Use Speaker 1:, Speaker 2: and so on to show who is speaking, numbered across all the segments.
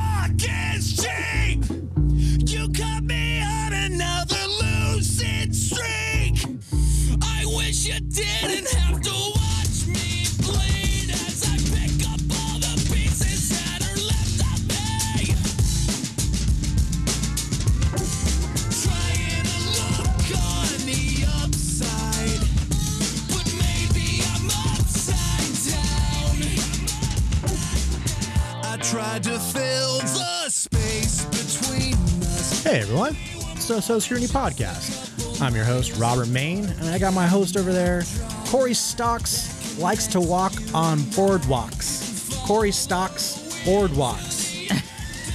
Speaker 1: darkest shape. You cut me on another lucid streak. I wish you didn't have to watch me bleed as I pick up all the pieces that are left of me. Trying to look on the upside, but maybe I'm upside down. I tried to fill the space between us.
Speaker 2: Hey everyone, it's the So Scrutiny Podcast. I'm your host, Robert Main, and I got my host over there, Corey Stocks, likes to walk on boardwalks. Corey Stocks, boardwalks.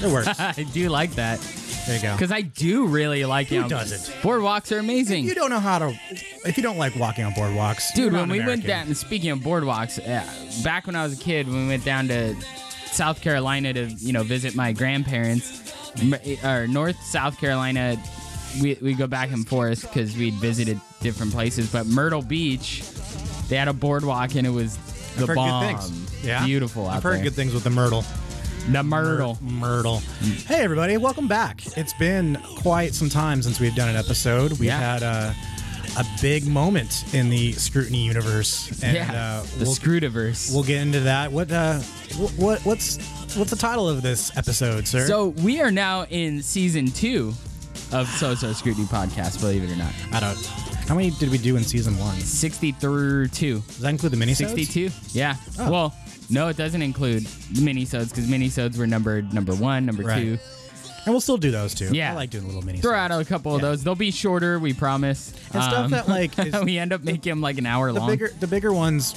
Speaker 2: It works.
Speaker 3: I do like that
Speaker 2: There you go.
Speaker 3: because I do really like Who
Speaker 2: doesn't?
Speaker 3: Boardwalks are amazing.
Speaker 2: You don't know how to, if you don't like walking on boardwalks,
Speaker 3: Dude,
Speaker 2: you're not an
Speaker 3: when we went
Speaker 2: American.
Speaker 3: down, speaking of boardwalks, uh, back when I was a kid, when we went down to South Carolina to you know visit my grandparents, m- uh, or North South Carolina, we we go back and forth because we'd visited different places. But Myrtle Beach, they had a boardwalk and it was the
Speaker 2: I've heard
Speaker 3: bomb.
Speaker 2: good things. Yeah,
Speaker 3: beautiful out
Speaker 2: I've heard
Speaker 3: there.
Speaker 2: good things with the Myrtle.
Speaker 3: the Myrtle.
Speaker 2: Myrtle.
Speaker 3: Mm.
Speaker 2: Hey, everybody, welcome back. It's been quite some time since we've done an episode. We
Speaker 3: Yeah.
Speaker 2: had a, a big moment in the scrutiny universe, and
Speaker 3: yeah,
Speaker 2: uh,
Speaker 3: the
Speaker 2: we'll,
Speaker 3: Scrutiverse.
Speaker 2: we'll get into that. What uh, wh- what what's what's the title of this episode, sir?
Speaker 3: So we are now in season two of So So Scrutiny Podcast, believe it or not.
Speaker 2: I don't. How many did we do in season one? Does
Speaker 3: 60 through 2.
Speaker 2: that include the mini
Speaker 3: 62? Yeah.
Speaker 2: Oh.
Speaker 3: Well, no, it doesn't include minisodes because minisodes were numbered number one, number
Speaker 2: Right.
Speaker 3: two.
Speaker 2: And we'll still do those too.
Speaker 3: Yeah.
Speaker 2: I like doing little mini.
Speaker 3: Throw out a couple of
Speaker 2: Yeah.
Speaker 3: those. They'll be shorter, we promise. Um,
Speaker 2: And stuff that, like, is-
Speaker 3: we end up making them like an hour
Speaker 2: the
Speaker 3: long.
Speaker 2: bigger the bigger ones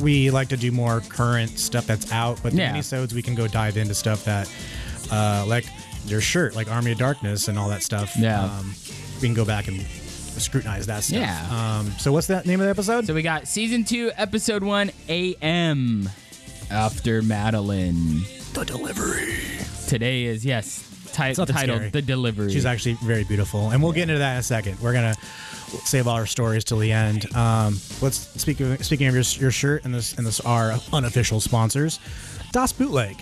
Speaker 2: we like to do more current stuff that's out but the
Speaker 3: Yeah.
Speaker 2: minisodes we can go dive into stuff that uh like your shirt like army of darkness and all that stuff Um,
Speaker 3: Yeah.
Speaker 2: we can go back and scrutinize that stuff
Speaker 3: Yeah.
Speaker 2: um so what's that name of the episode
Speaker 3: so we got season two, episode one, AM. After Madeline.
Speaker 2: the delivery
Speaker 3: Today is, yes, ti-
Speaker 2: nothing
Speaker 3: titled
Speaker 2: scary.
Speaker 3: The Delivery.
Speaker 2: she's actually very beautiful and we'll get into that in a second we're gonna save all our stories till the end um let's speak of speaking of your, your shirt and this and this are unofficial sponsors das bootleg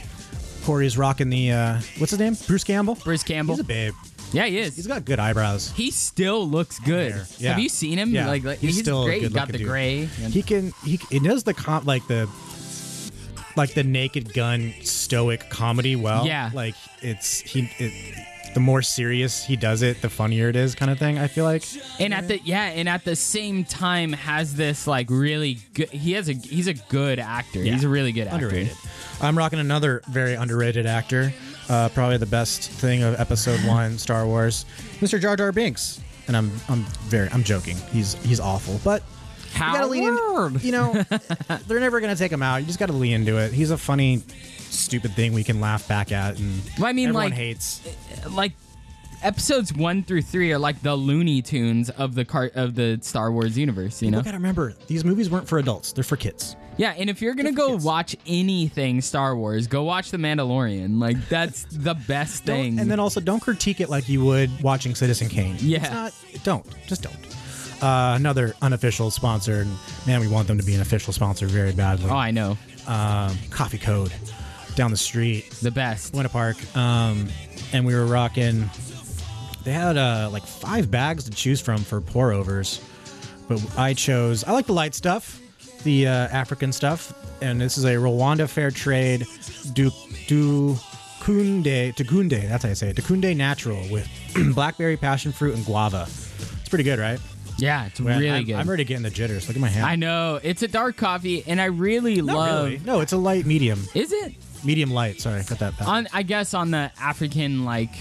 Speaker 2: Corey's rocking the uh, what's his name? Bruce Campbell.
Speaker 3: Bruce Campbell.
Speaker 2: He's a babe.
Speaker 3: yeah, he is.
Speaker 2: He's got good eyebrows.
Speaker 3: he still looks good.
Speaker 2: There. Yeah.
Speaker 3: Have you seen him?
Speaker 2: Yeah.
Speaker 3: Like, like,
Speaker 2: He's
Speaker 3: he's,
Speaker 2: still a
Speaker 3: great. He got
Speaker 2: good-looking
Speaker 3: the
Speaker 2: dude.
Speaker 3: gray.
Speaker 2: He can he he does the com like the like the Naked Gun stoic comedy well.
Speaker 3: Yeah.
Speaker 2: like it's he. It, the more serious he does it, the funnier it is, kind of thing. I feel like
Speaker 3: and at the yeah, and at the same time has this like really good. He has a he's a good actor. He's a really good actor.
Speaker 2: underrated. I'm rocking another very underrated actor, uh, probably the best thing of Episode One, Star Wars, Mr. Jar Jar Binks. And I'm I'm very I'm joking. He's he's awful, but you gotta lean in.
Speaker 3: Howard.
Speaker 2: You know, they're never gonna take him out. You just gotta lean into it. He's a funny, stupid thing we can laugh back at, and
Speaker 3: Well, I mean,
Speaker 2: everyone
Speaker 3: like-
Speaker 2: hates.
Speaker 3: Like episodes one through three are like the Looney Tunes of the cart of the Star Wars universe. You know.
Speaker 2: You gotta remember, these movies weren't for adults; they're for kids.
Speaker 3: Yeah, and if you're gonna
Speaker 2: Good for
Speaker 3: go
Speaker 2: kids.
Speaker 3: watch anything Star Wars, go watch The Mandalorian. Like that's the best
Speaker 2: Don't-
Speaker 3: thing.
Speaker 2: and then also, don't critique it like you would watching Citizen Kane.
Speaker 3: Yeah.
Speaker 2: It's not- don't just don't. Uh, another unofficial sponsor, and man, we want them to be an official sponsor very badly.
Speaker 3: oh, I know
Speaker 2: Um, Coffee Code, down the street.
Speaker 3: the best.
Speaker 2: Winter Park, um, and we were rocking. They had uh, like five bags to choose from for pour overs, but I chose. I like the light stuff, the uh, African stuff, and this is a Rwanda Fair Trade Du Du Kunde Tukunde. That's how you say it. Tukunde Natural with blackberry, passion fruit, and guava. It's pretty good, right?
Speaker 3: Yeah, it's
Speaker 2: Man,
Speaker 3: really
Speaker 2: I'm,
Speaker 3: good.
Speaker 2: I'm already getting the jitters. Look at my hand.
Speaker 3: I know it's a dark coffee, and I really
Speaker 2: Not
Speaker 3: love.
Speaker 2: really. No, it's a light medium.
Speaker 3: Is it
Speaker 2: Medium light. Sorry, cut that back.
Speaker 3: on? I guess on the African like,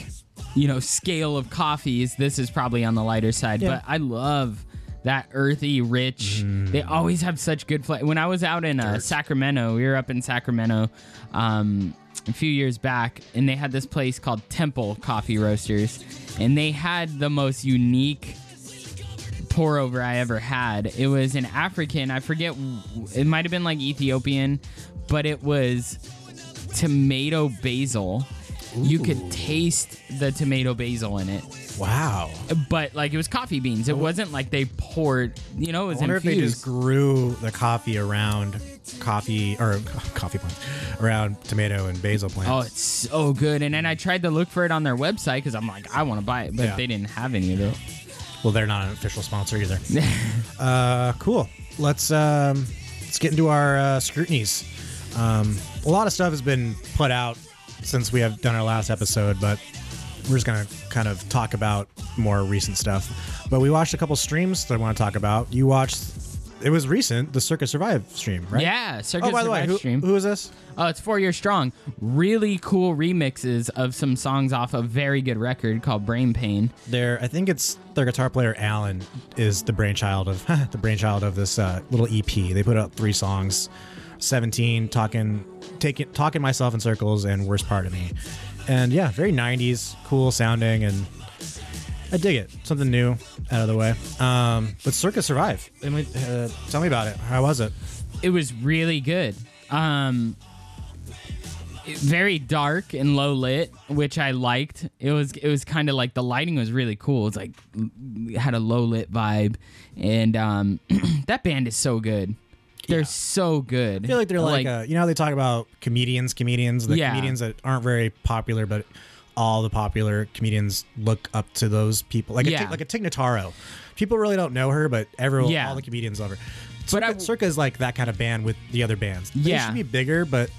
Speaker 3: you know, scale of coffees, this is probably on the lighter side.
Speaker 2: Yeah.
Speaker 3: But I love that earthy, rich. They always have such good flavor. When I was out in uh, Sacramento, we were up in Sacramento. Um, a few years back, and they had this place called Temple Coffee Roasters, and they had the most unique pour over I ever had. It was an African, I forget, it might have been like Ethiopian, but it was tomato basil you could taste the tomato basil in it.
Speaker 2: Wow.
Speaker 3: But like it was coffee beans. It wasn't like they poured. You know, it
Speaker 2: Oh. I
Speaker 3: was
Speaker 2: wonder if they
Speaker 3: infused.
Speaker 2: just grew the coffee around coffee or coffee plants, around tomato and basil
Speaker 3: Oh,
Speaker 2: plants.
Speaker 3: it's so good. And then I tried to look for it on their website because I'm like, I want to buy it, but
Speaker 2: Yeah.
Speaker 3: they didn't have any of it.
Speaker 2: Well, they're not an official sponsor either. uh, cool. Let's um, let's get into our uh, scrutinies. Um, a lot of stuff has been put out since we have done our last episode, but we're just gonna kind of talk about more recent stuff. But we watched a couple streams that I want to talk about. You watched. It was recent, the Circus Survive stream, right?
Speaker 3: Yeah, Circuit
Speaker 2: Oh, by the way,
Speaker 3: Survive
Speaker 2: who,
Speaker 3: stream.
Speaker 2: who is this?
Speaker 3: Oh, it's four years strong. Really cool remixes of some songs off a very good record called Brain Pain.
Speaker 2: Their, I think it's their guitar player Alan is the brainchild of the brainchild of this uh, little EP. They put out three songs: "17," "Talking," "Taking," "Talking Myself in Circles," and "Worst Part of Me." And yeah, very '90s, cool sounding, and I dig it. Something new out of the way. Um, but Circus Survive. And we- uh, tell me about it. How was it?
Speaker 3: It was really good. Um, it- very dark and low lit, which I liked. It was it was kind of like the lighting was really cool. It's like it had a low lit vibe, and um, that band is so good. They're so good.
Speaker 2: I feel like they're like, uh, you know how they talk about comedians, comedians, the
Speaker 3: Yeah.
Speaker 2: comedians that aren't very popular, but all the popular comedians look up to those people, like a,
Speaker 3: Yeah.
Speaker 2: Tig- like a Tig Notaro. People really don't know her, but everyone,
Speaker 3: Yeah.
Speaker 2: all the comedians love her.
Speaker 3: But
Speaker 2: Circa,
Speaker 3: I-
Speaker 2: Circa is like that kind of band with the other bands. They
Speaker 3: Yeah.
Speaker 2: should be bigger, but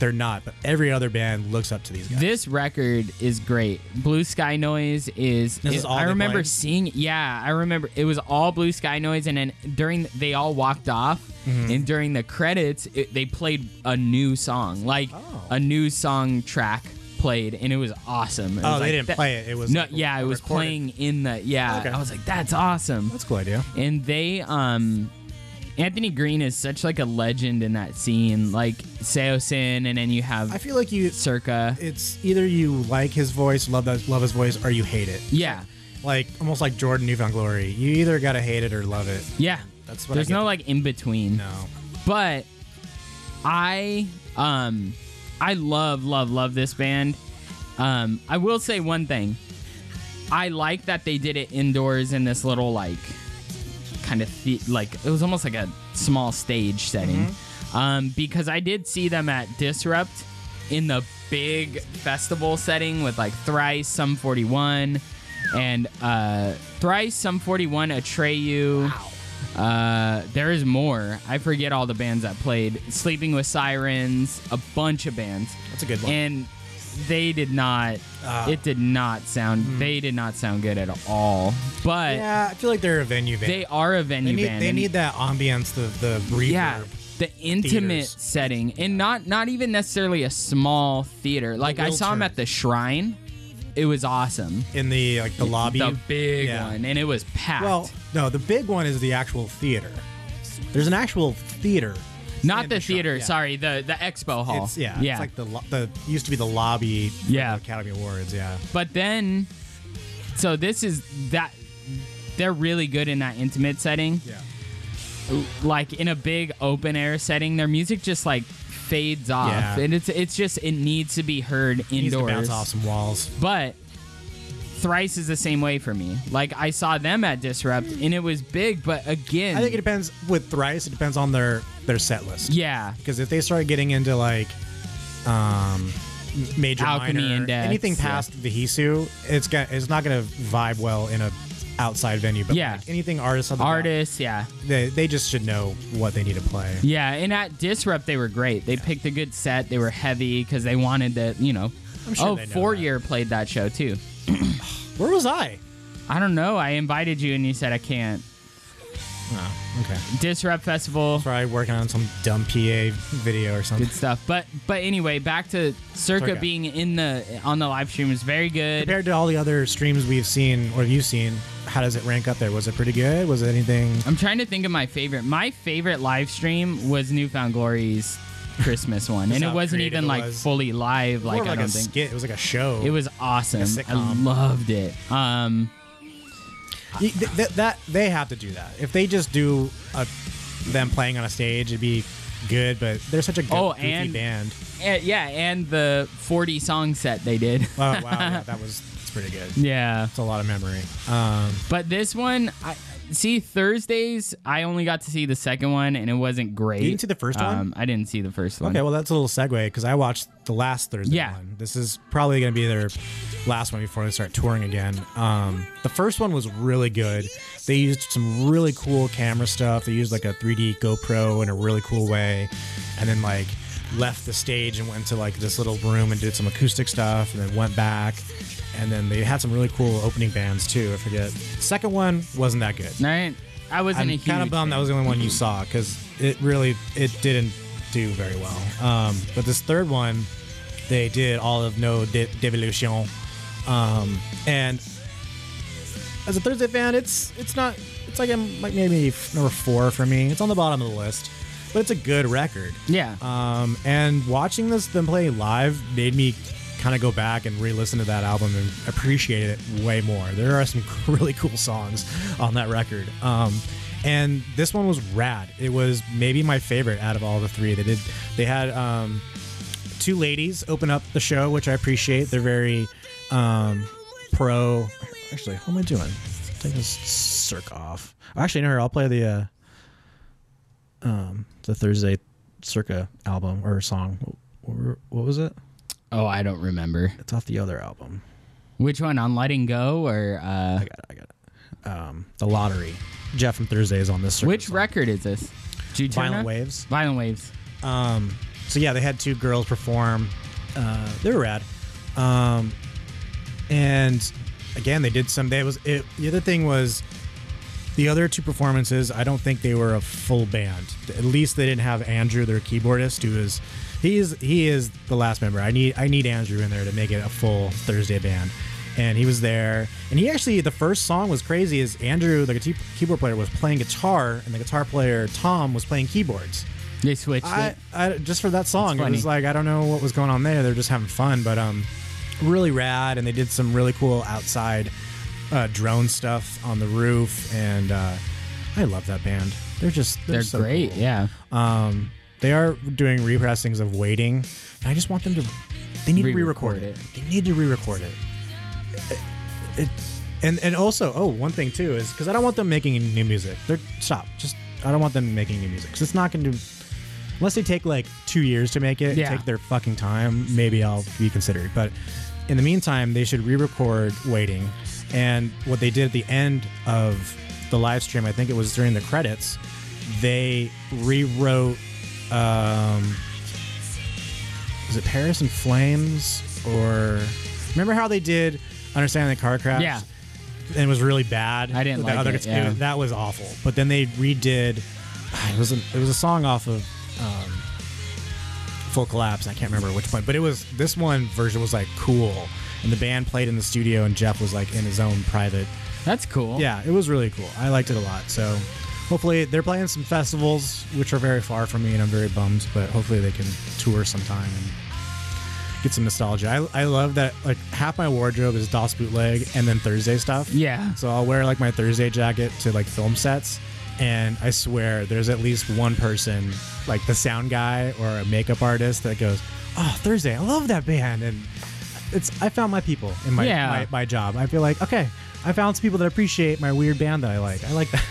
Speaker 2: they're not. But every other band looks up to these guys.
Speaker 3: This record is great. Blue Sky Noise is.
Speaker 2: This is all
Speaker 3: I
Speaker 2: they
Speaker 3: remember
Speaker 2: played?
Speaker 3: seeing. Yeah, I remember it was all Blue Sky Noise, and then during they all walked off,
Speaker 2: Mm-hmm.
Speaker 3: and during the credits it, they played a new song, like
Speaker 2: Oh.
Speaker 3: a new song track played, and it was awesome. It
Speaker 2: Oh,
Speaker 3: was
Speaker 2: they
Speaker 3: like
Speaker 2: didn't
Speaker 3: that-
Speaker 2: play it. It was
Speaker 3: no,
Speaker 2: like
Speaker 3: yeah, it was
Speaker 2: recorded.
Speaker 3: playing in the yeah.
Speaker 2: Okay.
Speaker 3: I was like, that's awesome
Speaker 2: That's a cool idea.
Speaker 3: and they um Anthony Green is such like a legend in that scene, like Seosin, and then you have
Speaker 2: I feel like you.
Speaker 3: Circa.
Speaker 2: It's either you like his voice, love that, love his voice, or you hate it.
Speaker 3: yeah,
Speaker 2: Like almost like Jordan Newfound Glory. You either gotta hate it or love it.
Speaker 3: yeah.
Speaker 2: That's what I
Speaker 3: There's
Speaker 2: get
Speaker 3: no
Speaker 2: the-
Speaker 3: like in between.
Speaker 2: No.
Speaker 3: But I um I love love love this band. Um, I will say one thing. I like that they did it indoors in this little like kind of the- like it was almost like a small stage setting.
Speaker 2: Mm-hmm.
Speaker 3: Um, because I did see them at Disrupt in the big festival setting with like Thrice, Sum 41, and uh, Thrice, Sum 41, Atreyu. Uh, there is more. I forget all the bands that played. Sleeping with Sirens, a bunch of bands.
Speaker 2: That's a good one.
Speaker 3: And they did not.
Speaker 2: Ah.
Speaker 3: it did not sound. They did not sound good at all. But
Speaker 2: Hmm. Yeah, I feel like they're a venue band.
Speaker 3: they are a venue
Speaker 2: They need
Speaker 3: band.
Speaker 2: they
Speaker 3: and-
Speaker 2: need that ambiance, the the reverb.
Speaker 3: yeah, the intimate
Speaker 2: Theaters.
Speaker 3: setting, and not not even necessarily a small theater. Like I saw them
Speaker 2: Wiltern.
Speaker 3: at the Shrine. It was awesome.
Speaker 2: in the like the lobby.
Speaker 3: The big
Speaker 2: Yeah.
Speaker 3: one, and it was packed.
Speaker 2: well, no, the big one is the actual theater. There's an actual theater.
Speaker 3: not
Speaker 2: in
Speaker 3: the,
Speaker 2: the shop,
Speaker 3: theater.
Speaker 2: yeah.
Speaker 3: Sorry, the the expo hall.
Speaker 2: It's yeah,
Speaker 3: yeah.
Speaker 2: it's like the lo- the used to be the lobby. for
Speaker 3: Yeah.
Speaker 2: the Academy Awards. Yeah,
Speaker 3: But then, so this is that they're really good in that intimate setting.
Speaker 2: yeah.
Speaker 3: Like in a big open air setting, their music just like fades off,
Speaker 2: Yeah.
Speaker 3: and it's it's just it needs to be heard
Speaker 2: Needs to
Speaker 3: indoors.
Speaker 2: bounce off some walls.
Speaker 3: But Thrice is the same way for me. Like I saw them at Disrupt, and it was big, but again,
Speaker 2: I think it depends with Thrice. It depends on their their set list.
Speaker 3: yeah,
Speaker 2: because if they start getting into like um major
Speaker 3: Alchemy
Speaker 2: minor,
Speaker 3: Index,
Speaker 2: anything
Speaker 3: yeah.
Speaker 2: past the hisu it's got it's not gonna vibe well in a outside venue but
Speaker 3: Yeah.
Speaker 2: like, anything artists on the
Speaker 3: artists, yeah,
Speaker 2: block, they, they just should know what they need to play
Speaker 3: yeah. And at Disrupt, they were great. They picked a good set. They were heavy because they wanted to, you know.
Speaker 2: I'm sure
Speaker 3: oh,
Speaker 2: they know
Speaker 3: Four
Speaker 2: that.
Speaker 3: Year played that show too.
Speaker 2: where was i
Speaker 3: I don't know. I invited you, and you said I can't.
Speaker 2: oh okay
Speaker 3: Disrupt Festival.
Speaker 2: probably working on some dumb pa video or something
Speaker 3: good stuff. But but anyway, back to Circa
Speaker 2: Circa.
Speaker 3: being in the on the live stream is very good.
Speaker 2: compared to all the other streams we've seen or you've seen how does it rank up there was it pretty good was it anything
Speaker 3: I'm trying to think of my favorite. My favorite live stream was Newfound Glory's Christmas one, and
Speaker 2: how
Speaker 3: it wasn't
Speaker 2: creative
Speaker 3: even
Speaker 2: it
Speaker 3: like
Speaker 2: was.
Speaker 3: fully live.
Speaker 2: More
Speaker 3: Like
Speaker 2: of
Speaker 3: I
Speaker 2: like
Speaker 3: don't
Speaker 2: a
Speaker 3: think
Speaker 2: skit it was like a show
Speaker 3: it was awesome. I
Speaker 2: sitcom.
Speaker 3: loved it. Um,
Speaker 2: You- th- th- that they have to do that. If they just do a, them playing on a stage, it'd be good, but they're such a good,
Speaker 3: Oh,
Speaker 2: goofy
Speaker 3: and-
Speaker 2: band.
Speaker 3: And- eh, yeah, and the 40 song set they did.
Speaker 2: Oh wow, yeah, that was it's pretty good. It's
Speaker 3: yeah.
Speaker 2: a lot of memory. Um,
Speaker 3: But this one, I see Thursdays. I only got to see the second one, and it wasn't great.
Speaker 2: You didn't see the first one?
Speaker 3: Um, I didn't see the first one.
Speaker 2: okay, well that's a little segue because I watched the last Thursday
Speaker 3: Yeah.
Speaker 2: one. This is probably going to be their last one before they start touring again. Um, the first one was really good. They used some really cool camera stuff. They used like a 3D GoPro in a really cool way, and then like left the stage and went to like this little room and did some acoustic stuff, and then went back. And then they had some really cool opening bands too. I forget. Second one wasn't that good.
Speaker 3: All right. I wasn't a
Speaker 2: I'm
Speaker 3: huge.
Speaker 2: kind of bummed that was the only one you saw because it really it didn't do very well. Um, but this third one, they did all of No De- Devolution, um, and as a Thursday fan, it's it's not it's like I'm like maybe f- number four for me. It's on the bottom of the list, but it's a good record.
Speaker 3: Yeah.
Speaker 2: Um, and watching this them play live made me kind of go back and re-listen to that album and appreciate it way more. There are some really cool songs on that record. Um, and this one was rad. It was maybe my favorite out of all the three. They did. They had um, two ladies open up the show, which I appreciate. They're very um, pro. Actually, what am I doing? Take this circ off. Actually, no, here, I'll play the. Uh, the Thursday Circa album or song. What, were- what was it?
Speaker 3: oh, I don't remember
Speaker 2: It's off the other album.
Speaker 3: which one on Letting Go or uh,
Speaker 2: I got it. I got it. Um, the Lottery. Jeff from Thursday is on this. Circa
Speaker 3: which
Speaker 2: song.
Speaker 3: record is this? Juturna?
Speaker 2: Violent Waves.
Speaker 3: Violent Waves.
Speaker 2: So yeah, they had two girls perform. Uh, they were rad. Um, and again, they did some. They was it, the other thing was the other two performances. I don't think they were a full band. At least they didn't have Andrew, their keyboardist, who is he is he is the last member. I need I need Andrew in there to make it a full Thursday band. And he was there, and he actually the first song was crazy. Is Andrew, the key- keyboard player, was playing guitar, and the guitar player Tom was playing keyboards.
Speaker 3: They switched
Speaker 2: I,
Speaker 3: it.
Speaker 2: I just for that song, it
Speaker 3: funny.
Speaker 2: was like I don't know what was going on there. They're just having fun, but um, really rad, and they did some really cool outside uh, drone stuff on the roof, and uh, I love that band. They're just they're,
Speaker 3: They're
Speaker 2: so
Speaker 3: great.
Speaker 2: cool.
Speaker 3: Yeah.
Speaker 2: Um, they are doing repressings of Waiting, and I just want them to. They need
Speaker 3: Re-record
Speaker 2: to re-record it. They need to re-record it. It- it- and and also, oh, one thing too is because I don't want them making any new music. They're stop. Just I don't want them making new music because it's not going to. Unless they take like two years to make it,
Speaker 3: Yeah.
Speaker 2: take their fucking time, maybe I'll be considered. But in the meantime, they should re-record "Waiting," and what they did at the end of the live stream, I think it was during the credits, they rewrote. Um, was it Paris in Flames or remember how they did Understanding the Car Crash?
Speaker 3: Yeah.
Speaker 2: and it was really bad.
Speaker 3: I didn't
Speaker 2: The
Speaker 3: like it, yeah.
Speaker 2: That was awful. But then they redid. ah, It was a, it was a song off of um, Full Collapse. and I can't remember which one, but it was this one version was like cool, and the band played in the studio, and Jeff was like in his own private.
Speaker 3: That's cool.
Speaker 2: Yeah, it was really cool. I liked it a lot. So hopefully they're playing some festivals, which are very far from me, and I'm very bummed. But hopefully they can tour sometime and get some nostalgia. I, I love that like half my wardrobe is DOS bootleg and then Thursday stuff.
Speaker 3: Yeah.
Speaker 2: So I'll wear like my Thursday jacket to like film sets, and I swear there's at least one person, like the sound guy or a makeup artist, that goes, "Oh, Thursday, I love that band," and it's I found my people in my
Speaker 3: Yeah.
Speaker 2: my, my job. I feel like okay, I found some people that appreciate my weird band that I like. I like that.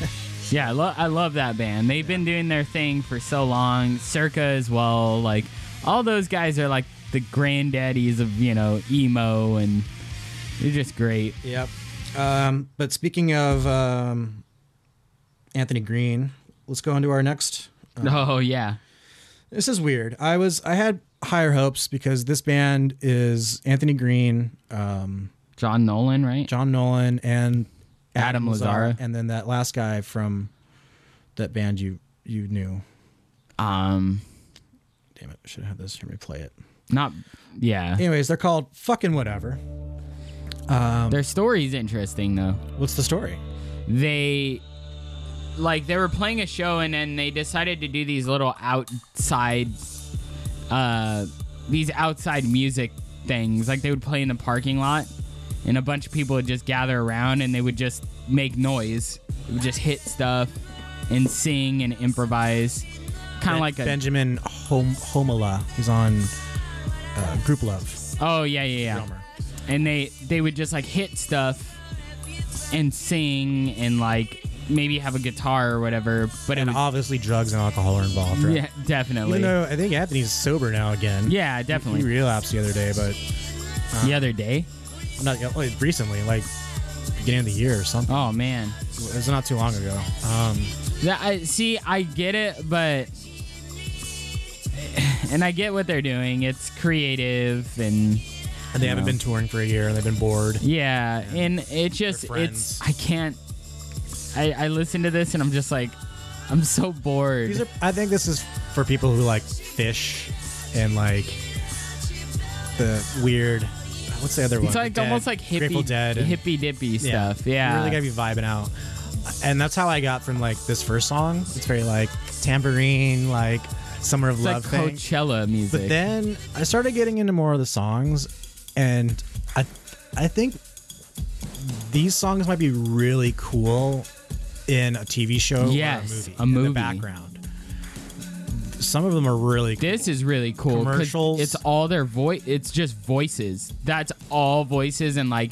Speaker 3: Yeah, I, lo- I love that band. They've been doing their thing for so long. Circa as well. Like all those guys are like the granddaddies of you know emo, and they're just great.
Speaker 4: Yep. Um, but speaking of um, Anthony Green, let's go on to our next.
Speaker 2: Uh-huh.
Speaker 3: Oh yeah,
Speaker 4: This is weird. I was I had higher hopes because this band is Anthony Green, um,
Speaker 3: John Nolan, right?
Speaker 4: John Nolan, and
Speaker 3: Adam Lazara.
Speaker 4: and then that last guy from that band you you knew.
Speaker 3: Um,
Speaker 4: Damn it! I should have this. Let me play it.
Speaker 3: not yeah.
Speaker 4: Anyways, they're called fucking whatever.
Speaker 2: Um,
Speaker 3: Their story's interesting though.
Speaker 4: What's the story?
Speaker 3: They like they were playing a show and then they decided to do these little outside uh these outside music things. Like they would play in the parking lot and a bunch of people would just gather around and they would just make noise. They would just hit stuff and sing and improvise. kind of like a.
Speaker 2: Benjamin Hom- Homola. He's on uh, Group Love.
Speaker 3: oh yeah, yeah, yeah.
Speaker 2: Drummer.
Speaker 3: And they they would just like hit stuff, and sing and like maybe have a guitar or whatever. But it
Speaker 2: And
Speaker 3: was,
Speaker 2: obviously, drugs and alcohol are involved. Right?
Speaker 3: yeah, definitely.
Speaker 2: Even though I think Anthony's sober now again.
Speaker 3: yeah,
Speaker 2: He
Speaker 3: definitely.
Speaker 2: relapsed the other day, but
Speaker 3: the other day.
Speaker 2: not yeah, like, recently, like beginning of the year or something.
Speaker 3: Oh man.
Speaker 2: It was not too long ago. Um,
Speaker 3: That, I, see, I get it, but and I get what they're doing. It's creative and
Speaker 2: and they haven't been touring for a year, and they've been bored.
Speaker 3: yeah, and it just
Speaker 2: friends.
Speaker 3: it's I can't. I, I listen to this and I'm just like, I'm so bored.
Speaker 2: These are, I think this is for people who like fish and like the weird. What's the other one?
Speaker 3: it's
Speaker 2: The
Speaker 3: like
Speaker 2: Dead,
Speaker 3: almost like
Speaker 2: Grateful
Speaker 3: hippie,
Speaker 2: Dead, and-
Speaker 3: hippie dippy stuff.
Speaker 2: you
Speaker 3: Yeah,
Speaker 2: really gotta be vibing out. And that's how I got from like this first song. It's very like tambourine, like summer of
Speaker 3: it's like
Speaker 2: love thing.
Speaker 3: Coachella music.
Speaker 2: But then I started getting into more of the songs, and I, I think these songs might be really cool in a TV show
Speaker 3: Yes,
Speaker 2: or a movie
Speaker 3: a
Speaker 2: in the
Speaker 3: movie.
Speaker 2: background. Some of them are really cool.
Speaker 3: This is really cool. 'cause
Speaker 2: Commercials.
Speaker 3: It's all their voice. It's just voices. That's all voices. And like,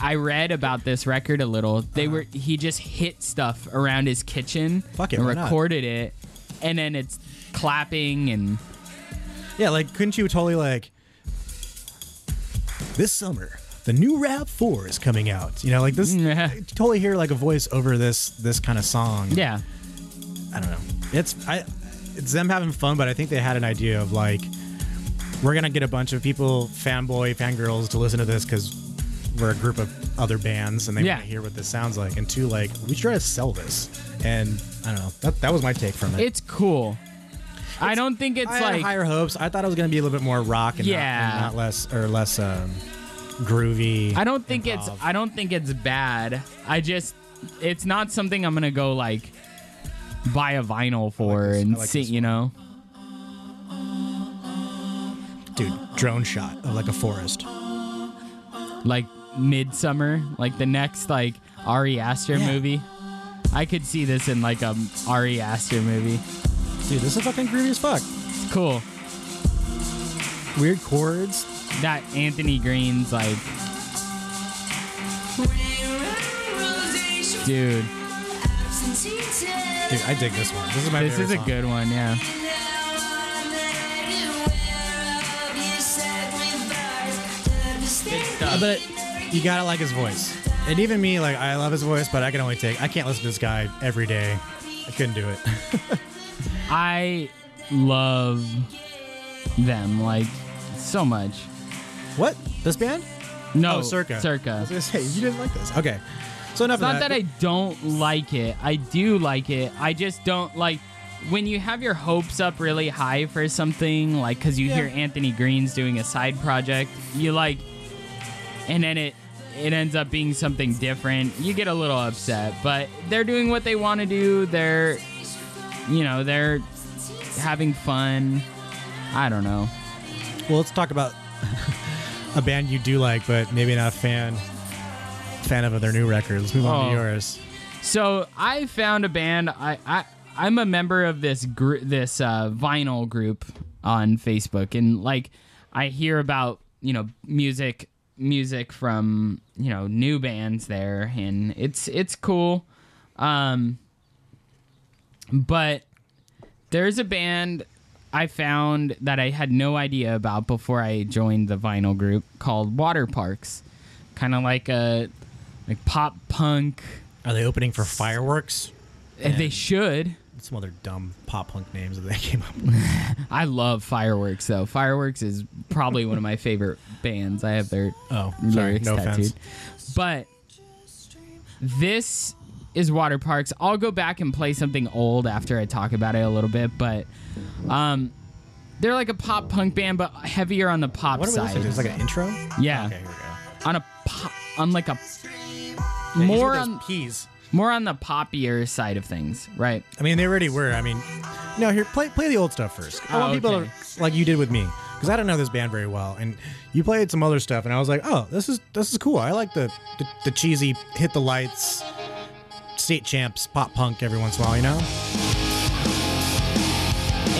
Speaker 3: I read about this record a little. They
Speaker 2: Uh-huh.
Speaker 3: were he just hit stuff around his kitchen
Speaker 2: Fuck it,
Speaker 3: and
Speaker 2: why not?
Speaker 3: recorded it, and then it's clapping and
Speaker 2: Yeah, like couldn't you totally like this summer the new Rap Four is coming out. You know, like this.
Speaker 3: Mm, Yeah.
Speaker 2: you totally hear like a voice over this this kind of song.
Speaker 3: yeah,
Speaker 2: I don't know. It's I, it's them having fun, but I think they had an idea of like we're gonna get a bunch of people, fanboy, fangirls, to listen to this because we're a group of other bands and they
Speaker 3: Yeah.
Speaker 2: want to hear what this sounds like. And two, like we try to sell this. And I don't know. That that was my take from it.
Speaker 3: it's cool. I don't think it's
Speaker 2: I had
Speaker 3: like
Speaker 2: higher hopes. I thought it was gonna be a little bit more rock and,
Speaker 3: Yeah.
Speaker 2: not, and not less or less um, groovy.
Speaker 3: I don't think
Speaker 2: Improv.
Speaker 3: it's I don't think it's bad. I just it's not something I'm gonna go like buy a vinyl for
Speaker 2: this- I
Speaker 3: and
Speaker 2: like
Speaker 3: see.
Speaker 2: this
Speaker 3: You know,
Speaker 2: dude drone shot of like a forest.
Speaker 3: like Midsummer, like the next like Ari Aster
Speaker 2: Yeah.
Speaker 3: movie. I could see this in like a Ari Aster movie.
Speaker 2: Dude, this is fucking groovy as fuck.
Speaker 3: It's cool.
Speaker 2: Weird chords.
Speaker 3: That Anthony Green's like, dude,
Speaker 2: Dude, I dig this one. This is my
Speaker 3: this
Speaker 2: favorite
Speaker 3: is a
Speaker 2: song.
Speaker 3: good one. Yeah,
Speaker 2: Uh, but you gotta like his voice. And even me, like I love his voice, but I can only take. I can't listen to this guy every day. I couldn't do it.
Speaker 3: I love them like so much.
Speaker 2: what? This band?
Speaker 3: No,
Speaker 2: oh, Circa. I
Speaker 3: Circa.
Speaker 2: was gonna say you didn't like this. Okay. So enough
Speaker 3: It's
Speaker 2: of
Speaker 3: not that I don't like it. I do like it. I just don't like when you have your hopes up really high for something, like because you hear Anthony Green's doing a side project, you like, and then it it ends up being something different. You get a little upset, but they're doing what they want to do. They're, you know, they're having fun. I don't know.
Speaker 2: Well, let's talk about a band you do like, but maybe not a fan fan of their new record. Let's move on to
Speaker 3: Oh.
Speaker 2: yours.
Speaker 3: So I found a band. I, I I'm a member of this gr- this uh, vinyl group on Facebook, and like I hear about you know music music from you know new bands there, and it's it's cool. Um, but there's a band I found that I had no idea about before I joined the vinyl group called Water Parks, kind of like a like pop punk.
Speaker 2: Are they opening for fireworks?
Speaker 3: And they should.
Speaker 2: Some other dumb pop punk names that they came up with.
Speaker 3: I love fireworks though. Fireworks is probably one of my favorite bands. I have their
Speaker 2: Oh, sorry,
Speaker 3: lyrics
Speaker 2: no
Speaker 3: tattooed.
Speaker 2: offense.
Speaker 3: But this is water parks. I'll go back and play something old after I talk about it a little bit, but um they're like a pop punk band but heavier on the pop
Speaker 2: What are we
Speaker 3: side.
Speaker 2: listening to? It's like an intro.
Speaker 3: yeah.
Speaker 2: Okay, here we go.
Speaker 3: On a pop, on like a
Speaker 2: Yeah, he's
Speaker 3: more
Speaker 2: with
Speaker 3: um,
Speaker 2: those
Speaker 3: on
Speaker 2: keys.
Speaker 3: more on the poppier side of things, right?
Speaker 2: I mean, they already were. I mean, no, here, play play the old stuff first. I
Speaker 3: Oh,
Speaker 2: want people
Speaker 3: okay.
Speaker 2: to, like you did with me because I don't know this band very well, and you played some other stuff, and I was like, oh, this is this is cool. I like the the, the cheesy hit the lights, state champs, pop punk every once in a while, you know.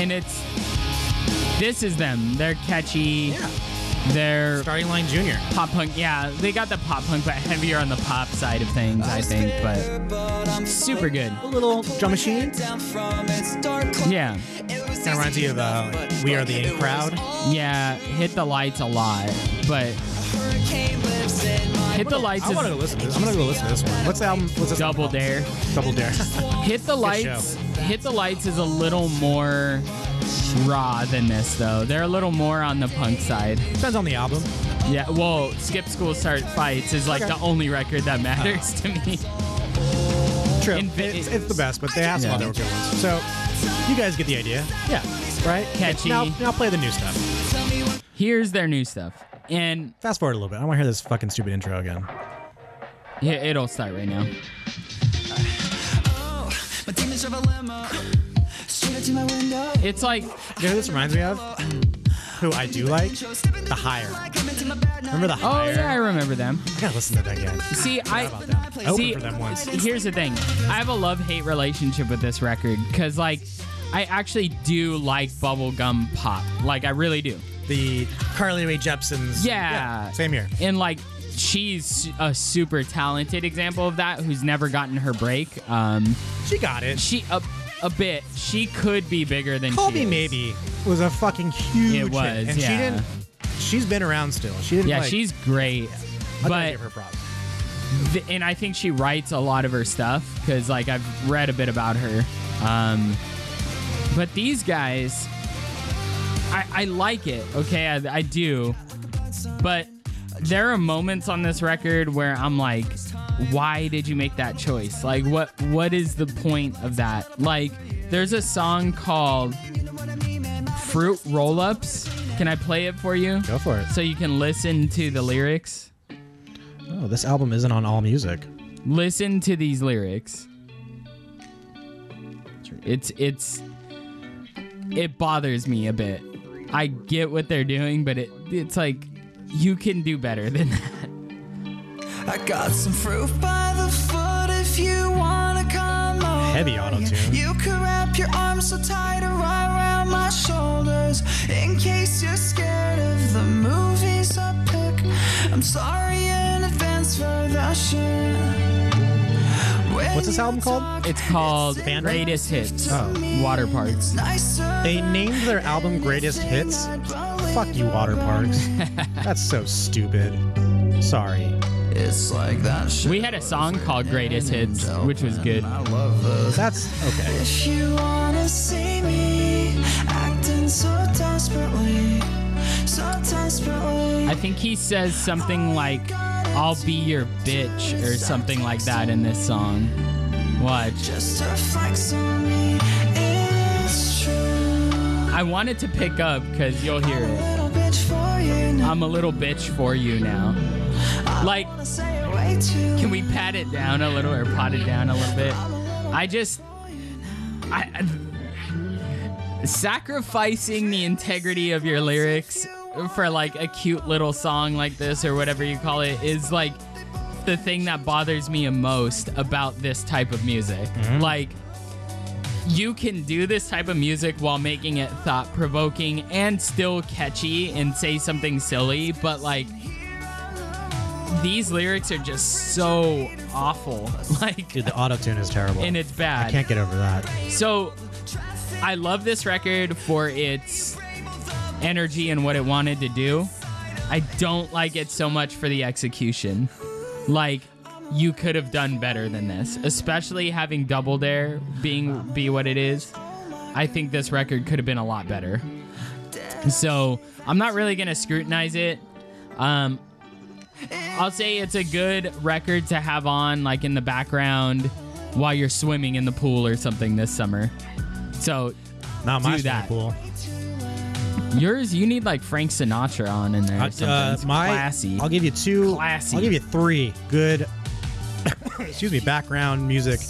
Speaker 3: and it's this is them. They're catchy.
Speaker 2: Yeah.
Speaker 3: They're
Speaker 2: Starting Line Junior.
Speaker 3: pop punk. Yeah, they got the pop punk, but heavier on the pop side of things, I think. But super good.
Speaker 2: A little drum machine.
Speaker 3: Yeah,
Speaker 1: That
Speaker 2: Kind of reminds you of uh, like, We Are the In Crowd.
Speaker 3: yeah. Hit the lights a lot, but hit the lights
Speaker 2: I want to
Speaker 3: is
Speaker 2: listen to this. I'm gonna go listen to this one. What's the album? What's this
Speaker 3: double dare.
Speaker 2: Double Dare.
Speaker 3: Hit the lights. Hit the lights is a little more raw than this though. They're a little more on the punk side.
Speaker 2: Depends on the album.
Speaker 3: Yeah. Well, skip school, start fights is like
Speaker 2: Okay.
Speaker 3: the only record that matters to me.
Speaker 2: True.
Speaker 3: In-
Speaker 2: it's, it's the best, but they have some
Speaker 3: Yeah.
Speaker 2: other good ones. So you guys get the idea,
Speaker 3: Yeah.
Speaker 2: right?
Speaker 3: Catchy.
Speaker 2: Now, now play the new stuff.
Speaker 3: Here's their new stuff, and
Speaker 2: Fast forward a little bit. I want to hear this fucking stupid intro again.
Speaker 3: yeah, it'll start right now.
Speaker 1: My demons drive a limo straight up to my window.
Speaker 3: It's like
Speaker 2: You know who this reminds me of? Who I do like?
Speaker 1: The
Speaker 2: Hire.
Speaker 1: Remember
Speaker 2: Remember the
Speaker 3: oh
Speaker 2: hire?
Speaker 3: yeah, I remember them.
Speaker 2: I gotta listen to that again.
Speaker 3: See,
Speaker 2: About
Speaker 3: I
Speaker 2: that. I
Speaker 3: See-
Speaker 2: opened for them once.
Speaker 3: here's the thing. I have a love hate relationship with this record because like I actually do like bubblegum pop. Like I really do.
Speaker 2: The Carly Rae Jepsen's.
Speaker 3: Yeah.
Speaker 2: Same here.
Speaker 3: And like she's a super talented example of that who's never gotten her break. Um
Speaker 2: She got it.
Speaker 3: she a, a bit. She could be bigger than
Speaker 2: Call
Speaker 3: she
Speaker 2: Me
Speaker 3: is.
Speaker 2: Maybe was a fucking huge
Speaker 3: It was,
Speaker 2: hit. And she
Speaker 3: yeah.
Speaker 2: didn't she's been around still. She didn't
Speaker 3: Yeah,
Speaker 2: like,
Speaker 3: she's great.
Speaker 2: I gotta
Speaker 3: but
Speaker 2: give her props.
Speaker 3: th- and I think she writes a lot of her stuff because like I've read a bit about her. Um, but these guys, I, I like it. Okay, I, I do. But there are moments on this record where I'm like, why did you make that choice? Like, what what is the point of that? Like, there's a song called Fruit Roll Ups. Can I play it for you?
Speaker 2: Go for it.
Speaker 3: So you can listen to the lyrics.
Speaker 2: Oh, this album isn't on all music.
Speaker 3: listen to these lyrics. It's it's it bothers me a bit. I get what they're doing, but it it's like you can do better than that.
Speaker 1: I got some fruit by the foot if you wanna come over.
Speaker 2: Heavy auto-tune.
Speaker 1: You could wrap your arms so tight right around my shoulders in case you're scared of the movies I pick. I'm sorry in advance for the shit. When
Speaker 2: What's this
Speaker 1: you
Speaker 2: album called?
Speaker 1: talk,
Speaker 3: It's called
Speaker 2: Fandom?
Speaker 3: Greatest Hits
Speaker 2: Oh.
Speaker 3: Water Parks.
Speaker 1: it's nicer
Speaker 2: They named their album Greatest Hits.
Speaker 1: than I'd believe
Speaker 2: Fuck you, Water Parks. That's so stupid. Sorry.
Speaker 1: It's like that shit.
Speaker 3: We had a song called Greatest Hits, which was good.
Speaker 1: I love those.
Speaker 2: That's okay.
Speaker 1: If you wanna see me acting so desperately, so desperately.
Speaker 3: I think he says something like I'll be your bitch or something like that in this song. Watch.
Speaker 1: Just her flex on me. It's true.
Speaker 3: I wanted to pick up cuz you'll hear it.
Speaker 1: Little bitch for you now.
Speaker 3: I'm a little bitch for you now. Um, Like,
Speaker 1: I say it way too.
Speaker 3: can we pat it down a little or pot it down a little bit? I just, I, I- sacrificing the integrity of your lyrics for like a cute little song like this or whatever you call it is like the thing that bothers me most about this type of music. Like, you can do this type of music while making it thought provoking and still catchy and say something silly, but like these lyrics are just so awful. Like
Speaker 2: Dude, the auto tune is terrible.
Speaker 3: and it's
Speaker 2: I
Speaker 3: bad.
Speaker 2: can't get over that.
Speaker 3: So I love this record for its energy and what it wanted to do. I don't like it so much for the execution. Like you could have done better than this, especially having Double Dare being be what it is. I think this record could have been a lot better. So I'm not really gonna scrutinize it. Um, I'll say it's a good record to have on, like in the background while you're swimming in the pool or something this summer. So
Speaker 2: Not my swimming
Speaker 3: Do that.
Speaker 2: pool.
Speaker 3: yours, you need like Frank Sinatra on in there. Or
Speaker 2: Uh,
Speaker 3: something.
Speaker 2: uh,
Speaker 3: It's
Speaker 2: my,
Speaker 3: classy.
Speaker 2: I'll give you two.
Speaker 3: Classy.
Speaker 2: I'll give you three good, excuse me, background music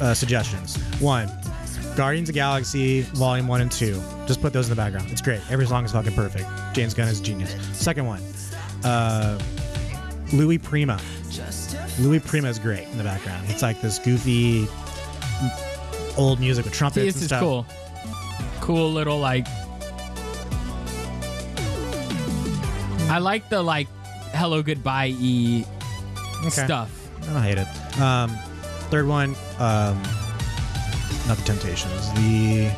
Speaker 2: uh, suggestions. One, Guardians of the Galaxy Volume One and Two. Just put those in the background. It's great. Every song is fucking perfect. James Gunn is a genius. Second one, uh, Louis Prima. Louis Prima is great in the background. It's like this goofy old music with trumpets
Speaker 3: See, this
Speaker 2: and
Speaker 3: is
Speaker 2: stuff.
Speaker 3: cool. cool little like. I like the like hello goodbye e stuff.
Speaker 2: I don't hate it. Um, third one, um, not the Temptations. The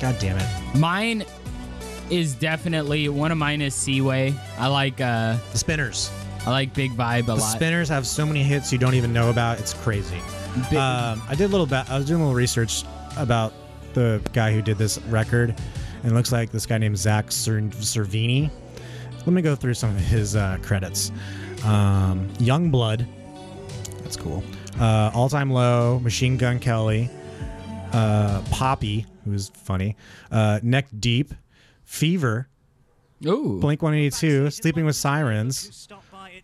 Speaker 2: God damn it,
Speaker 3: Mine is definitely one of mine is Seaway. I like uh
Speaker 2: the Spinners.
Speaker 3: I like Big Vibe a
Speaker 2: The
Speaker 3: lot.
Speaker 2: Spinners have so many hits you don't even know about. It's crazy.
Speaker 3: Big-
Speaker 2: Um, I did a little. Ba- I was doing a little research about the guy who did this record, and it looks like this guy named Zach Cer- Cervini. Let me go through some of his uh, credits. Um, Young Blood, that's cool. Uh, All Time Low, Machine Gun Kelly, uh, Poppy, who's funny, uh, Neck Deep, Fever,
Speaker 3: Ooh.
Speaker 2: Blink 182, Sleeping with Sirens,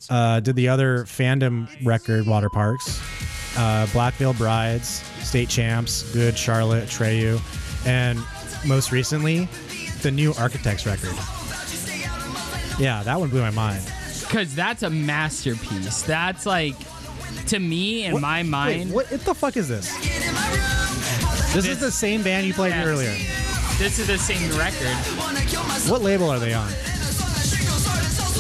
Speaker 2: uh, did the other fandom record water parks uh, black veil brides state champs good charlotte treyu and most recently the new architects record yeah that one blew my mind
Speaker 3: Cause that's a masterpiece. That's like to me in
Speaker 2: What-
Speaker 3: my mind
Speaker 2: wait, what, what the fuck is this this is the same band you played
Speaker 3: Yes.
Speaker 2: earlier
Speaker 3: this is the same record.
Speaker 2: what label are they on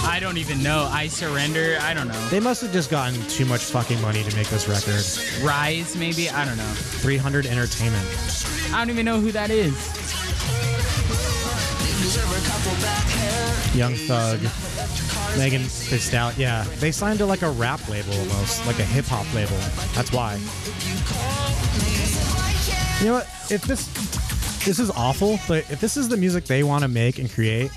Speaker 3: I don't even know. I surrender. I don't know.
Speaker 2: they must have just gotten too much fucking money to make this record
Speaker 3: Rise maybe. I don't know.
Speaker 2: 300 entertainment
Speaker 3: I don't even know who that is.
Speaker 2: Young Thug, Megan Thee Stallion. Yeah, they signed to like a rap label almost, like a hip hop label. That's why. You know what? If this this is awful, but if this is the music they want to make and create,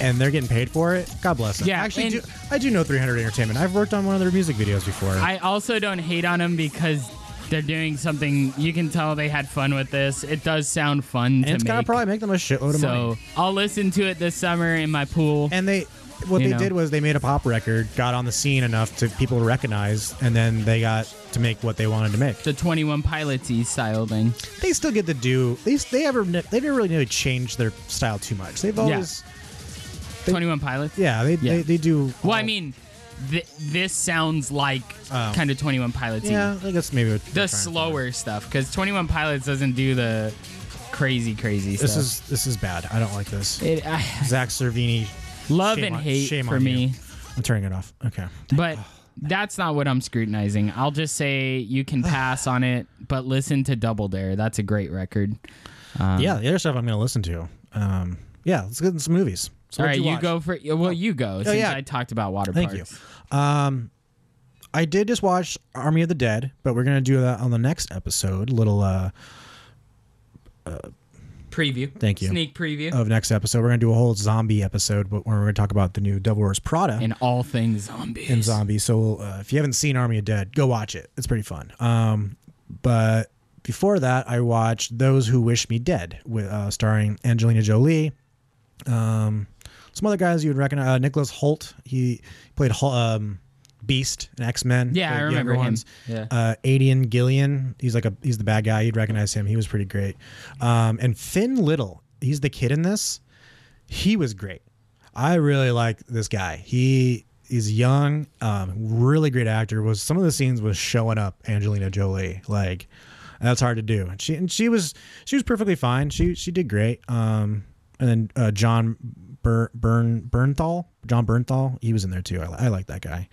Speaker 2: and they're getting paid for it, God bless them.
Speaker 3: Yeah,
Speaker 2: actually, do,
Speaker 3: and-
Speaker 2: I do know 300 Entertainment. I've worked on one of their music videos before.
Speaker 3: I also don't hate on them because they're doing something. You can tell they had fun with this. It does sound fun
Speaker 2: and
Speaker 3: to
Speaker 2: it's
Speaker 3: make.
Speaker 2: gonna probably make them a shitload of money.
Speaker 3: so I'll listen to it this summer in my pool.
Speaker 2: And they, what
Speaker 3: You
Speaker 2: they
Speaker 3: know.
Speaker 2: did was they made a pop record, got on the scene enough to people to recognize, and then they got to make what they wanted to make.
Speaker 3: the Twenty One Pilots style thing.
Speaker 2: they still get to do they they ever ne- they never really need to change their style too much. They've always They-
Speaker 3: Twenty One Pilots.
Speaker 2: yeah, they,
Speaker 3: Yeah.
Speaker 2: They, they do.
Speaker 3: Well, I
Speaker 2: all-
Speaker 3: mean, th- this sounds like
Speaker 2: Oh.
Speaker 3: kind of Twenty One Pilots.
Speaker 2: yeah, I guess maybe what they're
Speaker 3: The
Speaker 2: trying for.
Speaker 3: slower stuff because Twenty One Pilots doesn't do the crazy crazy
Speaker 2: This
Speaker 3: stuff.
Speaker 2: is this is bad. I don't like this.
Speaker 3: it, I,
Speaker 2: Zach Cervini,
Speaker 3: love
Speaker 2: shame
Speaker 3: and
Speaker 2: on-
Speaker 3: hate
Speaker 2: shame
Speaker 3: for
Speaker 2: on
Speaker 3: me.
Speaker 2: you. I'm turning it off. Okay,
Speaker 3: But that's not what I'm scrutinizing. I'll just say you can pass on it, but listen to Double Dare. That's a great record. Um,
Speaker 2: yeah, the other stuff I'm gonna listen to. Um, yeah, let's get into some movies. So
Speaker 3: All
Speaker 2: what'd
Speaker 3: right, you,
Speaker 2: watch? Oh.
Speaker 3: go for well, you go since
Speaker 2: yeah.
Speaker 3: I talked about water
Speaker 2: Thank
Speaker 3: parks.
Speaker 2: you. I did just watch Army of the Dead, but we're gonna do that on the next episode. Little uh,
Speaker 3: Preview.
Speaker 2: Thank you.
Speaker 3: Sneak preview.
Speaker 2: of next episode, we're gonna do a whole zombie episode, but where we're gonna talk about the new Devil Wears Prada.
Speaker 3: and all things zombies.
Speaker 2: and zombies. So uh, if you haven't seen Army of Dead, go watch it. It's pretty fun. Um, but before that, I watched Those Who Wish Me Dead, with uh, starring Angelina Jolie. Um, some other guys you would recognize. Uh, Nicholas Holt. He played Hul- um, Beast in X Men.
Speaker 3: Yeah, I remember him. Yeah.
Speaker 2: Uh, Adian Gillian. He's like a he's the bad guy. You'd recognize him. He was pretty great. Um, and Finn Little. He's the kid in this he was great. I really like this guy. He is young, um, really great actor. Was some of the scenes was showing up Angelina Jolie like that's hard to do. And she and she was she was perfectly fine. She she did great. Um, and then uh, John Bur- Burn Bernthal, John Bernthal, he was in there too. I, I like that guy.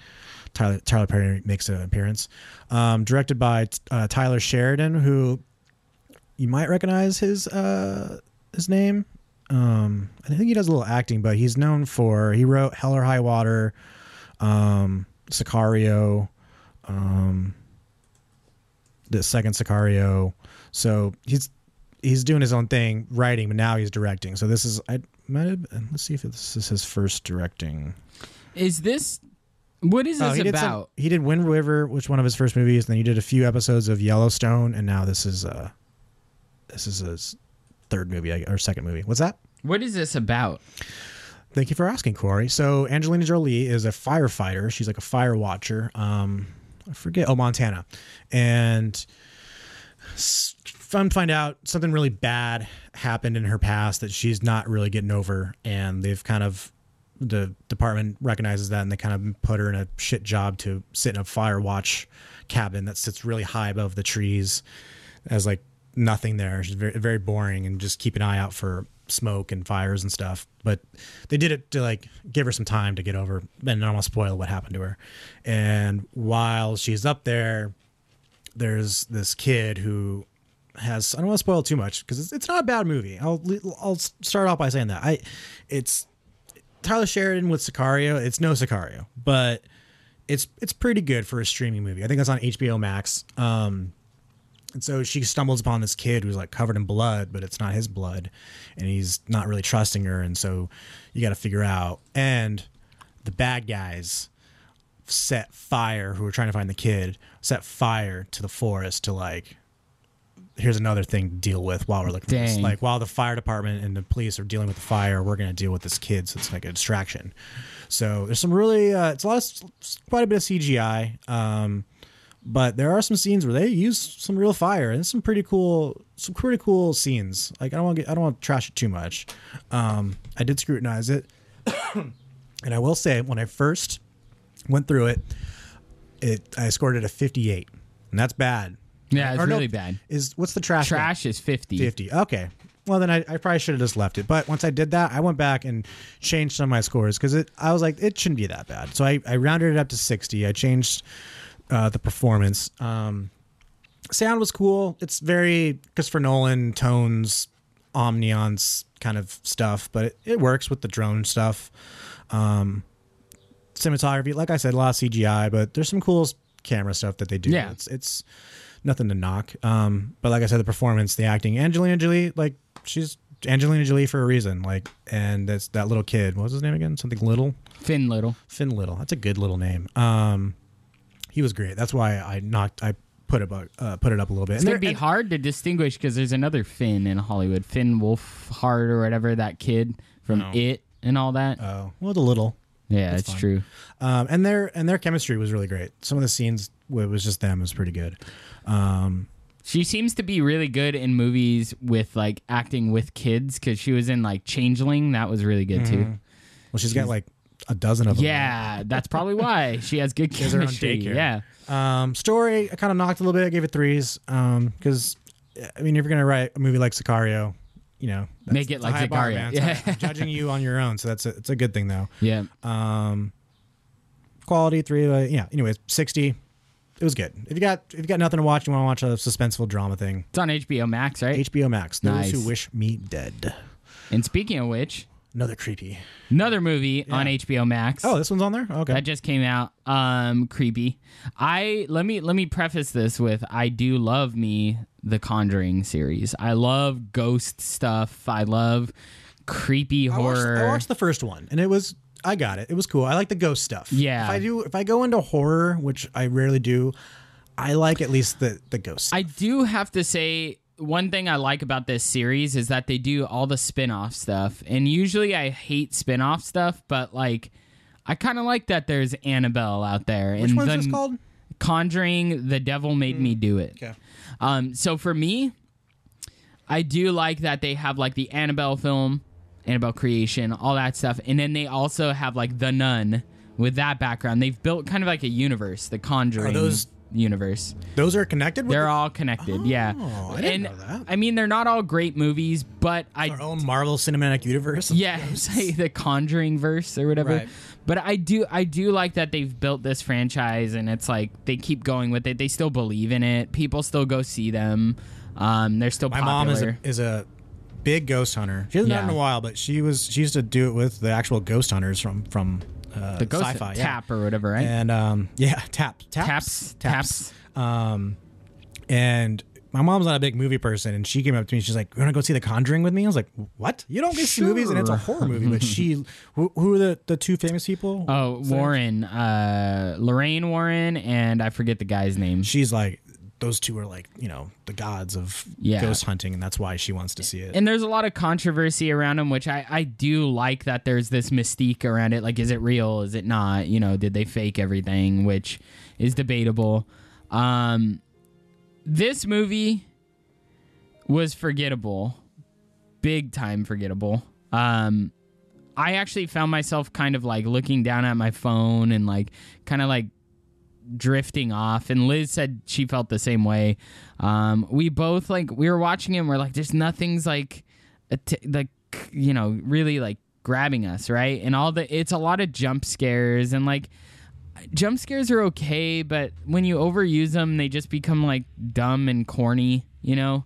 Speaker 2: Tyler Tyler Perry makes an appearance. Um, directed by uh, Tyler Sheridan, who you might recognize his uh his name. Um, I think he does a little acting, but he's known for he wrote Hell or High Water, um, Sicario, um, the second Sicario. So he's he's doing his own thing, writing, but now he's directing. So this is I might have, let's see if this is his first directing.
Speaker 3: is this what is
Speaker 2: Oh,
Speaker 3: this
Speaker 2: he did some-
Speaker 3: about?
Speaker 2: he did Wind River, which one of his first movies, and then he did a few episodes of Yellowstone, and now this is uh this is his third movie I- or second movie. What's that?
Speaker 3: what is this about?
Speaker 2: Thank you for asking, Corey. So Angelina Jolie is a firefighter. She's like a fire watcher. Um, I forget. Oh, Montana, and s- fun to find out something really bad happened in her past that she's not really getting over, and they've kind of the department recognizes that, and they kind of put her in a shit job to sit in a fire watch cabin that sits really high above the trees as like nothing there. It's very, very boring, and just keep an eye out for smoke and fires and stuff. But they did it to like give her some time to get over, and I don't want to spoil what happened to her. And while she's up there, there's this kid who has I don't want to spoil too much because it's, it's not a bad movie. I'll I'll start off by saying that I it's Tyler Sheridan with Sicario. It's no Sicario, but it's it's pretty good for a streaming movie. I think that's on HBO Max. Um, and so she stumbles upon this kid who's like covered in blood, but it's not his blood, and he's not really trusting her. And so you got to figure out. And the bad guys set fire, who are trying to find the kid, set fire to the forest to like. Here's another thing to deal with while we're looking for this.
Speaker 3: Dang.
Speaker 2: Like while the fire department and the police are dealing with the fire, we're gonna deal with this kid. So it's like a distraction. So there's some really uh, it's a lot of s- quite a bit of CGI. Um, but there are some scenes where they use some real fire and some pretty cool some pretty cool scenes like i don't want to i don't want to trash it too much um i did scrutinize it and i will say when i first went through it it i scored it a 58 and that's bad
Speaker 3: Yeah, it's
Speaker 2: Or no,
Speaker 3: really bad.
Speaker 2: is what's the trash rating?
Speaker 3: Trash is 50.
Speaker 2: 50 okay well then I, I probably should have just left it but once i did that i went back and changed some of my scores because it i was like it shouldn't be that bad so i, I rounded it up to 60 i changed uh, the performance um, sound was cool it's very christopher nolan tones omnions kind of stuff but it, it works with the drone stuff Um, cinematography like i said a lot of cgi but there's some cool s- camera stuff that they do
Speaker 3: Yeah.
Speaker 2: it's it's nothing to knock um but like i said the performance the acting angelina jolie like she's angelina jolie for a reason like and that's that little kid what was his name again something little
Speaker 3: Finn Little.
Speaker 2: finn little that's a good little name um he was great that's why i knocked i put it up, uh, put it up a little bit
Speaker 3: It's
Speaker 2: And
Speaker 3: going to
Speaker 2: there-
Speaker 3: be hard to distinguish because there's another Finn in Hollywood. Finn Wolfhard or whatever, that kid from It and all that.
Speaker 2: oh well the little
Speaker 3: yeah, it's true.
Speaker 2: um, and their and their chemistry was really great some of the scenes where it was just them was pretty good um
Speaker 3: She seems to be really good in movies with like acting with kids because she was in like Changeling. That was really good
Speaker 2: Mm-hmm.
Speaker 3: too.
Speaker 2: well she's got like a dozen of them
Speaker 3: Yeah, that's probably why she has good
Speaker 2: her own
Speaker 3: chemistry.
Speaker 2: daycare.
Speaker 3: Yeah,
Speaker 2: Um, story, I kind of knocked a little bit. I gave it threes because, I mean, if you're gonna write a movie like Sicario, you know, that's-
Speaker 3: Make it
Speaker 2: it's a
Speaker 3: like
Speaker 2: high bar,
Speaker 3: Sicario.
Speaker 2: man.
Speaker 3: Yeah.
Speaker 2: It's- I'm judging you on your own, so that's a, it's a good thing though.
Speaker 3: yeah.
Speaker 2: Uh, Quality three, uh, yeah. Anyways, sixty. It was good. If you got if you got nothing to watch, you want to watch a suspenseful drama thing.
Speaker 3: It's on HBO Max, right?
Speaker 2: HBO Max. Those
Speaker 3: Nice.
Speaker 2: who wish me dead.
Speaker 3: and speaking of which,
Speaker 2: Another creepy.
Speaker 3: another movie on HBO Max.
Speaker 2: Oh, this one's on there. Okay.
Speaker 3: that just came out. Um, creepy. I let me let me preface this with I do love me the Conjuring series. I love ghost stuff. I love creepy
Speaker 2: I watched,
Speaker 3: horror.
Speaker 2: I watched the first one, and it was I got it. It was cool. I like the ghost stuff.
Speaker 3: Yeah.
Speaker 2: If I do, if I go into horror, which I rarely do, I like at least the the ghost.
Speaker 3: I do have to say one thing I like about this series is that they do all the spin-off stuff. And usually I hate spin-off stuff, but like I kind of like that there's Annabelle out there.
Speaker 2: Which
Speaker 3: and
Speaker 2: one's
Speaker 3: the-
Speaker 2: this called? Hmm.
Speaker 3: Conjuring The Devil Made Me Do It.
Speaker 2: Okay.
Speaker 3: Um so for me I do like that they have like the Annabelle film, Annabelle creation, all that stuff. And then they also have like The Nun with that background. They've built kind of like a universe, the Conjuring
Speaker 2: those-
Speaker 3: universe.
Speaker 2: Those are connected. With
Speaker 3: They're
Speaker 2: the- Oh,
Speaker 3: all connected. yeah.
Speaker 2: I didn't
Speaker 3: and
Speaker 2: know that.
Speaker 3: I mean, they're not all great movies, but I
Speaker 2: our own Marvel Cinematic Universe.
Speaker 3: yeah, say the Conjuring verse or whatever.
Speaker 2: Right.
Speaker 3: But I do I do like that they've built this franchise and it's like they keep going with it. They still believe in it. People still go see them. Um, they're still
Speaker 2: My
Speaker 3: popular.
Speaker 2: mom is a, is a big ghost hunter. She hasn't done it in
Speaker 3: Yeah.
Speaker 2: a while, but she was she used to do it with the actual ghost hunters from from uh,
Speaker 3: the ghost
Speaker 2: sci-fi yeah.
Speaker 3: tap or whatever, right?
Speaker 2: and um yeah tap
Speaker 3: Taps, taps.
Speaker 2: um and my mom's not a big movie person and she came up to me she's like you want to go see the conjuring with me i was like what you don't go see movies and it's a horror movie but she who, who are the the two famous people
Speaker 3: Oh, Warren, uh, Lorraine Warren, and I forget the guy's name.
Speaker 2: she's like those two are like you know the gods of
Speaker 3: Yeah.
Speaker 2: ghost hunting and that's why she wants to see it
Speaker 3: and there's a lot of controversy around him, which I, I do like that there's this mystique around it. Like, is it real? Is it not? You know, did they fake everything? Which is debatable. Um, this movie was forgettable, big time forgettable. Um, I actually found myself kind of like looking down at my phone and like kind of like drifting off and liz said she felt the same way um we both like we were watching him we're like there's nothing's like att- like you know really like grabbing us right and all the it's a lot of jump scares and like jump scares are okay but when you overuse them they just become like dumb and corny you know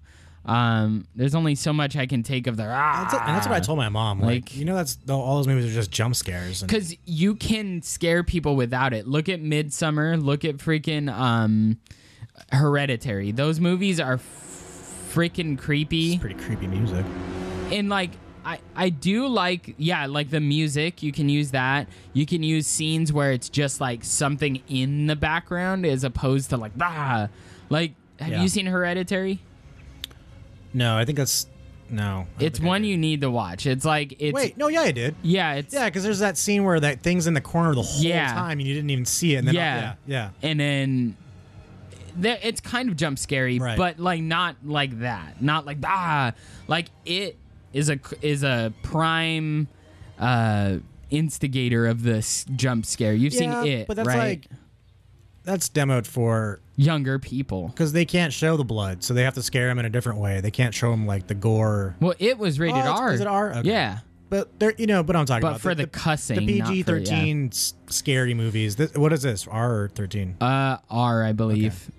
Speaker 3: um there's only so much i can take of the ah.
Speaker 2: That's it. and that's what I told my mom. Like,
Speaker 3: Like-
Speaker 2: you know, that's all those movies are just jump scares. And
Speaker 3: because you can scare people without it. Look at Midsummer. Look at freaking um, Hereditary. Those movies are freaking creepy.
Speaker 2: pretty creepy music.
Speaker 3: And like, I I do like yeah, like the music. You can use that. You can use scenes where it's just like something in the background as opposed to like ah. Like, have
Speaker 2: Yeah.
Speaker 3: you seen Hereditary?
Speaker 2: No, I think that's no. I don't
Speaker 3: It's
Speaker 2: think I
Speaker 3: one
Speaker 2: did.
Speaker 3: you need to watch. It's like it's
Speaker 2: Wait, no, yeah, I did.
Speaker 3: yeah, it's
Speaker 2: Yeah, because there's that scene where that thing's in the corner the whole
Speaker 3: Yeah.
Speaker 2: time and you didn't even see it. And then
Speaker 3: Yeah.
Speaker 2: yeah,
Speaker 3: and then there, it's kind of jump scary,
Speaker 2: Right.
Speaker 3: but like not like that, not like ah, like it is a is a prime uh, instigator of this jump scare. You've
Speaker 2: Yeah,
Speaker 3: seen it,
Speaker 2: but that's
Speaker 3: right?
Speaker 2: like that's demoed for
Speaker 3: Younger people.
Speaker 2: because they can't show the blood, so they have to scare him in a different way. They can't show him like the gore.
Speaker 3: Well, it was rated
Speaker 2: Oh, it's-
Speaker 3: R.
Speaker 2: is it R? Okay.
Speaker 3: Yeah,
Speaker 2: But they're you know, but I'm talking
Speaker 3: But
Speaker 2: about
Speaker 3: for the cussing,
Speaker 2: the
Speaker 3: not for-
Speaker 2: PG thirteen scary movies. This, what is this R thirteen?
Speaker 3: uh, R, I believe.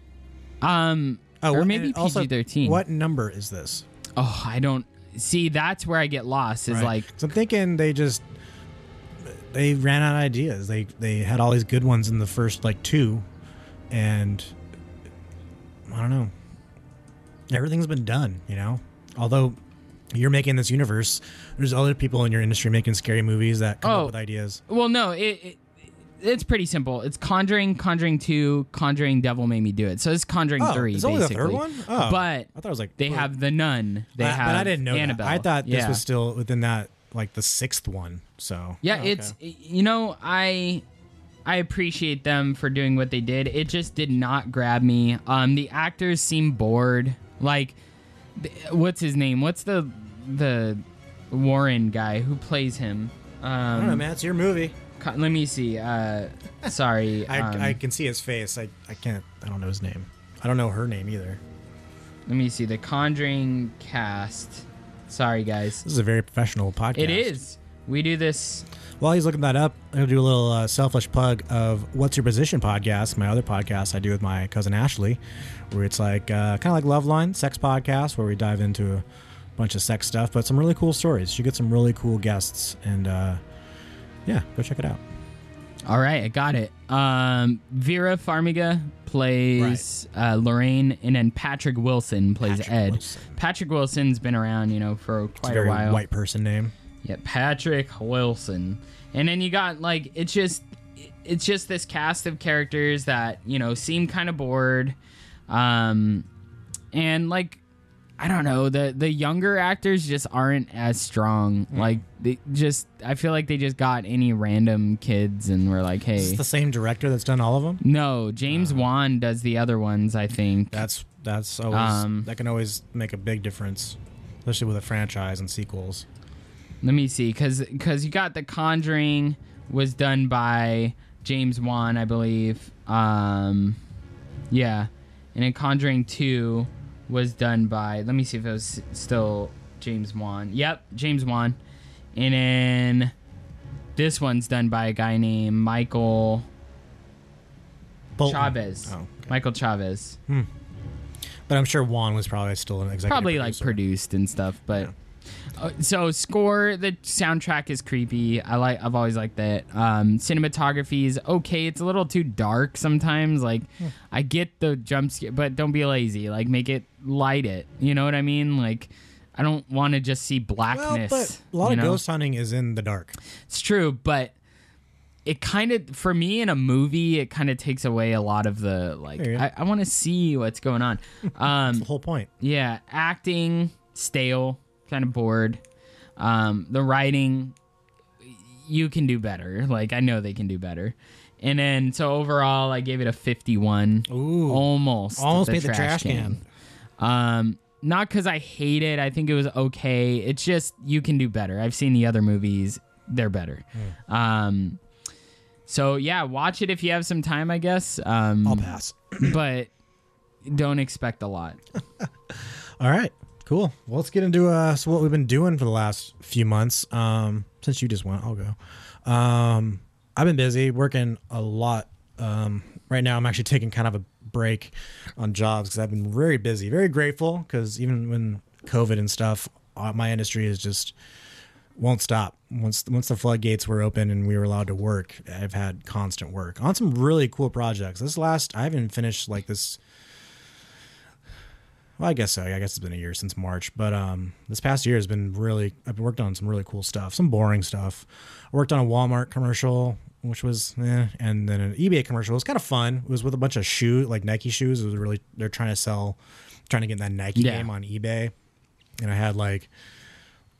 Speaker 3: Um, or
Speaker 2: Oh, what-
Speaker 3: maybe
Speaker 2: and also,
Speaker 3: PG thirteen.
Speaker 2: What number is this?
Speaker 3: Oh, I don't see. That's where I get lost. Is
Speaker 2: Right.
Speaker 3: like
Speaker 2: so I'm thinking they just they ran out of ideas. They they had all these good ones in the first like two, and I don't know. Everything's been done, you know. Although you're making this universe, there's other people in your industry making scary movies that come
Speaker 3: Oh.
Speaker 2: up with ideas.
Speaker 3: Well, no, it, it it's pretty simple. It's Conjuring, Conjuring Two, Conjuring Devil Made Me Do It. So it's Conjuring
Speaker 2: Oh,
Speaker 3: Three.
Speaker 2: it's only the
Speaker 3: basically.
Speaker 2: third one. Oh,
Speaker 3: but
Speaker 2: I thought it was like
Speaker 3: they have the Nun. They
Speaker 2: I,
Speaker 3: have
Speaker 2: but I didn't know. that.
Speaker 3: Annabelle.
Speaker 2: I thought this
Speaker 3: Yeah.
Speaker 2: was still within that like the sixth one. So
Speaker 3: Yeah,
Speaker 2: Oh, okay.
Speaker 3: it's you know I I appreciate them for doing what they did. It just did not grab me. Um, the actors seem bored. Like, th- what's his name? What's the the Warren guy who plays him?
Speaker 2: I don't know,
Speaker 3: Um,
Speaker 2: man. It's your movie.
Speaker 3: co- let me see. Uh, sorry,
Speaker 2: I,
Speaker 3: um,
Speaker 2: I can see his face. I, I can't. I don't know his name. I don't know her name either.
Speaker 3: Let me see the Conjuring cast. Sorry, guys.
Speaker 2: This is a very professional podcast.
Speaker 3: It is. We do this.
Speaker 2: While he's looking that up, I'm gonna do a little uh, selfish plug of "What's Your Position" podcast, my other podcast I do with my cousin Ashley, where it's like uh, kind of like Love Line, sex podcast, where we dive into a bunch of sex stuff, but some really cool stories. She gets some really cool guests, and uh, yeah, go check it out.
Speaker 3: All right, I got it. Um, Vera Farmiga plays uh, Lorraine, and then Patrick Wilson plays
Speaker 2: Patrick
Speaker 3: Ed.
Speaker 2: Wilson.
Speaker 3: Patrick Wilson's been around, you know, for
Speaker 2: It's
Speaker 3: quite
Speaker 2: a
Speaker 3: a
Speaker 2: very
Speaker 3: while.
Speaker 2: white person name.
Speaker 3: Yeah, Patrick Wilson. And then you got like it's just it's just this cast of characters that, you know, seem kind of bored. Um and like I don't know, the the younger actors just aren't as strong. Like they just I feel like they just got any random kids and were like,
Speaker 2: Is
Speaker 3: "Hey,
Speaker 2: this the same director that's done all of them?
Speaker 3: no, James Wan does the other ones, I think."
Speaker 2: That's that's always
Speaker 3: Um,
Speaker 2: that can always make a big difference, especially with a franchise and sequels.
Speaker 3: Let me see, because you got The Conjuring was done by James Wan, I believe. Um, yeah, and then Conjuring Two was done by. Let me see if it was still James Wan. Yep, James Wan, and then this one's done by a guy named Michael
Speaker 2: Bolton.
Speaker 3: Chavez.
Speaker 2: Oh, okay.
Speaker 3: Michael Chavez,
Speaker 2: But I'm sure Juan was probably still an executive.
Speaker 3: probably like
Speaker 2: producer.
Speaker 3: produced and stuff, but. Uh, so score the soundtrack is creepy i like i've always liked that um cinematography is okay it's a little too dark sometimes like
Speaker 2: Hmm.
Speaker 3: i get the jump scare but don't be lazy like make it light it you know what i mean like i don't want to just see
Speaker 2: Well,
Speaker 3: blackness
Speaker 2: but a lot
Speaker 3: you
Speaker 2: of
Speaker 3: know?
Speaker 2: ghost hunting is in the dark.
Speaker 3: it's true but it kind of for me in a movie it kind of takes away a lot of the like
Speaker 2: There you go.
Speaker 3: i, I want to see what's going on um
Speaker 2: The whole point.
Speaker 3: yeah, acting stale, kind of bored. Um, the writing, you can do better. Like I know they can do better. And then so overall, I gave it a fifty-one.
Speaker 2: Ooh.
Speaker 3: almost,
Speaker 2: Almost made the trash
Speaker 3: Um, not because I hate it. I think it was okay. It's
Speaker 2: Hmm.
Speaker 3: just you can do better. I've seen the other movies; they're better. Um, So yeah, watch it if you have some time, I guess. Um,
Speaker 2: I'll pass.
Speaker 3: but don't expect a lot.
Speaker 2: All right, cool. Well, let's get into uh, so what we've been doing for the last few months. Um, since you just went, I'll go. Um, I've been busy working a lot. Um, right now, I'm actually taking kind of a break on jobs because I've been very busy. Very grateful because even when COVID and stuff, uh, my industry is just won't stop. Once once the floodgates were open and we were allowed to work, I've had constant work on some really cool projects. This last, I haven't finished like this. Well, I guess so. I guess it's been a year since March, but um, this past year has been really. I've worked on some really cool stuff, some boring stuff. I worked on a Walmart commercial, which was, eh, and then an eBay commercial. It was kind of fun. It was with a bunch of shoe, like Nike shoes. It was really they're trying to sell, trying to get that Nike
Speaker 3: Yeah.
Speaker 2: name on eBay, and I had like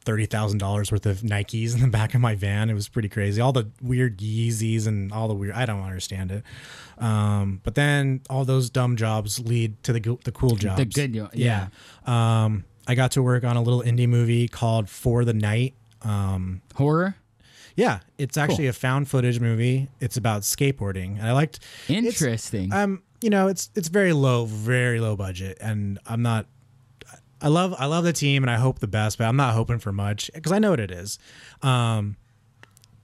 Speaker 2: thirty thousand dollars worth of Nikes in the back of my van. It was pretty crazy. All the weird Yeezys and all the weird. I don't understand it. Um, but then all those dumb jobs lead to the go- the cool jobs.
Speaker 3: good jo-
Speaker 2: yeah. Um, I got to work on a little indie movie called For the Night. Um,
Speaker 3: Horror.
Speaker 2: yeah, it's actually a found footage movie. It's about skateboarding, and I liked. it's-
Speaker 3: Interesting.
Speaker 2: um, you know, it's it's very low, very low budget, and I'm not. I love I love the team, and I hope the best, but I'm not hoping for much because I know what it is. Um,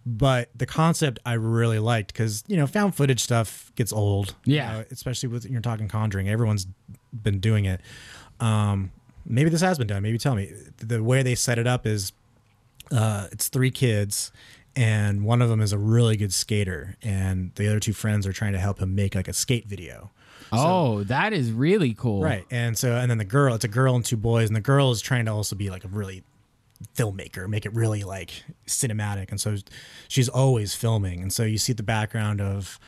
Speaker 2: but the concept I really liked because you know found footage stuff gets old. you
Speaker 3: Yeah.
Speaker 2: know, especially with you're talking Conjuring, everyone's been doing it. Um, maybe this has been done. Maybe tell me the way they set it up is uh, it's three kids and one of them is a really good skater and the other two friends are trying to help him make like a skate video
Speaker 3: oh, that is really cool.
Speaker 2: right and so and then the girl it's a girl and two boys and the girl is trying to also be like a really filmmaker make it really like cinematic and so she's always filming and so you see the background of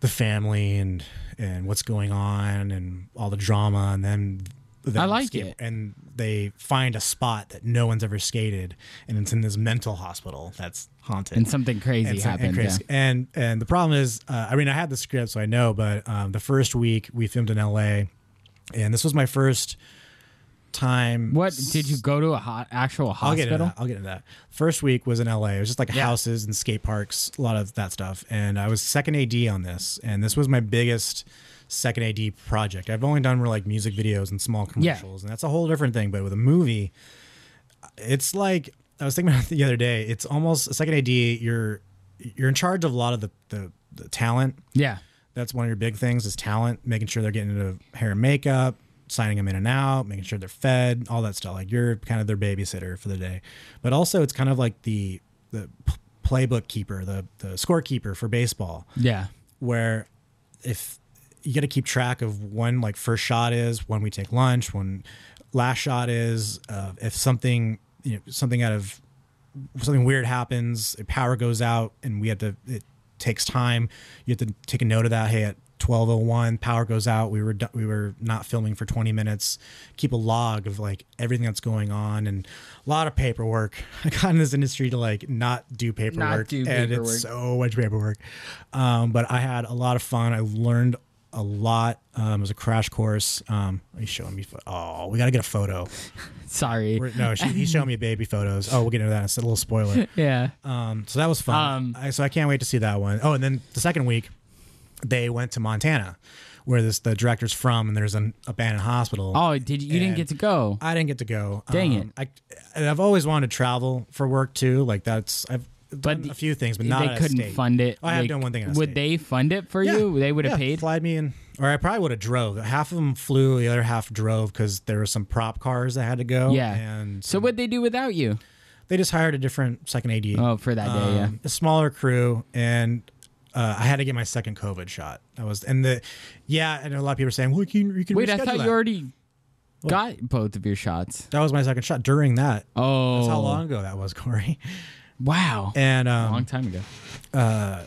Speaker 2: the family and and what's going on and all the drama and then them
Speaker 3: I like
Speaker 2: skate-
Speaker 3: it.
Speaker 2: and they find a spot that no one's ever skated and it's in this mental hospital that's haunted
Speaker 3: And something crazy
Speaker 2: and, so- and
Speaker 3: happened.
Speaker 2: crazy- and and the problem is, uh, I mean, I had the script, so I know, but um, the first week we filmed in L.A., and this was my first time.
Speaker 3: yeah. What did you go to a ho- actual
Speaker 2: I'll get into
Speaker 3: hospital?
Speaker 2: that. I'll get into that. First week was in LA. It was just like houses and skate parks, a lot of that stuff. And I was second AD on this, and this was my biggest second AD project. I've only done like music videos and small commercials, and that's a whole different thing. But with a movie, it's like I was thinking about it the other day. It's almost a second AD. You're you're in charge of a lot of the the, the talent
Speaker 3: Yeah.
Speaker 2: that's one of your big things is talent, making sure they're getting into hair and makeup, signing them in and out, making sure they're fed, all that stuff. Like you're kind of their babysitter for the day, but also it's kind of like the the p- playbook keeper, the the scorekeeper for baseball,
Speaker 3: Yeah.
Speaker 2: where if you got to keep track of when like first shot is, when we take lunch, when last shot is, uh, if something you know something out of something weird happens, the power goes out, and we have to. It takes time. You have to take a note of that. Hey, at twelve oh one, power goes out. We were do- we were not filming for twenty minutes. Keep a log of like everything that's going on and a lot of paperwork. I got in this industry to like not do paperwork,
Speaker 3: do
Speaker 2: and
Speaker 3: paperwork.
Speaker 2: it's so much paperwork. Um, but I had a lot of fun. I learned. A lot. Um, it was a crash course. Um, he's showing me. pho- Oh, we got to get a photo.
Speaker 3: Sorry.
Speaker 2: We're- No, she, he's showing me baby photos. Oh, we'll get into that. It's a little spoiler.
Speaker 3: yeah.
Speaker 2: Um, so that was fun.
Speaker 3: Um,
Speaker 2: I, so I can't wait to see that one. Oh, and then the second week, they went to Montana, where this the director's from, and there's an abandoned hospital.
Speaker 3: Oh, did you, you didn't
Speaker 2: and-
Speaker 3: get to go?
Speaker 2: I didn't get to go.
Speaker 3: Dang
Speaker 2: it! I, and I've always wanted to travel for work too. Like that's I've done
Speaker 3: the-
Speaker 2: a few things, but not
Speaker 3: they
Speaker 2: out of
Speaker 3: couldn't
Speaker 2: state. Oh,
Speaker 3: fund it.
Speaker 2: I have
Speaker 3: like,
Speaker 2: done one thing out of
Speaker 3: Would
Speaker 2: state.
Speaker 3: they fund it for you? They would have
Speaker 2: yeah,
Speaker 3: paid.
Speaker 2: Fly me in, or I probably would have drove. Half of them flew, the other half drove because there were some prop cars that had to go.
Speaker 3: yeah.
Speaker 2: and
Speaker 3: so what'd they do without you?
Speaker 2: they just hired a different second AD.
Speaker 3: Oh, for that day, yeah.
Speaker 2: um, a smaller crew, and uh, I had to get my second COVID shot. I was, and the, yeah, I know a lot of people are saying, well, you can, you can
Speaker 3: Wait, I
Speaker 2: reschedule
Speaker 3: thought
Speaker 2: that.
Speaker 3: you already got both of your shots.
Speaker 2: that was my second shot during that.
Speaker 3: Oh,
Speaker 2: That's how long ago that was, Corey.
Speaker 3: Wow,
Speaker 2: And
Speaker 3: a long
Speaker 2: um,
Speaker 3: time ago.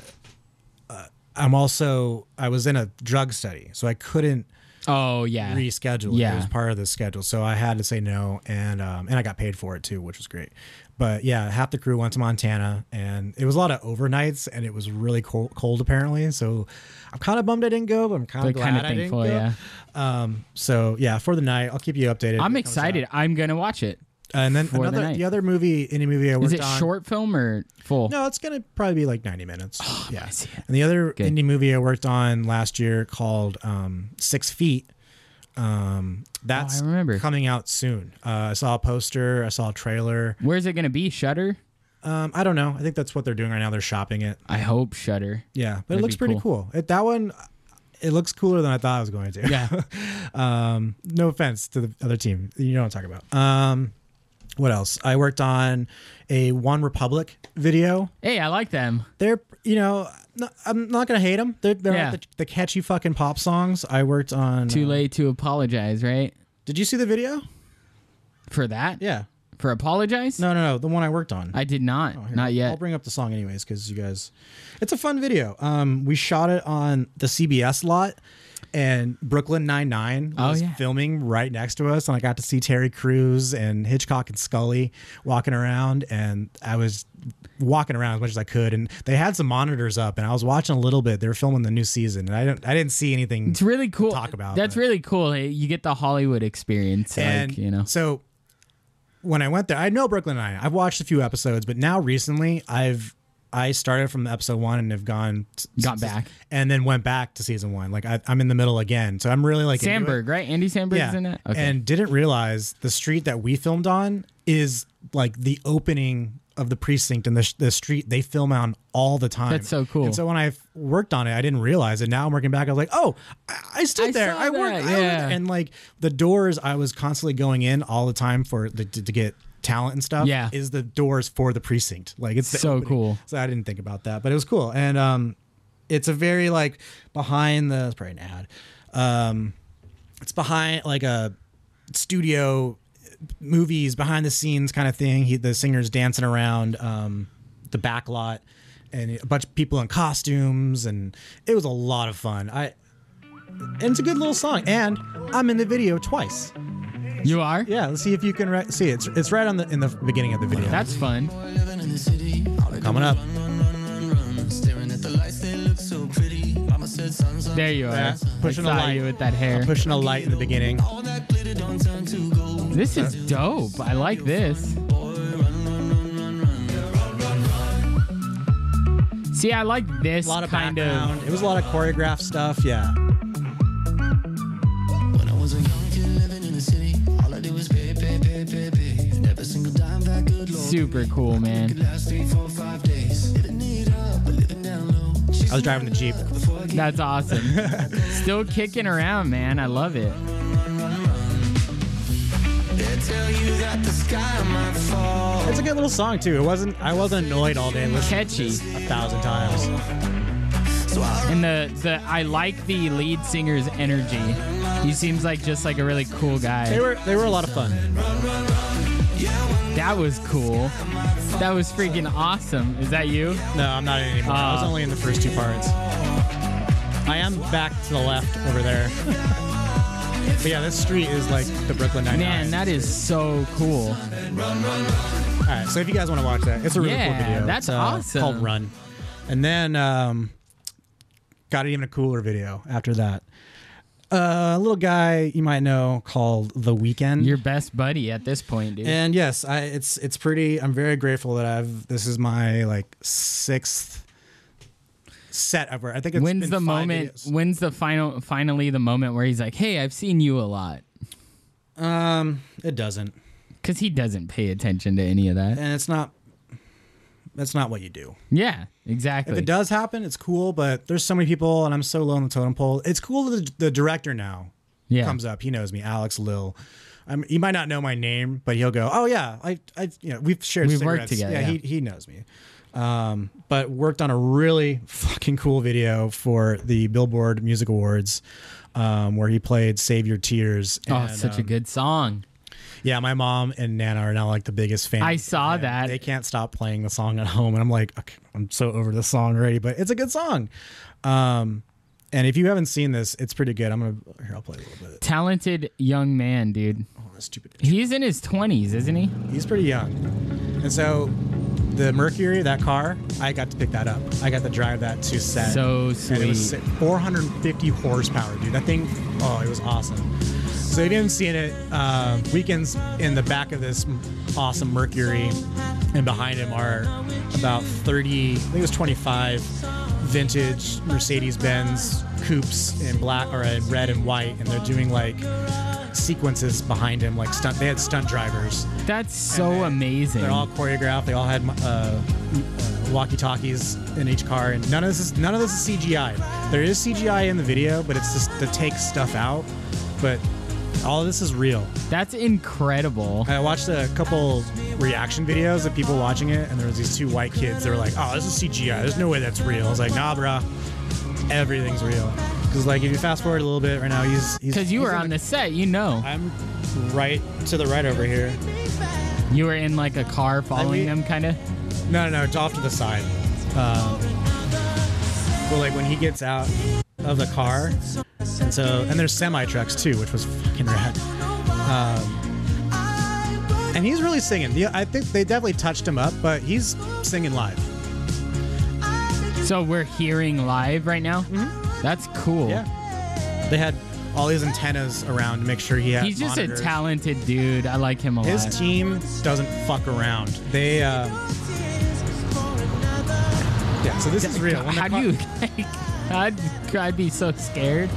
Speaker 2: I'm also, I was in a drug study, so I couldn't
Speaker 3: Oh yeah,
Speaker 2: reschedule it.
Speaker 3: Yeah.
Speaker 2: It was part of the schedule, so I had to say no, and um, and I got paid for it too, which was great. But yeah, half the crew went to Montana, and it was a lot of overnights, and it was really cold, cold apparently. So I'm kind of bummed I didn't go, but I'm kind
Speaker 3: but
Speaker 2: of glad
Speaker 3: kind of
Speaker 2: I didn't
Speaker 3: thankful.
Speaker 2: go.
Speaker 3: Yeah,
Speaker 2: Um. So yeah, for the night, I'll keep you updated.
Speaker 3: I'm
Speaker 2: if it comes out.
Speaker 3: excited. I'm gonna watch it.
Speaker 2: and then
Speaker 3: the
Speaker 2: another the,
Speaker 3: night.
Speaker 2: other movie, any movie I worked
Speaker 3: Is it
Speaker 2: on.
Speaker 3: short film or full?
Speaker 2: No, it's gonna probably be like ninety minutes. yeah.
Speaker 3: Oh, see it.
Speaker 2: And the other
Speaker 3: Good.
Speaker 2: indie movie I worked on last year called um, Six Feet. Um, that's
Speaker 3: Oh, remember.
Speaker 2: coming out soon. Uh, I saw a poster. I saw a trailer.
Speaker 3: Where's it gonna be? Shutter?
Speaker 2: Um, I don't know. I think that's what they're doing right now. They're shopping it.
Speaker 3: I hope Shutter.
Speaker 2: Yeah, but
Speaker 3: That'd
Speaker 2: it looks
Speaker 3: be
Speaker 2: pretty cool. It, that one, it looks cooler than I thought I was going to.
Speaker 3: Yeah.
Speaker 2: um, no offense to the other team. You know what I'm talking about. Um, what else? I worked on a One Republic video.
Speaker 3: hey, I like them.
Speaker 2: They're, you know, no, I'm not gonna hate them. They're, they're not
Speaker 3: Yeah.
Speaker 2: the, the catchy fucking pop songs. I worked on.
Speaker 3: Too
Speaker 2: uh,
Speaker 3: late to apologize, right?
Speaker 2: Did you see the video?
Speaker 3: For that?
Speaker 2: Yeah.
Speaker 3: For apologize?
Speaker 2: No, no, no. The one I worked on.
Speaker 3: I did not.
Speaker 2: Here,
Speaker 3: not
Speaker 2: I'll
Speaker 3: yet.
Speaker 2: bring up the song anyways because you guys, it's a fun video. Um, we shot it on the CBS lot, and Brooklyn Nine Nine
Speaker 3: Oh,
Speaker 2: was
Speaker 3: yeah.
Speaker 2: filming right next to us, and I got to see Terry Crews and Hitchcock and Scully walking around, and I was walking around as much as I could, and they had some monitors up, and I was watching a little bit. They were filming the new season, and I didn't, I didn't see anything.
Speaker 3: It's really cool.
Speaker 2: talk about,
Speaker 3: That's
Speaker 2: but-
Speaker 3: really cool. Hey, You get the Hollywood experience,
Speaker 2: and
Speaker 3: like you know.
Speaker 2: so when I went there, I know Brooklyn Nine. I've watched a few episodes, but now recently I've I started from episode one and have gone t-
Speaker 3: Got
Speaker 2: t-
Speaker 3: back.
Speaker 2: and then went back to season one. Like I, I'm in the middle again, so I'm really like into it.
Speaker 3: Sandberg, right? Andy Sandberg's
Speaker 2: yeah,
Speaker 3: in it.
Speaker 2: and didn't realize the street that we filmed on is like the opening of the precinct and the, sh- the street they film on all the time.
Speaker 3: That's so cool.
Speaker 2: And so when I f- worked on it, I didn't realize it. Now I'm working back. I was like, oh, I, I stood
Speaker 3: I
Speaker 2: there.
Speaker 3: saw
Speaker 2: I worked.
Speaker 3: that,
Speaker 2: I went
Speaker 3: yeah.
Speaker 2: there. And like the doors, I was constantly going in all the time for the, to, to get talent and stuff.
Speaker 3: Yeah.
Speaker 2: is the doors for the precinct. Like it's the
Speaker 3: So
Speaker 2: opening.
Speaker 3: cool.
Speaker 2: So I didn't think about that, but it was cool. And um, it's a very like behind the it's probably an ad. Um, it's behind like a studio movies behind the scenes kind of thing he the singer's dancing around um the back lot and a bunch of people in costumes and it was a lot of fun i and it's a good little song and i'm in the video twice
Speaker 3: you are?
Speaker 2: yeah let's see if you can re- see it. it's it's right on the in the beginning of the video
Speaker 3: That's fun.
Speaker 1: Living in the city.
Speaker 2: coming up
Speaker 1: Run, run, run, run. Staring at the lights, they look so pretty. Mama said, son, son.
Speaker 3: There you are.
Speaker 2: Yeah. Pushing
Speaker 3: I
Speaker 2: a
Speaker 3: saw
Speaker 2: light.
Speaker 3: you with that hair.
Speaker 2: pushing a light in the beginning
Speaker 1: All that glitter don't turn to gold.
Speaker 3: This is dope. I like this. See, I like this
Speaker 2: a lot of
Speaker 3: kind
Speaker 2: background
Speaker 3: of.
Speaker 2: it was a lot of choreographed stuff yeah
Speaker 1: When I was a young kid living in the city, all I did was pay, pay, pay, pay, pay. And every single dime that good Lord
Speaker 3: Super cool,
Speaker 1: could
Speaker 3: man.
Speaker 1: last three, four, five days. Living it up, but living down low.
Speaker 2: i was driving the jeep
Speaker 1: Before I get
Speaker 3: That's awesome. Still kicking around, man. I love it.
Speaker 1: they tell you that the sky might fall.
Speaker 2: Oh, it's a good little song too it wasn't i wasn't annoyed all day listening to
Speaker 3: Catchy.
Speaker 2: this a thousand times
Speaker 1: So I
Speaker 3: And the the I like the lead singer's energy. He seems like just like a really cool
Speaker 2: they
Speaker 3: guy.
Speaker 2: were they were a lot of fun
Speaker 3: That was cool. That was freaking awesome. Is that you?
Speaker 2: No, I'm not in anymore. I was
Speaker 3: Oh.
Speaker 2: only in the first two parts. I am back to the left over there. but yeah, this street is like the Brooklyn Nine
Speaker 3: Man, that is so cool.
Speaker 2: All right, so if you guys want to watch that, it's a really
Speaker 3: Yeah,
Speaker 2: cool video.
Speaker 3: that's
Speaker 2: It's, uh,
Speaker 3: awesome.
Speaker 2: Called Run, and then um, got an even a cooler video after that. Uh, a little guy you might know called The Weekend.
Speaker 3: Your best buddy at this point, dude.
Speaker 2: And yes, I it's it's pretty. I'm very grateful that I've this is my like sixth set of I think it's
Speaker 3: when's
Speaker 2: been
Speaker 3: the
Speaker 2: five
Speaker 3: moment?
Speaker 2: videos.
Speaker 3: When's the final? Finally, the moment where he's like, "Hey, I've seen you a lot,"
Speaker 2: Um, it doesn't,
Speaker 3: because he doesn't pay attention to any of that.
Speaker 2: and it's not. That's not what you do.
Speaker 3: Yeah, exactly.
Speaker 2: If it does happen, it's cool, but there's so many people, and I'm so low on the totem pole. It's cool that the, the director now
Speaker 3: yeah.
Speaker 2: comes up. He knows me, Alex Lil. I'm, he might not know my name, but he'll go, "Oh yeah, I, I, you know, we've shared,
Speaker 3: We've worked
Speaker 2: cigarettes."
Speaker 3: together,
Speaker 2: Yeah,
Speaker 3: yeah.
Speaker 2: He, he knows me. Um, but worked on a really fucking cool video for the Billboard Music Awards, um, where he played "Save Your Tears."
Speaker 3: oh,
Speaker 2: and,
Speaker 3: such a
Speaker 2: um,
Speaker 3: good song.
Speaker 2: Yeah, my mom and Nana are now like the biggest fans.
Speaker 3: I saw
Speaker 2: And
Speaker 3: that.
Speaker 2: They can't stop playing the song at home. And I'm like, okay, I'm so over this song already, but it's a good song. Um, and if you haven't seen this, it's pretty good. I'm going to, here, I'll play a little bit.
Speaker 3: Talented young man, dude.
Speaker 2: Oh, this stupid.
Speaker 3: He's in his twenties, isn't he?
Speaker 2: He's pretty young. And so the Mercury, that car, I got to pick that up. I got to drive that to set.
Speaker 3: So
Speaker 2: And it was
Speaker 3: sweet.
Speaker 2: si- 450 horsepower, dude. That thing, oh, it was awesome. So if you haven't seen it, um, Weekends in the back of this awesome Mercury, and behind him are about 30, I think it was 25 vintage Mercedes-Benz coupes in black or in red and white, and they're doing like sequences behind him, like stunt. They had stunt drivers.
Speaker 3: That's so
Speaker 2: And they-
Speaker 3: amazing.
Speaker 2: They're all choreographed. They all had uh, uh, walkie-talkies in each car, and none of this is none of this is CGI. There is CGI in the video, but it's just to take stuff out. But all of this is real.
Speaker 3: That's incredible.
Speaker 2: I watched a couple reaction videos of people watching it, and there was these two white kids. They were like, "Oh, this is CGI. There's no way that's real." I was like, "Nah, bruh. Everything's real." Because like if you fast forward a little bit right now, he's he's
Speaker 3: Because you
Speaker 2: he's
Speaker 3: were
Speaker 2: in
Speaker 3: on the set, you know.
Speaker 2: I'm right to the right over here.
Speaker 3: You were in like a car
Speaker 2: mean-
Speaker 3: following them, kind of.
Speaker 2: No, no, no. It's off to the side. Um, but like when he gets out of the car, and so and there's semi trucks too, which was fucking rad. Um, and he's really singing. Yeah, I think they definitely touched him up, but he's singing live.
Speaker 3: So we're hearing live right now. That's cool.
Speaker 2: Mm-hmm. Yeah, they had all his antennas around to make sure he had.
Speaker 3: He's just
Speaker 2: monitors.
Speaker 3: a talented dude. I like him a
Speaker 2: His
Speaker 3: lot.
Speaker 2: team doesn't fuck around. They. Uh, yeah, so this is real. When the
Speaker 3: How
Speaker 2: car-
Speaker 3: do you? Like, I'd, I'd be so scared.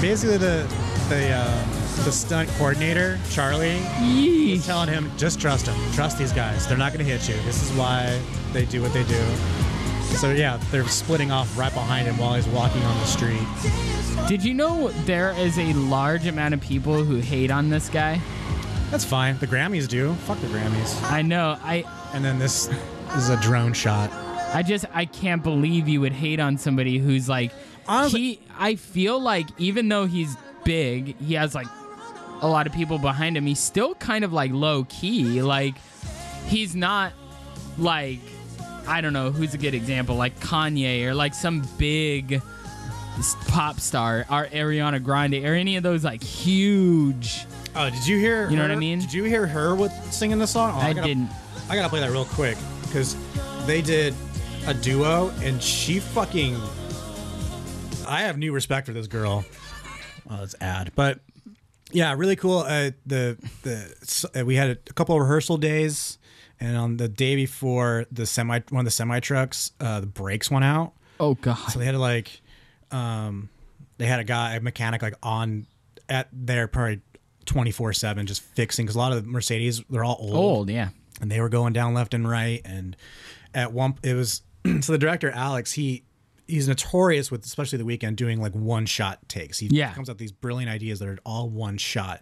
Speaker 2: basically the the uh, the stunt coordinator Charlie
Speaker 3: Yeesh.
Speaker 2: telling him just trust him, trust these guys. They're not going to hit you. This is why they do what they do. So yeah, they're splitting off right behind him while he's walking on the street.
Speaker 3: Did you know there is a large amount of people who hate on this guy?
Speaker 2: That's fine. The Grammys do. Fuck the Grammys.
Speaker 3: I know. I
Speaker 2: And then this is a drone shot.
Speaker 3: I just I can't believe you would hate on somebody who's like
Speaker 2: Honestly-
Speaker 3: he I feel like even though he's big, he has like a lot of people behind him, he's still kind of like low key. Like he's not like I don't know who's a good example, like Kanye or like some big s- pop star or Ariana Grande or any of those like huge
Speaker 2: Oh, did you hear?
Speaker 3: You know what I
Speaker 2: her-
Speaker 3: mean?
Speaker 2: Did you hear her with singing the song? Oh,
Speaker 3: I
Speaker 2: gotta-
Speaker 3: didn't.
Speaker 2: I gotta play that real quick because they did a duo, and she fucking. I have new respect for this girl. Well, it's ad, but yeah, really cool. Uh, the the s- uh, we had a couple of rehearsal days, and on the day before the semi one of the semi trucks, uh, the brakes went out,
Speaker 3: Oh god.
Speaker 2: so they had to like, um, they had a guy, a mechanic, like on at their probably twenty four seven, just fixing because a lot of the Mercedes they're all
Speaker 3: Old, yeah.
Speaker 2: and they were going down left and right and at one it was so the director alex he he's notorious with especially the weekend doing like one shot takes he
Speaker 3: Yeah.
Speaker 2: comes up with these brilliant ideas that are all one shot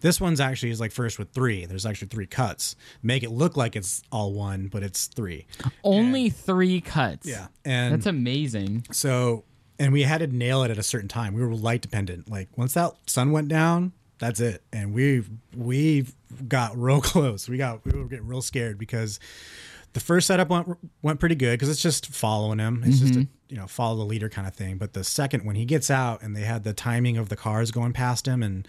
Speaker 2: this one's actually is like first with three there's actually three cuts make it look like it's all one but it's three
Speaker 3: Only 3 cuts.
Speaker 2: yeah and
Speaker 3: That's amazing.
Speaker 2: so and we had to nail it at a certain time we were light dependent like once that sun went down that's it and we we got real close we got we were getting real scared because the first setup went went pretty good because it's just following him it's just a, you know follow the leader kind of thing but the second when he gets out and they had the timing of the cars going past him and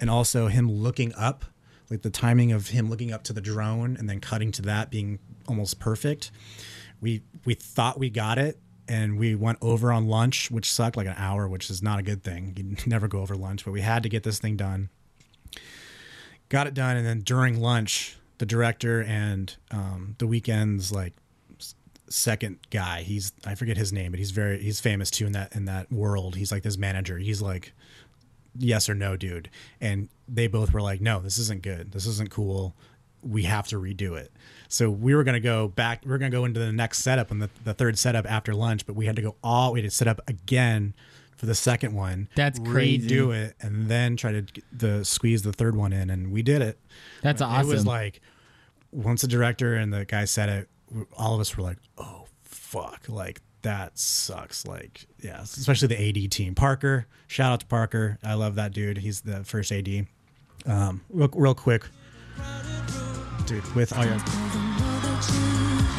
Speaker 2: and also him looking up like the timing of him looking up to the drone and then cutting to that being almost perfect we we thought we got it and we went over on lunch which sucked like an hour which is not a good thing you never go over lunch but we had to get this thing done got it done and then during lunch the director and um, the weekend's like s- second guy he's i forget his name but he's very he's famous too in that in that world he's like this manager he's like yes or no dude and they both were like no this isn't good this isn't cool we have to redo it so we were going to go back we are going to go into the next setup and the, the third setup after lunch but we had to go all we had to set up again for the second one
Speaker 3: That's crazy.
Speaker 2: redo it and then try to g- the squeeze the third one in and we did it
Speaker 3: That's awesome.
Speaker 2: it was like once the director and the guy said it w- all of us were like oh fuck like that sucks like yeah especially the ad team parker shout out to parker i love that dude he's the first ad um real, real quick dude with oh yeah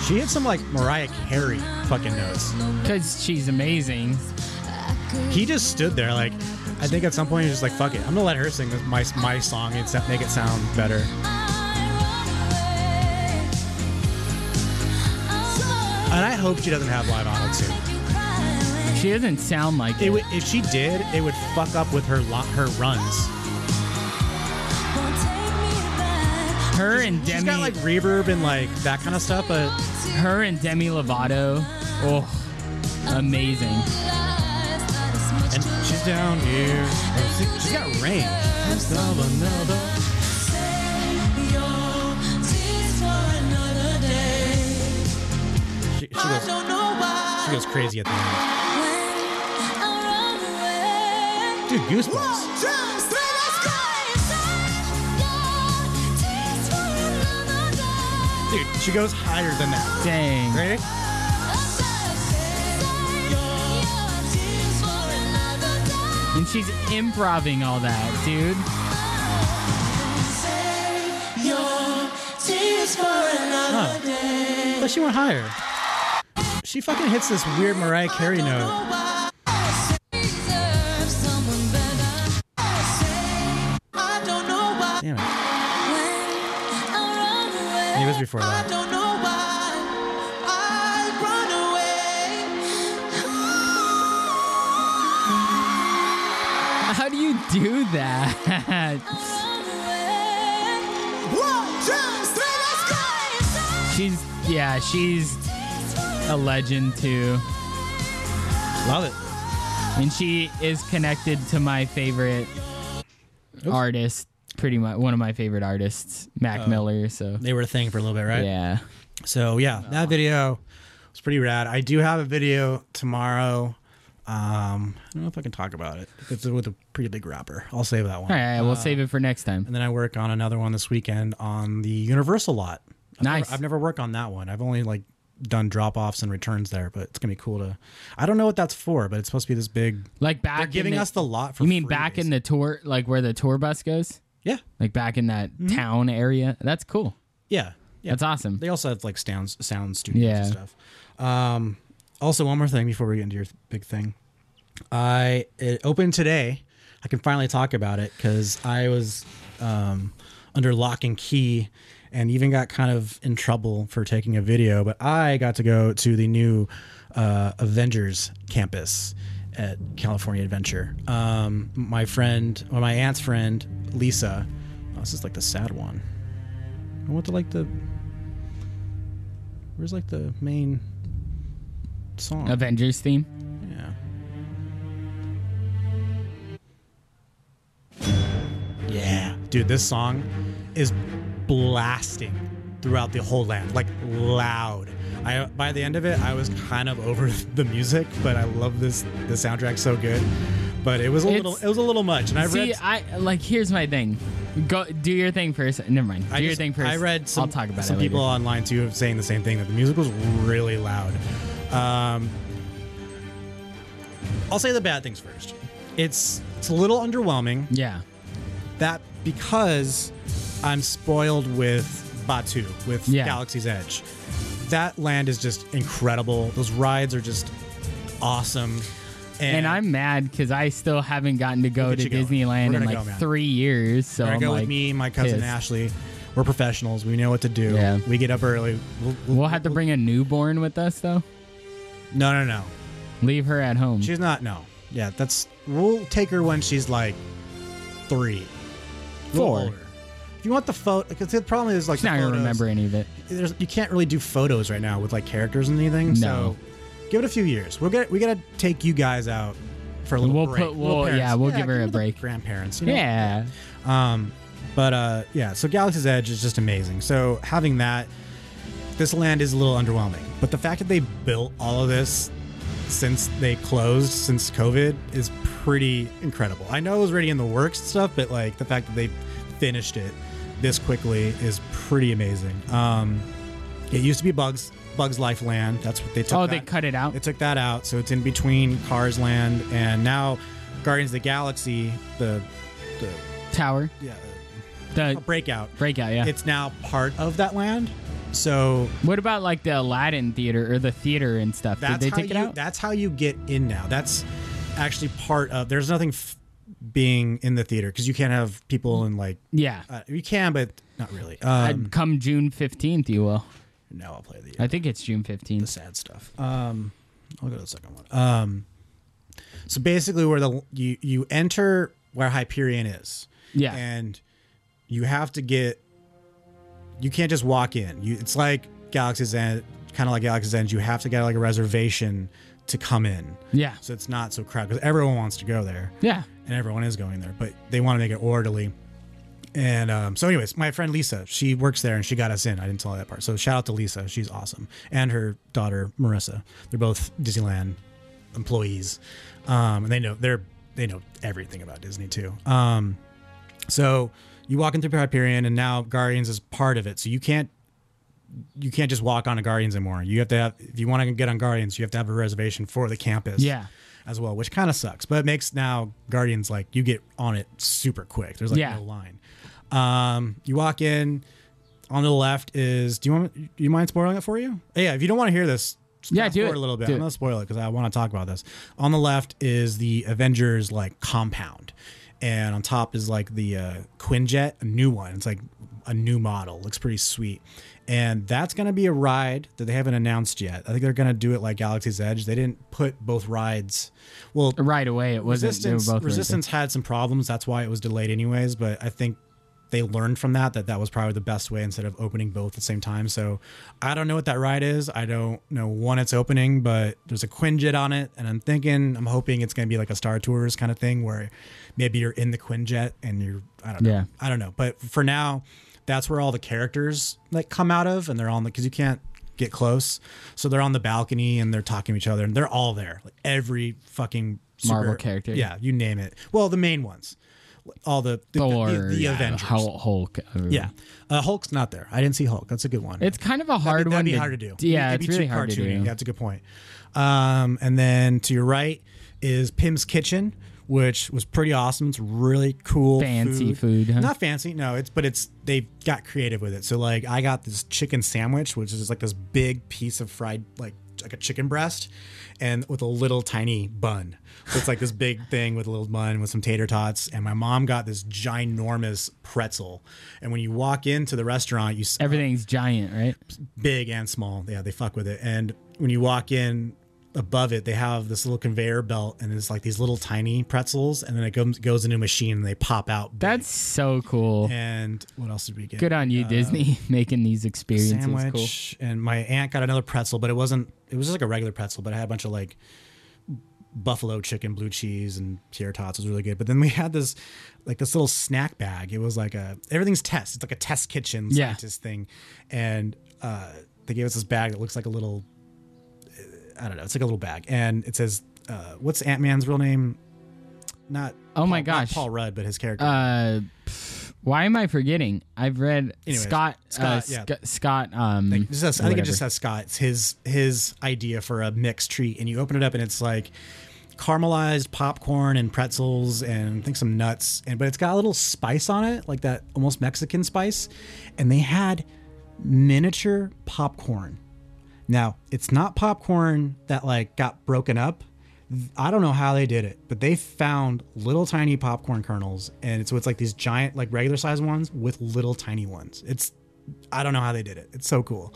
Speaker 2: she had some like mariah carey fucking notes
Speaker 3: Because she's amazing.
Speaker 2: he just stood there like i think at some point he was just like fuck it i'm gonna let her sing this, my my song and sa- make it sound better and i hope she doesn't have live auto too
Speaker 3: She doesn't sound like
Speaker 2: It
Speaker 3: it.
Speaker 2: would, if she did, it would fuck up with her lo- her runs.
Speaker 3: her and
Speaker 2: She's
Speaker 3: Demi,
Speaker 2: got like reverb and like that kind of stuff, but
Speaker 3: her and Demi Lovato. Oh, amazing.
Speaker 2: and she's down here. Oh, She, she's got range. Just love another. She, she goes, she goes crazy at the end. Dude, goosebumps. Dude, she goes higher than that.
Speaker 3: Dang.
Speaker 2: Ready?
Speaker 3: And she's improving all that, dude.
Speaker 2: But she went higher. She fucking hits this weird Mariah Carey note. Damn it.
Speaker 5: It was before that. I don't know why I run
Speaker 3: How do you do that?
Speaker 5: away.
Speaker 3: she's yeah, she's a legend too.
Speaker 2: Love it.
Speaker 3: And she is connected to my favorite artist, pretty much one of my favorite artists, Mac Miller, so
Speaker 2: They were a thing for a little bit, Oh. right?
Speaker 3: yeah.
Speaker 2: So yeah, that video was pretty rad. I do have a video tomorrow. Um, I don't know if I can talk about it. It's with a pretty big rapper. I'll save that one.
Speaker 3: All right, we'll save it for next time.
Speaker 2: And then I work on another one this weekend on the Universal lot. I've
Speaker 3: Nice.
Speaker 2: Never, I've never worked on that one. I've only like done drop offs and returns there, but it's gonna be cool to. I don't know what that's for, but it's supposed to be this big.
Speaker 3: Like back
Speaker 2: They're
Speaker 3: in
Speaker 2: giving
Speaker 3: the-
Speaker 2: us the lot for.
Speaker 3: You mean back in the tour like where the tour bus goes?
Speaker 2: Yeah,
Speaker 3: Like back in that town area? That's cool.
Speaker 2: yeah, yeah.
Speaker 3: That's awesome.
Speaker 2: Mm-hmm. They also have like sounds, sound studios
Speaker 3: Yeah.
Speaker 2: and stuff. Um, also, one more thing before we get into your th- big thing. I it opened today. I can finally talk about it because I was um, under lock and key, and even got kind of in trouble for taking a video. But I got to go to the new uh, Avengers campus at California Adventure. Um, my friend, or my aunt's friend, Lisa. Oh, this is like the sad one. I went to like the. Where's like the main song?
Speaker 3: Avengers theme.
Speaker 2: Yeah. Yeah. Dude, this song is blasting throughout the whole land, like loud. I by the end of it, I was kind of over the music, but I love this the soundtrack so good. But it was a little
Speaker 3: It's-
Speaker 2: it was a little much, and I've
Speaker 3: See,
Speaker 2: read
Speaker 3: I like here's my thing. Go do your thing first. Never mind. Do
Speaker 2: I
Speaker 3: your
Speaker 2: just-
Speaker 3: thing first.
Speaker 2: I read some,
Speaker 3: I'll talk about
Speaker 2: some
Speaker 3: it.
Speaker 2: people
Speaker 3: later.
Speaker 2: online too saying the same thing that the music was really loud. Um, I'll say the bad things first. It's it's a little underwhelming.
Speaker 3: Yeah.
Speaker 2: That because I'm spoiled with Batu with
Speaker 3: Yeah.
Speaker 2: Galaxy's Edge. That land is just incredible. Those rides are just awesome. And,
Speaker 3: And I'm mad because I still haven't gotten to go
Speaker 2: Look
Speaker 3: to
Speaker 2: at you going.
Speaker 3: Disneyland
Speaker 2: We're
Speaker 3: in
Speaker 2: gonna
Speaker 3: like
Speaker 2: go, man.
Speaker 3: three years. So
Speaker 2: We're
Speaker 3: I'm
Speaker 2: gonna go
Speaker 3: like,
Speaker 2: with me, and my cousin
Speaker 3: pissed.
Speaker 2: Ashley. We're professionals. We know what to do.
Speaker 3: Yeah.
Speaker 2: We get up early. We'll, we'll-
Speaker 3: We'll have to bring a newborn with us though.
Speaker 2: no, no, no.
Speaker 3: Leave her at home.
Speaker 2: She's not. No. Yeah, that's. We'll take her when she's like three,
Speaker 3: Four.
Speaker 2: Older. If you want the photo, because the problem is like
Speaker 3: She's not
Speaker 2: the
Speaker 3: gonna
Speaker 2: photos-
Speaker 3: remember any of it.
Speaker 2: There's, you can't really do photos right now with like characters and anything.
Speaker 3: No.
Speaker 2: So give it a few years. We'll get. We gotta take you guys out for a little
Speaker 3: We'll
Speaker 2: break.
Speaker 3: put-
Speaker 2: Little
Speaker 3: we'll-
Speaker 2: parents.
Speaker 3: yeah, we'll give her a
Speaker 2: the
Speaker 3: break.
Speaker 2: Grandparents. You know?
Speaker 3: Yeah.
Speaker 2: Um, but uh, yeah, so Galaxy's Edge is just amazing. So having that, this land is a little underwhelming. But the fact that they built all of this since they closed, since COVID, is pretty incredible. I know it was already in the works and stuff, but like the fact that they finished it this quickly is pretty amazing. Um, it used to be Bugs Bugs Life Land. That's what they took.
Speaker 3: Oh,
Speaker 2: that-
Speaker 3: they cut it out?
Speaker 2: They took that out, so it's in between Cars Land and now Guardians of the Galaxy. The the
Speaker 3: Tower.
Speaker 2: yeah
Speaker 3: The
Speaker 2: breakout.
Speaker 3: breakout. Yeah.
Speaker 2: It's now part of that land. So
Speaker 3: What about like the Aladdin theater or the theater and stuff? Did
Speaker 2: that's
Speaker 3: they
Speaker 2: how
Speaker 3: take
Speaker 2: you,
Speaker 3: it out?
Speaker 2: That's how you get in now. That's actually part of. There's nothing f- being in the theater because you can't have people in like.
Speaker 3: yeah.
Speaker 2: Uh, you can, but not really.
Speaker 3: I'd
Speaker 2: Um,
Speaker 3: come June 15th, you will.
Speaker 2: no, I'll play the.
Speaker 3: I think it's June 15th.
Speaker 2: the sad stuff. Um, I'll go to the second one. Um, so basically, where the you you enter where Hyperion is,
Speaker 3: Yeah.
Speaker 2: and you have to get you can't just walk in. You, it's like Galaxy's End, kind of like Galaxy's End. You have to get like a reservation to come in.
Speaker 3: Yeah.
Speaker 2: So it's not so crowded because everyone wants to go there
Speaker 3: Yeah.
Speaker 2: and everyone is going there, but they want to make it orderly. And um, so, anyways, my friend Lisa, she works there and she got us in. I didn't tell her that part. So, shout out to Lisa. She's awesome. And her daughter, Marissa. They're both Disneyland employees. Um, and they know they're they know everything about Disney too. Um, so you walk in through Hyperion and now Guardians is part of it. So you can't you can't just walk on a Guardians anymore. You have to have if you want to get on Guardians, you have to have a reservation for the campus
Speaker 3: Yeah.
Speaker 2: as well, which kind of sucks. But it makes now Guardians like you get on it super quick. There's like
Speaker 3: Yeah.
Speaker 2: no line. Um, you walk in. On the left is. Do you want? Do you mind spoiling it for you? Yeah. If you don't want to hear this, just
Speaker 3: Yeah,
Speaker 2: fast
Speaker 3: do
Speaker 2: forward
Speaker 3: it.
Speaker 2: a little bit.
Speaker 3: Do
Speaker 2: I'm
Speaker 3: it.
Speaker 2: gonna spoil it because I want to talk about this. On the left is the Avengers like compound, and on top is like the uh, Quinjet, a new one. It's like a new model. Looks pretty sweet, and that's gonna be a ride that they haven't announced yet. I think they're gonna do it like Galaxy's Edge. They didn't put both rides. Well,
Speaker 3: Right away, it wasn't.
Speaker 2: Resistance
Speaker 3: they were both
Speaker 2: Resistance had some problems. That's why it was delayed, anyways. But I think they learned from that that that was probably the best way instead of opening both at the same time. So I don't know what that ride is. I don't know when it's opening, but there's a Quinjet on it, and I'm thinking, I'm hoping it's going to be like a Star Tours kind of thing where maybe you're in the Quinjet and you're, I don't know,
Speaker 3: Yeah.
Speaker 2: I don't know. But for now, that's where all the characters like come out of, and they're on the because you can't get close, so they're on the balcony and they're talking to each other, and they're all there, like every fucking
Speaker 3: Marvel character.
Speaker 2: yeah, you name it. Well, the main ones, all the the, the-
Speaker 3: Thor,
Speaker 2: the, the
Speaker 3: yeah,
Speaker 2: Avengers.
Speaker 3: Hul- Hulk. everyone.
Speaker 2: yeah, uh, Hulk's not there. I didn't see Hulk. That's a good one.
Speaker 3: It's kind of a hard
Speaker 2: that'd be,
Speaker 3: one.
Speaker 2: That'd be hard to do.
Speaker 3: Yeah,
Speaker 2: It'd
Speaker 3: it's
Speaker 2: be too
Speaker 3: really hard to
Speaker 2: cartoony.
Speaker 3: do.
Speaker 2: That's a good point. Um, and then to your right is Pim's Kitchen, which was pretty awesome. It's really cool,
Speaker 3: Fancy food, huh?
Speaker 2: Not fancy, no. It's but it's they got creative with it. So like I got this chicken sandwich, which is like this big piece of fried like like a chicken breast, and with a little tiny bun. So it's like this big thing with a little bun with some tater tots. And my mom got this ginormous pretzel. And when you walk into the restaurant, you s-
Speaker 3: Everything's giant, right?
Speaker 2: big and small. Yeah, they fuck with it. And when you walk in above it, they have this little conveyor belt and it's like these little tiny pretzels and then it goes, goes into a machine and they pop out. big.
Speaker 3: That's so cool.
Speaker 2: and what else did we get?
Speaker 3: Good on you, Disney, making these experiences cool.
Speaker 2: Uh, sandwich and my aunt got another pretzel, but it wasn't it was just like a regular pretzel, but it had a bunch of like buffalo chicken, blue cheese, and tater tots. It was really good. But then we had this like this little snack bag. It was like a everything's test. It's like a test kitchen
Speaker 3: Yeah.
Speaker 2: scientist thing. And uh they gave us this bag that looks like a little uh, I don't know, it's like a little bag. And it says uh what's Ant Man's real name? Not
Speaker 3: Oh my
Speaker 2: Paul- not
Speaker 3: gosh.
Speaker 2: Paul Rudd, but his character.
Speaker 3: Uh, pff, why am I forgetting? I've read
Speaker 2: Anyways,
Speaker 3: Scott. uh,
Speaker 2: Scott, yeah.
Speaker 3: Sc- Scott. Um,
Speaker 2: It just has- I think it just
Speaker 3: whatever.
Speaker 2: has Scott's his his idea for a mixed treat, and you open it up and it's like caramelized popcorn and pretzels and I think some nuts, and but it's got a little spice on it, like that almost Mexican spice, and they had miniature popcorn. Now it's not popcorn that like got broken up. I don't know how they did it, but they found little tiny popcorn kernels, and so it's like these giant, like regular size ones with little tiny ones. It's I don't know how they did it. It's so cool.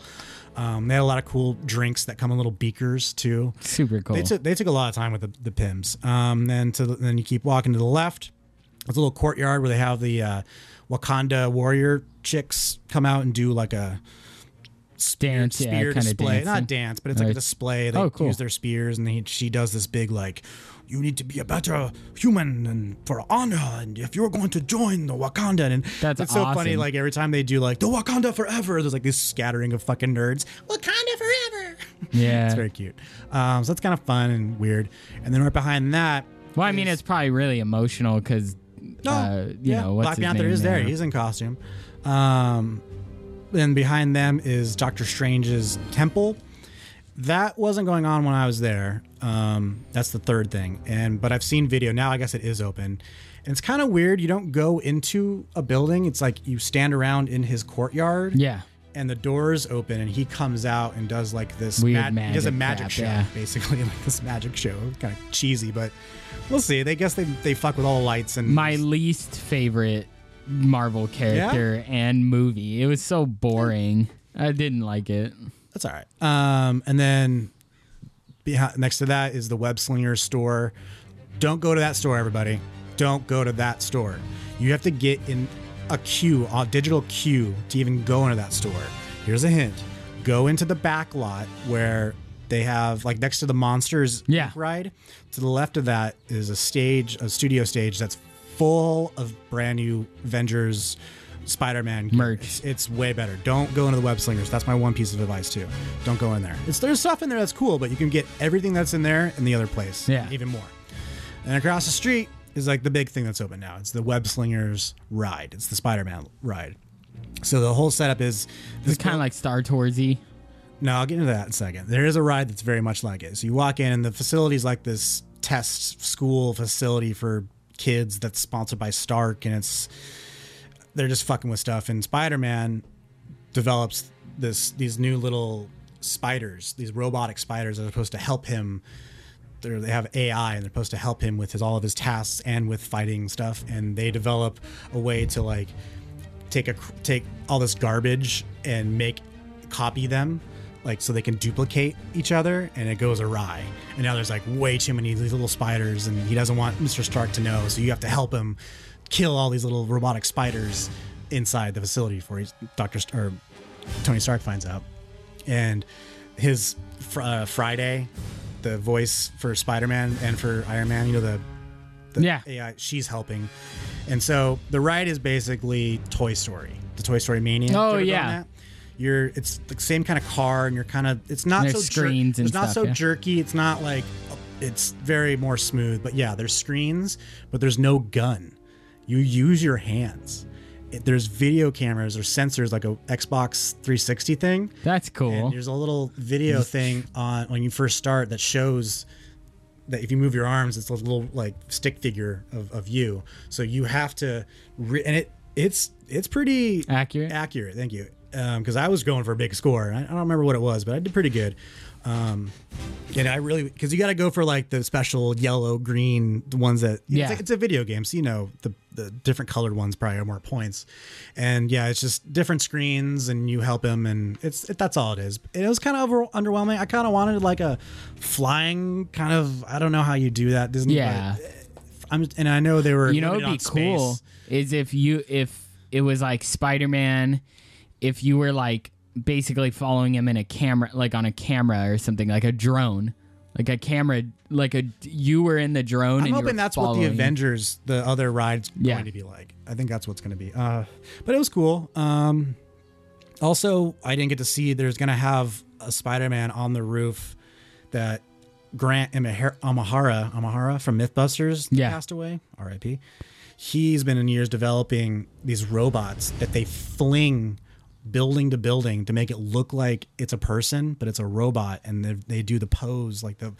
Speaker 2: Um, they had a lot of cool drinks that come in little beakers too.
Speaker 3: super cool.
Speaker 2: They took they took a lot of time with the, the Pims. Um, then to the, then you keep walking to the left. It's a little courtyard where they have the uh, Wakanda warrior chicks come out and do like a spear,
Speaker 3: Dance, yeah,
Speaker 2: spear
Speaker 3: kinda
Speaker 2: display. Not
Speaker 3: dancing.
Speaker 2: dance, but it's like a
Speaker 3: Right.
Speaker 2: display. They
Speaker 3: Oh, cool.
Speaker 2: use their spears, and he, she does this big like, "You need to be a better human and for honor, and if you're going to join the Wakanda." And
Speaker 3: That's
Speaker 2: it's so funny.
Speaker 3: awesome.
Speaker 2: Like every time they do like the Wakanda forever, there's like this scattering of fucking nerds. Wakanda forever.
Speaker 3: yeah.
Speaker 2: It's very cute. Um, so that's kind of fun and weird. And then right behind that,
Speaker 3: well, I mean, it's probably really emotional because,
Speaker 2: no,
Speaker 3: uh, you
Speaker 2: oh, yeah,
Speaker 3: know, what's
Speaker 2: Black
Speaker 3: his
Speaker 2: Panther
Speaker 3: name
Speaker 2: is there.
Speaker 3: now?
Speaker 2: He's in costume. Um, then behind them is Doctor Strange's temple. That wasn't going on when I was there. Um, that's the third thing. And but I've seen video now. I guess it is open. And it's kind of weird. You don't go into a building. It's like you stand around in his courtyard.
Speaker 3: Yeah.
Speaker 2: and the doors open and he comes out and does like this
Speaker 3: Weird
Speaker 2: he does a
Speaker 3: magic
Speaker 2: magic
Speaker 3: crap,
Speaker 2: show
Speaker 3: yeah.
Speaker 2: basically like this magic show kind of cheesy but we'll see they guess they, they fuck with all the lights and
Speaker 3: My least favorite Marvel character and movie. It was so boring. I didn't like it.
Speaker 2: that's all right um and then behind, next to that is the web slinger store don't go to that store everybody don't go to that store you have to get in a queue, a digital queue to even go into that store. Here's a hint: go into the back lot where they have like next to the monsters
Speaker 3: Yeah.
Speaker 2: ride. To the left of that is a stage, a studio stage that's full of brand new Avengers. Spider-Man gear.
Speaker 3: Merch.
Speaker 2: It's, it's way better. Don't go into the web slingers. That's my one piece of advice too. Don't go in there. It's there's stuff in there that's cool, but you can get everything that's in there in the other place.
Speaker 3: Yeah.
Speaker 2: Even more. And across the street is like the big thing that's open now. It's the Web Slingers ride. It's the Spider Man ride. So the whole setup is
Speaker 3: It's kind of like Star Toursy.
Speaker 2: no, I'll get into that in a second. There is a ride that's very much like it. So you walk in, and the facility's like this test school facility for kids that's sponsored by Stark, and it's they're just fucking with stuff. And Spider Man develops this these new little spiders, these robotic spiders that are supposed to help him. They're, they have AI, and they're supposed to help him with his all of his tasks and with fighting stuff. And they develop a way to like take a take all this garbage and make copy them like so they can duplicate each other and it goes awry and now there's like way too many of these little spiders and he doesn't want mr stark to know so you have to help him kill all these little robotic spiders inside the facility before he's dr St- or tony stark finds out and his fr- uh, friday the voice for spider-man and for iron man you know the the
Speaker 3: Yeah.
Speaker 2: AI, she's helping. And so the ride is basically Toy Story, the Toy Story Mania. Did you
Speaker 3: Oh,
Speaker 2: ever go on
Speaker 3: yeah.
Speaker 2: that? You're it's the same kind of car, and you're kind of it's not
Speaker 3: There's
Speaker 2: so jer-
Speaker 3: screens and
Speaker 2: it's not
Speaker 3: stuff,
Speaker 2: so
Speaker 3: yeah.
Speaker 2: jerky. It's not like it's very more smooth. But yeah, there's screens, but there's no gun. You use your hands. It, there's video cameras or sensors like a Xbox 360 thing.
Speaker 3: That's cool.
Speaker 2: And there's a little video thing on when you first start that shows that if you move your arms, it's a little like stick figure of, of you. So you have to, re- and it it's it's pretty
Speaker 3: Accurate?
Speaker 2: Accurate, thank you. Because I was going for a big score. I, I don't remember what it was, but I did pretty good. Um, and I really because you got to go for like the special yellow, green the ones that
Speaker 3: Yeah.
Speaker 2: It's, like- it's a video game, so you know the the different colored ones probably are more points. And yeah, it's just different screens, and you help him, and it's it, that's all it is. It was kind of over, underwhelming. I kind of wanted like a flying kind of I don't know how you do that Disney. but
Speaker 3: Yeah.
Speaker 2: I'm and I know they were
Speaker 3: you know
Speaker 2: limited
Speaker 3: it'd be
Speaker 2: on space.
Speaker 3: cool is if you if it was like spider-man if you were like basically following him in a camera like on a camera or something like a drone like a camera like a you were in the drone and
Speaker 2: I'm
Speaker 3: you
Speaker 2: hoping
Speaker 3: were
Speaker 2: that's what the
Speaker 3: following.
Speaker 2: Avengers, the other ride's
Speaker 3: Yeah.
Speaker 2: going to be like. I think that's what's going to be. Uh, but it was cool. Um, also, I didn't get to see. There's going to have a Spider-Man on the roof that Grant Amahara Amahara from MythBusters
Speaker 3: Yeah.
Speaker 2: passed away. R.I.P. He's been in years developing these robots that they fling building to building to make it look like it's a person, but it's a robot, and they, they do the pose like the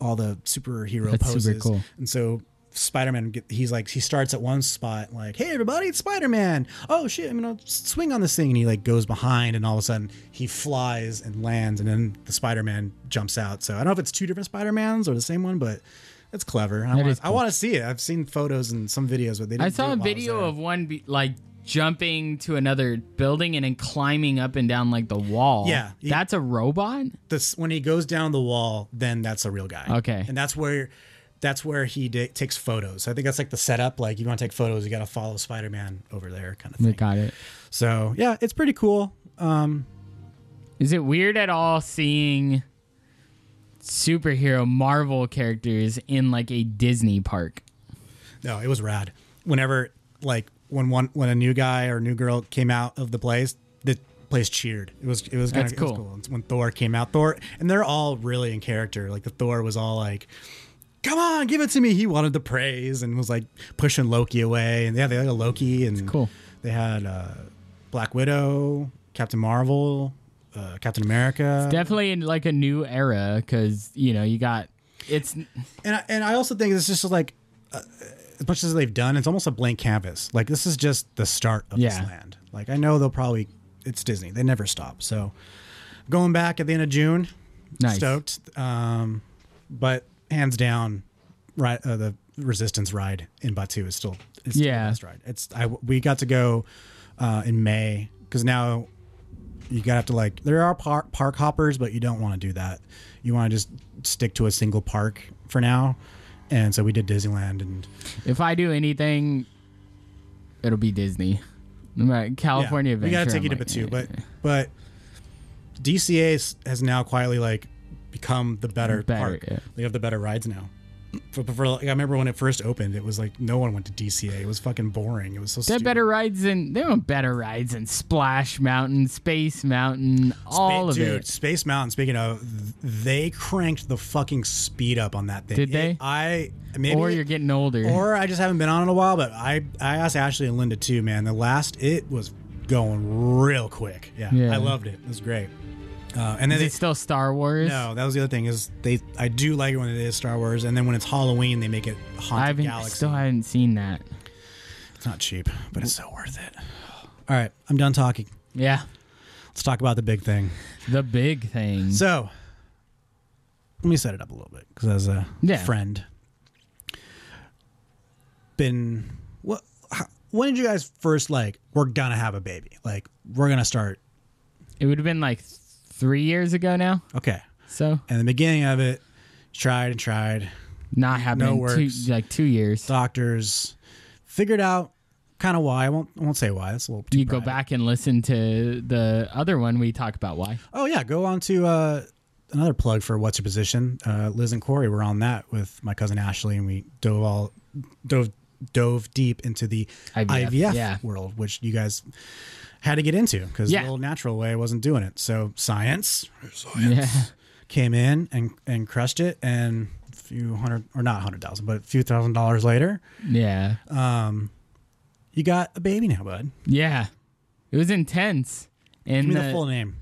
Speaker 2: all the superhero
Speaker 3: That's super
Speaker 2: poses.
Speaker 3: cool.
Speaker 2: And so Spider-Man, get- he's like, he starts at one spot, like, "Hey everybody, it's Spider-Man! Oh shit, I'm gonna swing on this thing!" And he like goes behind, and all of a sudden he flies and lands, and then the Spider-Man jumps out. So I don't know if it's two different Spider-Mans or the same one, but it's clever. I want
Speaker 3: is
Speaker 2: to I want to see it. I've seen photos and some videos, but they didn't
Speaker 3: i
Speaker 2: do it
Speaker 3: saw a
Speaker 2: while was
Speaker 3: video
Speaker 2: there.
Speaker 3: of one be, like jumping to another building and then climbing up and down like the wall
Speaker 2: Yeah, you-
Speaker 3: that's a robot
Speaker 2: this when he goes down the wall, then that's a real guy.
Speaker 3: Okay.
Speaker 2: and that's where that's where he da- takes photos. I think that's like the setup. Like you want to take photos, you got to follow Spider-Man over there, kind of
Speaker 3: I
Speaker 2: thing.
Speaker 3: got it
Speaker 2: So yeah, it's pretty cool. Um,
Speaker 3: Is it weird at all seeing superhero Marvel characters in like a Disney park?
Speaker 2: no, it was rad. Whenever like when one when a new guy or new girl came out of the place, the place cheered. It was it was kind
Speaker 3: That's
Speaker 2: of cool.
Speaker 3: cool.
Speaker 2: When Thor came out, Thor and they're all really in character. Like the Thor was all like. Come on, give it to me. He wanted the praise and was like pushing Loki away. And yeah, they had a Loki and
Speaker 3: cool.
Speaker 2: They had uh, Black Widow, Captain Marvel, uh, Captain America.
Speaker 3: Definitely in like a new era because you know you got it's
Speaker 2: and I, and I also think it's just like uh, as much as they've done, it's almost a blank canvas. Like this is just the start of
Speaker 3: Yeah.
Speaker 2: this land. Like I know they'll probably it's Disney. They never stop. So going back at the end of June,
Speaker 3: Nice.
Speaker 2: stoked. Um, but hands down, right? Uh, the Resistance ride in Batu is still is still
Speaker 3: Yeah.
Speaker 2: the best ride. It's I we got to go uh, in May because now you gotta have to like there are park, park hoppers but you don't want to do that you want to just stick to a single park for now and so we did disneyland and
Speaker 3: if I do anything, it'll be Disney. Right,
Speaker 2: Yeah,
Speaker 3: California
Speaker 2: we
Speaker 3: Adventure.
Speaker 2: gotta take you to
Speaker 3: I'm
Speaker 2: Batu,
Speaker 3: like,
Speaker 2: but but DCA s- has now quietly like become the better,
Speaker 3: Better,
Speaker 2: park.
Speaker 3: yeah.
Speaker 2: They have the better rides now. For, for, like, I remember when it first opened, it was like no one went to DCA. It was fucking boring. It was so
Speaker 3: They
Speaker 2: stupid.
Speaker 3: have better rides than they want better rides than Splash Mountain, Space Mountain, all of
Speaker 2: Dude,
Speaker 3: it.
Speaker 2: Space Mountain. Speaking of, th- they cranked the fucking speed up on that thing.
Speaker 3: Did
Speaker 2: It-
Speaker 3: they?
Speaker 2: I maybe
Speaker 3: Or you're getting older.
Speaker 2: or I just haven't been on in a while. But I I asked Ashley and Linda too, man. The last it was going real quick. Yeah,
Speaker 3: Yeah.
Speaker 2: I loved it. It was great. Uh, and then
Speaker 3: is
Speaker 2: they,
Speaker 3: it still Star Wars?
Speaker 2: no, that was the other thing is they I do like it when it is Star Wars, and then when it's Halloween they make it
Speaker 3: I
Speaker 2: haunted
Speaker 3: haven't
Speaker 2: galaxy.
Speaker 3: still haven't seen that.
Speaker 2: it's not cheap, but it's so worth it. All right, I'm done talking.
Speaker 3: Yeah,
Speaker 2: Let's talk about the big thing.
Speaker 3: the big thing.
Speaker 2: So let me set it up a little bit because as a
Speaker 3: Yeah.
Speaker 2: friend, been what? How, when did you guys first like? We're gonna have a baby. Like we're gonna start.
Speaker 3: it would have been like th- three years ago now.
Speaker 2: Okay.
Speaker 3: So
Speaker 2: And the beginning of it, tried and tried.
Speaker 3: not happening.
Speaker 2: No
Speaker 3: two,
Speaker 2: works.
Speaker 3: like two years.
Speaker 2: Doctors figured out kind of why. I won't. I won't say why. That's a little. Too
Speaker 3: you go
Speaker 2: private.
Speaker 3: back and listen to the other one we talk about why.
Speaker 2: Oh yeah, go on to uh, another plug for what's your position. Uh, Liz and Corey were on that with my cousin Ashley, and we dove all dove dove deep into the
Speaker 3: IVF,
Speaker 2: IVF,
Speaker 3: yeah.
Speaker 2: world, which you guys had to get into because
Speaker 3: Yeah.
Speaker 2: the old natural way wasn't doing it. So science
Speaker 3: Yeah.
Speaker 2: came in and and crushed it, and a few hundred or not hundred thousand, but a few thousand dollars later,
Speaker 3: Yeah.
Speaker 2: you got a baby now, bud.
Speaker 3: yeah. It was intense. And
Speaker 2: Give me the,
Speaker 3: the-
Speaker 2: full name,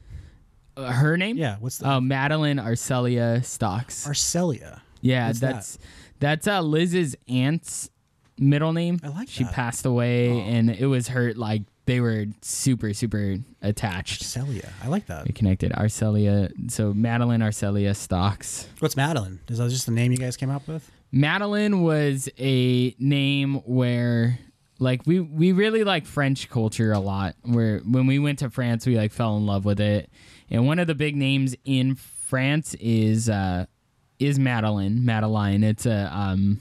Speaker 3: uh, her name?
Speaker 2: Yeah, what's the-
Speaker 3: Oh, Madeline Arcelia Stocks.
Speaker 2: Arcelia.
Speaker 3: yeah,
Speaker 2: what's
Speaker 3: that's that's uh, Liz's aunt's middle name. I
Speaker 2: like
Speaker 3: She
Speaker 2: that. Oh.
Speaker 3: passed away and it was her like they were super super attached.
Speaker 2: Arcelia, I like that.
Speaker 3: They connected Arcelia. So Madeline Arcelia Stocks.
Speaker 2: What's Madeline? Is that just the name you guys came up with?
Speaker 3: Madeline was a name where like we we really like French culture a lot. Where when we went to France, we like fell in love with it. And one of the big names in France is uh is Madeline, Madeline. It's a um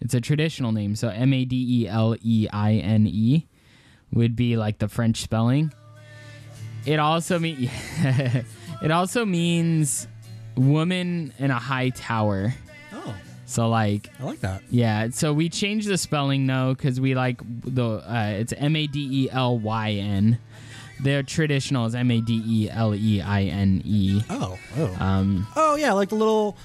Speaker 3: it's a traditional name. So M A D E L E I N E would be like the French spelling. It also mean it also means woman in a high tower.
Speaker 2: Oh,
Speaker 3: So like
Speaker 2: I like that.
Speaker 3: yeah, so we changed the spelling though because we like the uh, it's M A D E L Y N. Their traditional is M A D E L E I N E.
Speaker 2: Oh, oh, oh, yeah, like the little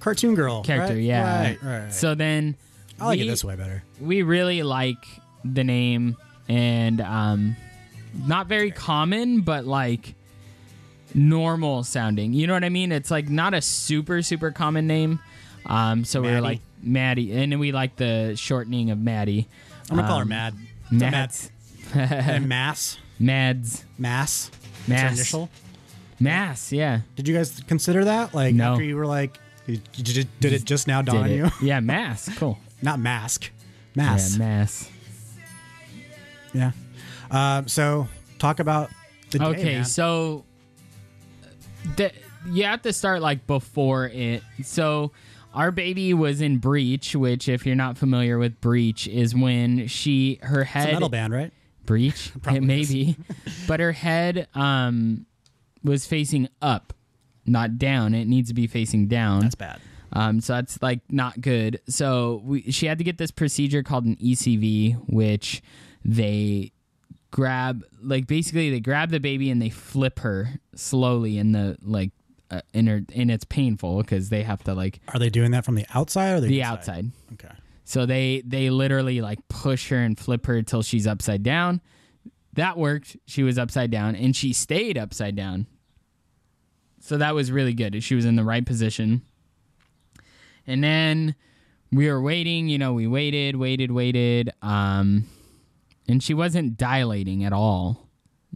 Speaker 2: cartoon girl
Speaker 3: Um, Character,
Speaker 2: right?
Speaker 3: yeah.
Speaker 2: Right, right, right.
Speaker 3: So then,
Speaker 2: I like
Speaker 3: we-
Speaker 2: it this way better.
Speaker 3: we really like the name and um not very common but like normal sounding you know what i mean it's like not a super super common name um so we were
Speaker 2: Maddie.
Speaker 3: like maddie and then we like the shortening of maddie
Speaker 2: I'm gonna
Speaker 3: Um,
Speaker 2: call her Mad. It's a
Speaker 3: mads
Speaker 2: Mad. and Mass,
Speaker 3: mads
Speaker 2: Mass, It's her
Speaker 3: Mass.
Speaker 2: initial.
Speaker 3: mass yeah
Speaker 2: Did you guys consider that? Like
Speaker 3: No.
Speaker 2: after you were like, did, did, did it just now dawn on
Speaker 3: Did
Speaker 2: you?
Speaker 3: it. yeah mass cool
Speaker 2: Not mask, mass.
Speaker 3: yeah mass
Speaker 2: Yeah. Uh, so talk about the day,
Speaker 3: okay
Speaker 2: man.
Speaker 3: so the, you have to start like before it so our baby was in breach which if you're not familiar with breach is when she her
Speaker 2: It's a
Speaker 3: head
Speaker 2: metal band, right?
Speaker 3: breach
Speaker 2: Probably
Speaker 3: maybe but her head um was facing up not down it needs to be facing down
Speaker 2: That's bad.
Speaker 3: um, so that's like not good. So we, she had to get this procedure called an ECV, which they grab, like basically they grab the baby and they flip her slowly in the like uh, in her, and it's painful because they have to like
Speaker 2: Are they doing that from the outside or
Speaker 3: the outside.
Speaker 2: Okay.
Speaker 3: So they they literally like push her and flip her till she's upside down. That worked. She was upside down and she stayed upside down. So that was really good. She was in the right position. And then we were waiting, you know, we waited, waited, waited. Um and she wasn't dilating at all.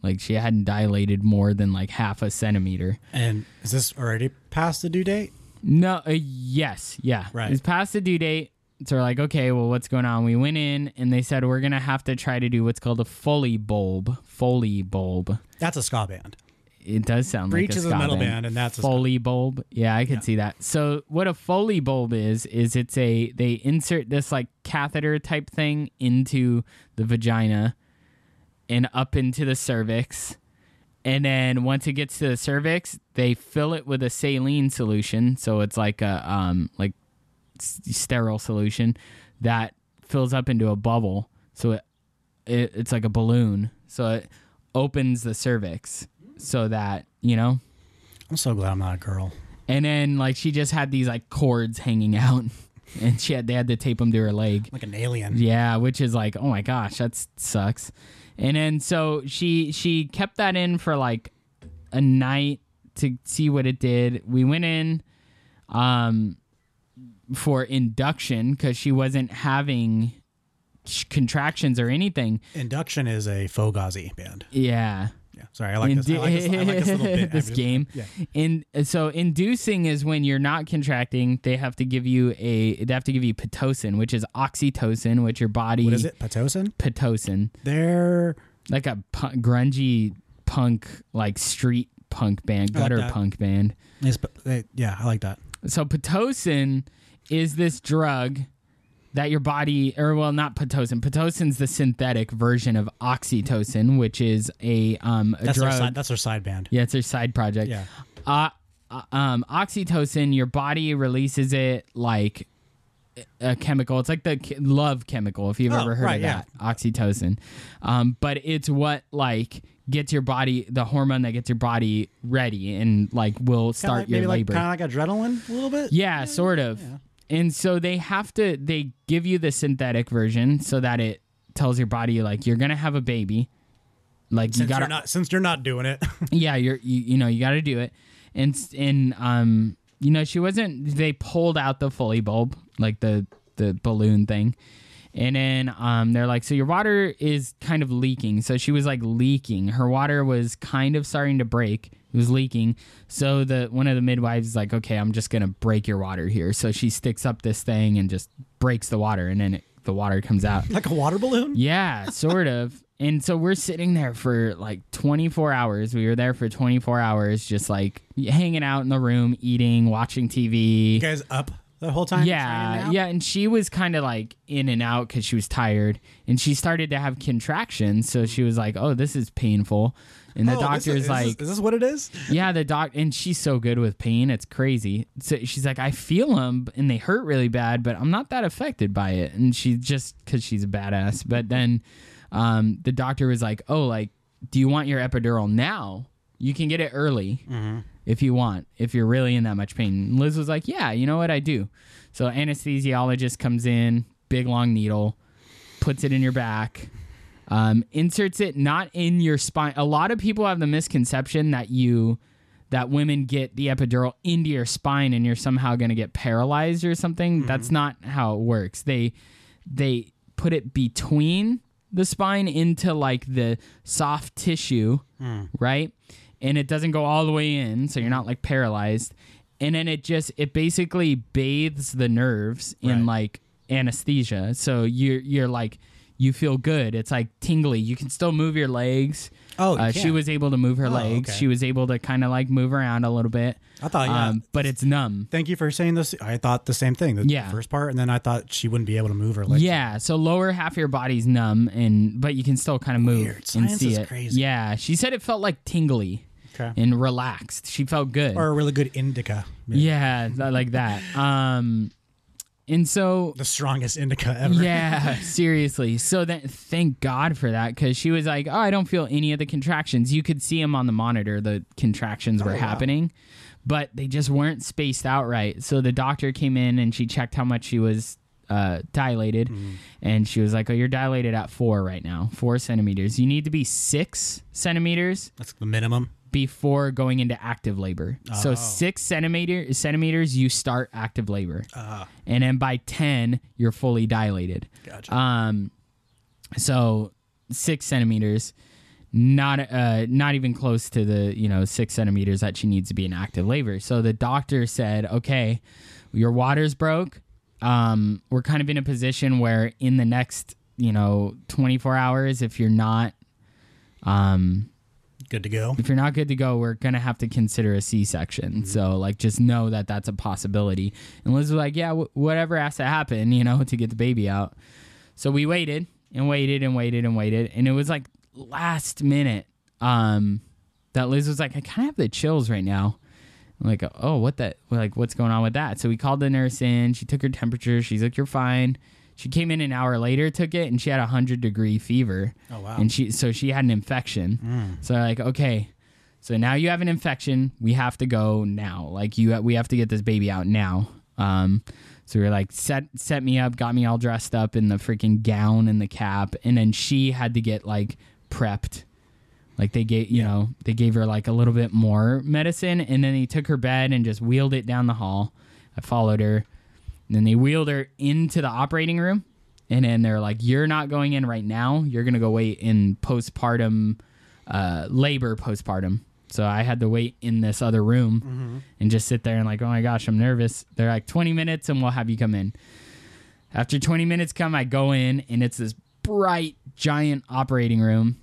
Speaker 3: Like she hadn't dilated more than like half a centimeter.
Speaker 2: And is this already past the due date?
Speaker 3: No, uh, yes, yeah.
Speaker 2: Right.
Speaker 3: It's past the due date. So we're like, okay, well, what's going on? We went in and they said we're gonna have to try to do what's called a Foley bulb. Foley bulb.
Speaker 2: That's a ska band.
Speaker 3: It does sound
Speaker 2: Breach
Speaker 3: like a
Speaker 2: is a
Speaker 3: ska
Speaker 2: metal band, and that's a ska-
Speaker 3: Foley bulb. Yeah, I could see that. So what a Foley bulb is is it's a they insert this like catheter type thing into the vagina, and up into the cervix. And then once it gets to the cervix, they fill it with a saline solution, so it's like a um like s- sterile solution that fills up into a bubble. So it, it it's like a balloon. So it opens the cervix so that, you know,
Speaker 4: I'm so glad I'm not a girl.
Speaker 3: and then like she just had these like cords hanging out, and she had they had to tape them to her leg.
Speaker 4: Like an alien.
Speaker 3: Yeah, which is like, oh my gosh, that sucks. And then so she she kept that in for like a night to see what it did. We went in um for induction cuz she wasn't having sh- contractions or anything.
Speaker 4: Induction is a Fogazi band.
Speaker 3: Yeah.
Speaker 4: Yeah. Sorry, I like this. I like this, I like this little bit.
Speaker 3: This game. In so inducing is when you're not contracting. They have to give you a. They have to give you pitocin, which is oxytocin, which your body.
Speaker 4: What is it? Pitocin?
Speaker 3: Pitocin,
Speaker 4: They're
Speaker 3: like a pu- grungy punk, like street punk band, gutter
Speaker 4: that.
Speaker 3: punk band.
Speaker 4: it's- they- yeah, I like that.
Speaker 3: So pitocin is this drug that your body, or well, not pitocin. Pitocin's the synthetic version of oxytocin, which is a um a
Speaker 4: That's their
Speaker 3: drug.
Speaker 4: side, that's their side band.
Speaker 3: Yeah, it's their side project.
Speaker 4: Yeah.
Speaker 3: Uh, uh, um, oxytocin, your body releases it like a chemical. It's like the ch- love chemical, if you've
Speaker 4: Oh,
Speaker 3: ever heard
Speaker 4: right,
Speaker 3: of
Speaker 4: yeah.
Speaker 3: that. Oxytocin. Um, but it's what like gets your body the hormone that gets your body ready and like
Speaker 4: Kinda
Speaker 3: will start
Speaker 4: like,
Speaker 3: your
Speaker 4: maybe
Speaker 3: labor.
Speaker 4: like kind of like adrenaline a little bit.
Speaker 3: Yeah, sort of. And so they have to they give you the synthetic version so that it tells your body like you're gonna have a baby. Like you
Speaker 4: Since
Speaker 3: gotta
Speaker 4: you're not since you're not doing it.
Speaker 3: yeah you're you, you know you got to do it and s- and um you know she wasn't they pulled out the fully bulb like the the balloon thing and then um they're like so your water is kind of leaking so she was like leaking her water was kind of starting to break it was leaking so the one of the midwives is like okay i'm just gonna break your water here so she sticks up this thing and just breaks the water and then it, the water comes out
Speaker 4: like a water balloon?
Speaker 3: yeah, sort of. And so we're sitting there for like 24 hours. We were there for 24 hours, just like hanging out in the room, eating, watching TV.
Speaker 4: You guys up the whole time?
Speaker 3: Yeah, yeah. And she was kind of like in and out because she was tired, and she started to have contractions. So she was like, "Oh, this is painful," and the
Speaker 4: Oh, this
Speaker 3: doctor's
Speaker 4: is,
Speaker 3: like,
Speaker 4: is this, is this what it is?
Speaker 3: yeah, the doc, and she's so good with pain. It's crazy. So she's like, I feel them and they hurt really bad, but I'm not that affected by it. And she just, cause she's a badass. But then um, the doctor was like, Oh, like, do you want your epidural now? You can get it early if you want, if you're really in that much pain. And Liz was like, Yeah, you know what? I do. So anesthesiologist comes in, big long needle, puts it in your back um, inserts it not in your spine. A lot of people have the misconception that you that women get the epidural into your spine and you're somehow going to get paralyzed or something. That's not how it works. They they put it between the spine into like the soft tissue, right? And it doesn't go all the way in, so you're not like paralyzed. And then it just it basically bathes the nerves in like anesthesia. So you're you're like you feel good. It's like tingly. You can still move your legs.
Speaker 4: Oh, you
Speaker 3: Uh, she
Speaker 4: can.
Speaker 3: was able to move her legs.
Speaker 4: okay.
Speaker 3: She was able to kind of like move around a little bit.
Speaker 4: I thought, yeah.
Speaker 3: Um, but it's numb.
Speaker 4: Thank you for saying this. I thought the same thing. The
Speaker 3: Yeah.
Speaker 4: first part, and then I thought she wouldn't be able to move her legs.
Speaker 3: Yeah, so lower half of your body's numb, and but you can still kind of move
Speaker 4: Weird.
Speaker 3: and
Speaker 4: Science
Speaker 3: see
Speaker 4: is
Speaker 3: it.
Speaker 4: crazy.
Speaker 3: Yeah, she said it felt like tingly
Speaker 4: Okay.
Speaker 3: and relaxed. She felt good.
Speaker 4: Or a really good indica.
Speaker 3: yeah, th- like that. Um, and so
Speaker 4: The strongest indica ever.
Speaker 3: Yeah, seriously. So then, thank God for that because she was like, "Oh, I don't feel any of the contractions." You could see them on the monitor; the contractions were happening, but they just weren't spaced out right. So the doctor came in and she checked how much she was uh, dilated, and she was like, "Oh, you're dilated at four right now, four centimeters. You need to be six centimeters."
Speaker 4: That's the minimum.
Speaker 3: before going into active labor. So six centimeter centimeters, you start active labor, and then by ten, you're fully dilated.
Speaker 4: Gotcha.
Speaker 3: Um, so six centimeters, not uh, not even close to the you know six centimeters that she needs to be in active labor. So the doctor said, okay, your water's broke. Um, we're kind of in a position where in the next you know 24 hours, if you're not um
Speaker 4: Good to go.
Speaker 3: if you're not good to go, we're gonna have to consider a C-section. So like, just know that that's a possibility. And Liz was like, yeah, w- whatever has to happen, you know, to get the baby out. So we waited and waited and waited and waited, and it was like last minute um, that Liz was like, I kind of have the chills right now. I'm like, oh, what that? Like, what's going on with that? So we called the nurse in. She took her temperature. She's like, you're fine. She came in an hour later, took it, and she had a hundred degree fever. Oh wow! Mm. And she so she had an infection. So they're like, okay, so now you have an infection. We have to go now. Like you, we have to get this baby out now. Um, so we were like set set me up, got me all dressed up in the freaking gown and the cap, and then she had to get like prepped. Like they gave you know they gave her like a little bit more medicine, and then he took her bed and just wheeled it down the hall. I followed her, and then they wheeled her into the operating room, and then they're like, "You're not going in right now. You're gonna go wait in postpartum." uh, labor postpartum. So I had to wait in this other room
Speaker 4: Mm-hmm.
Speaker 3: and just sit there and like, oh my gosh, I'm nervous. They're like 20 minutes and we'll have you come in. After 20 minutes come, I go in and it's this bright, giant operating room,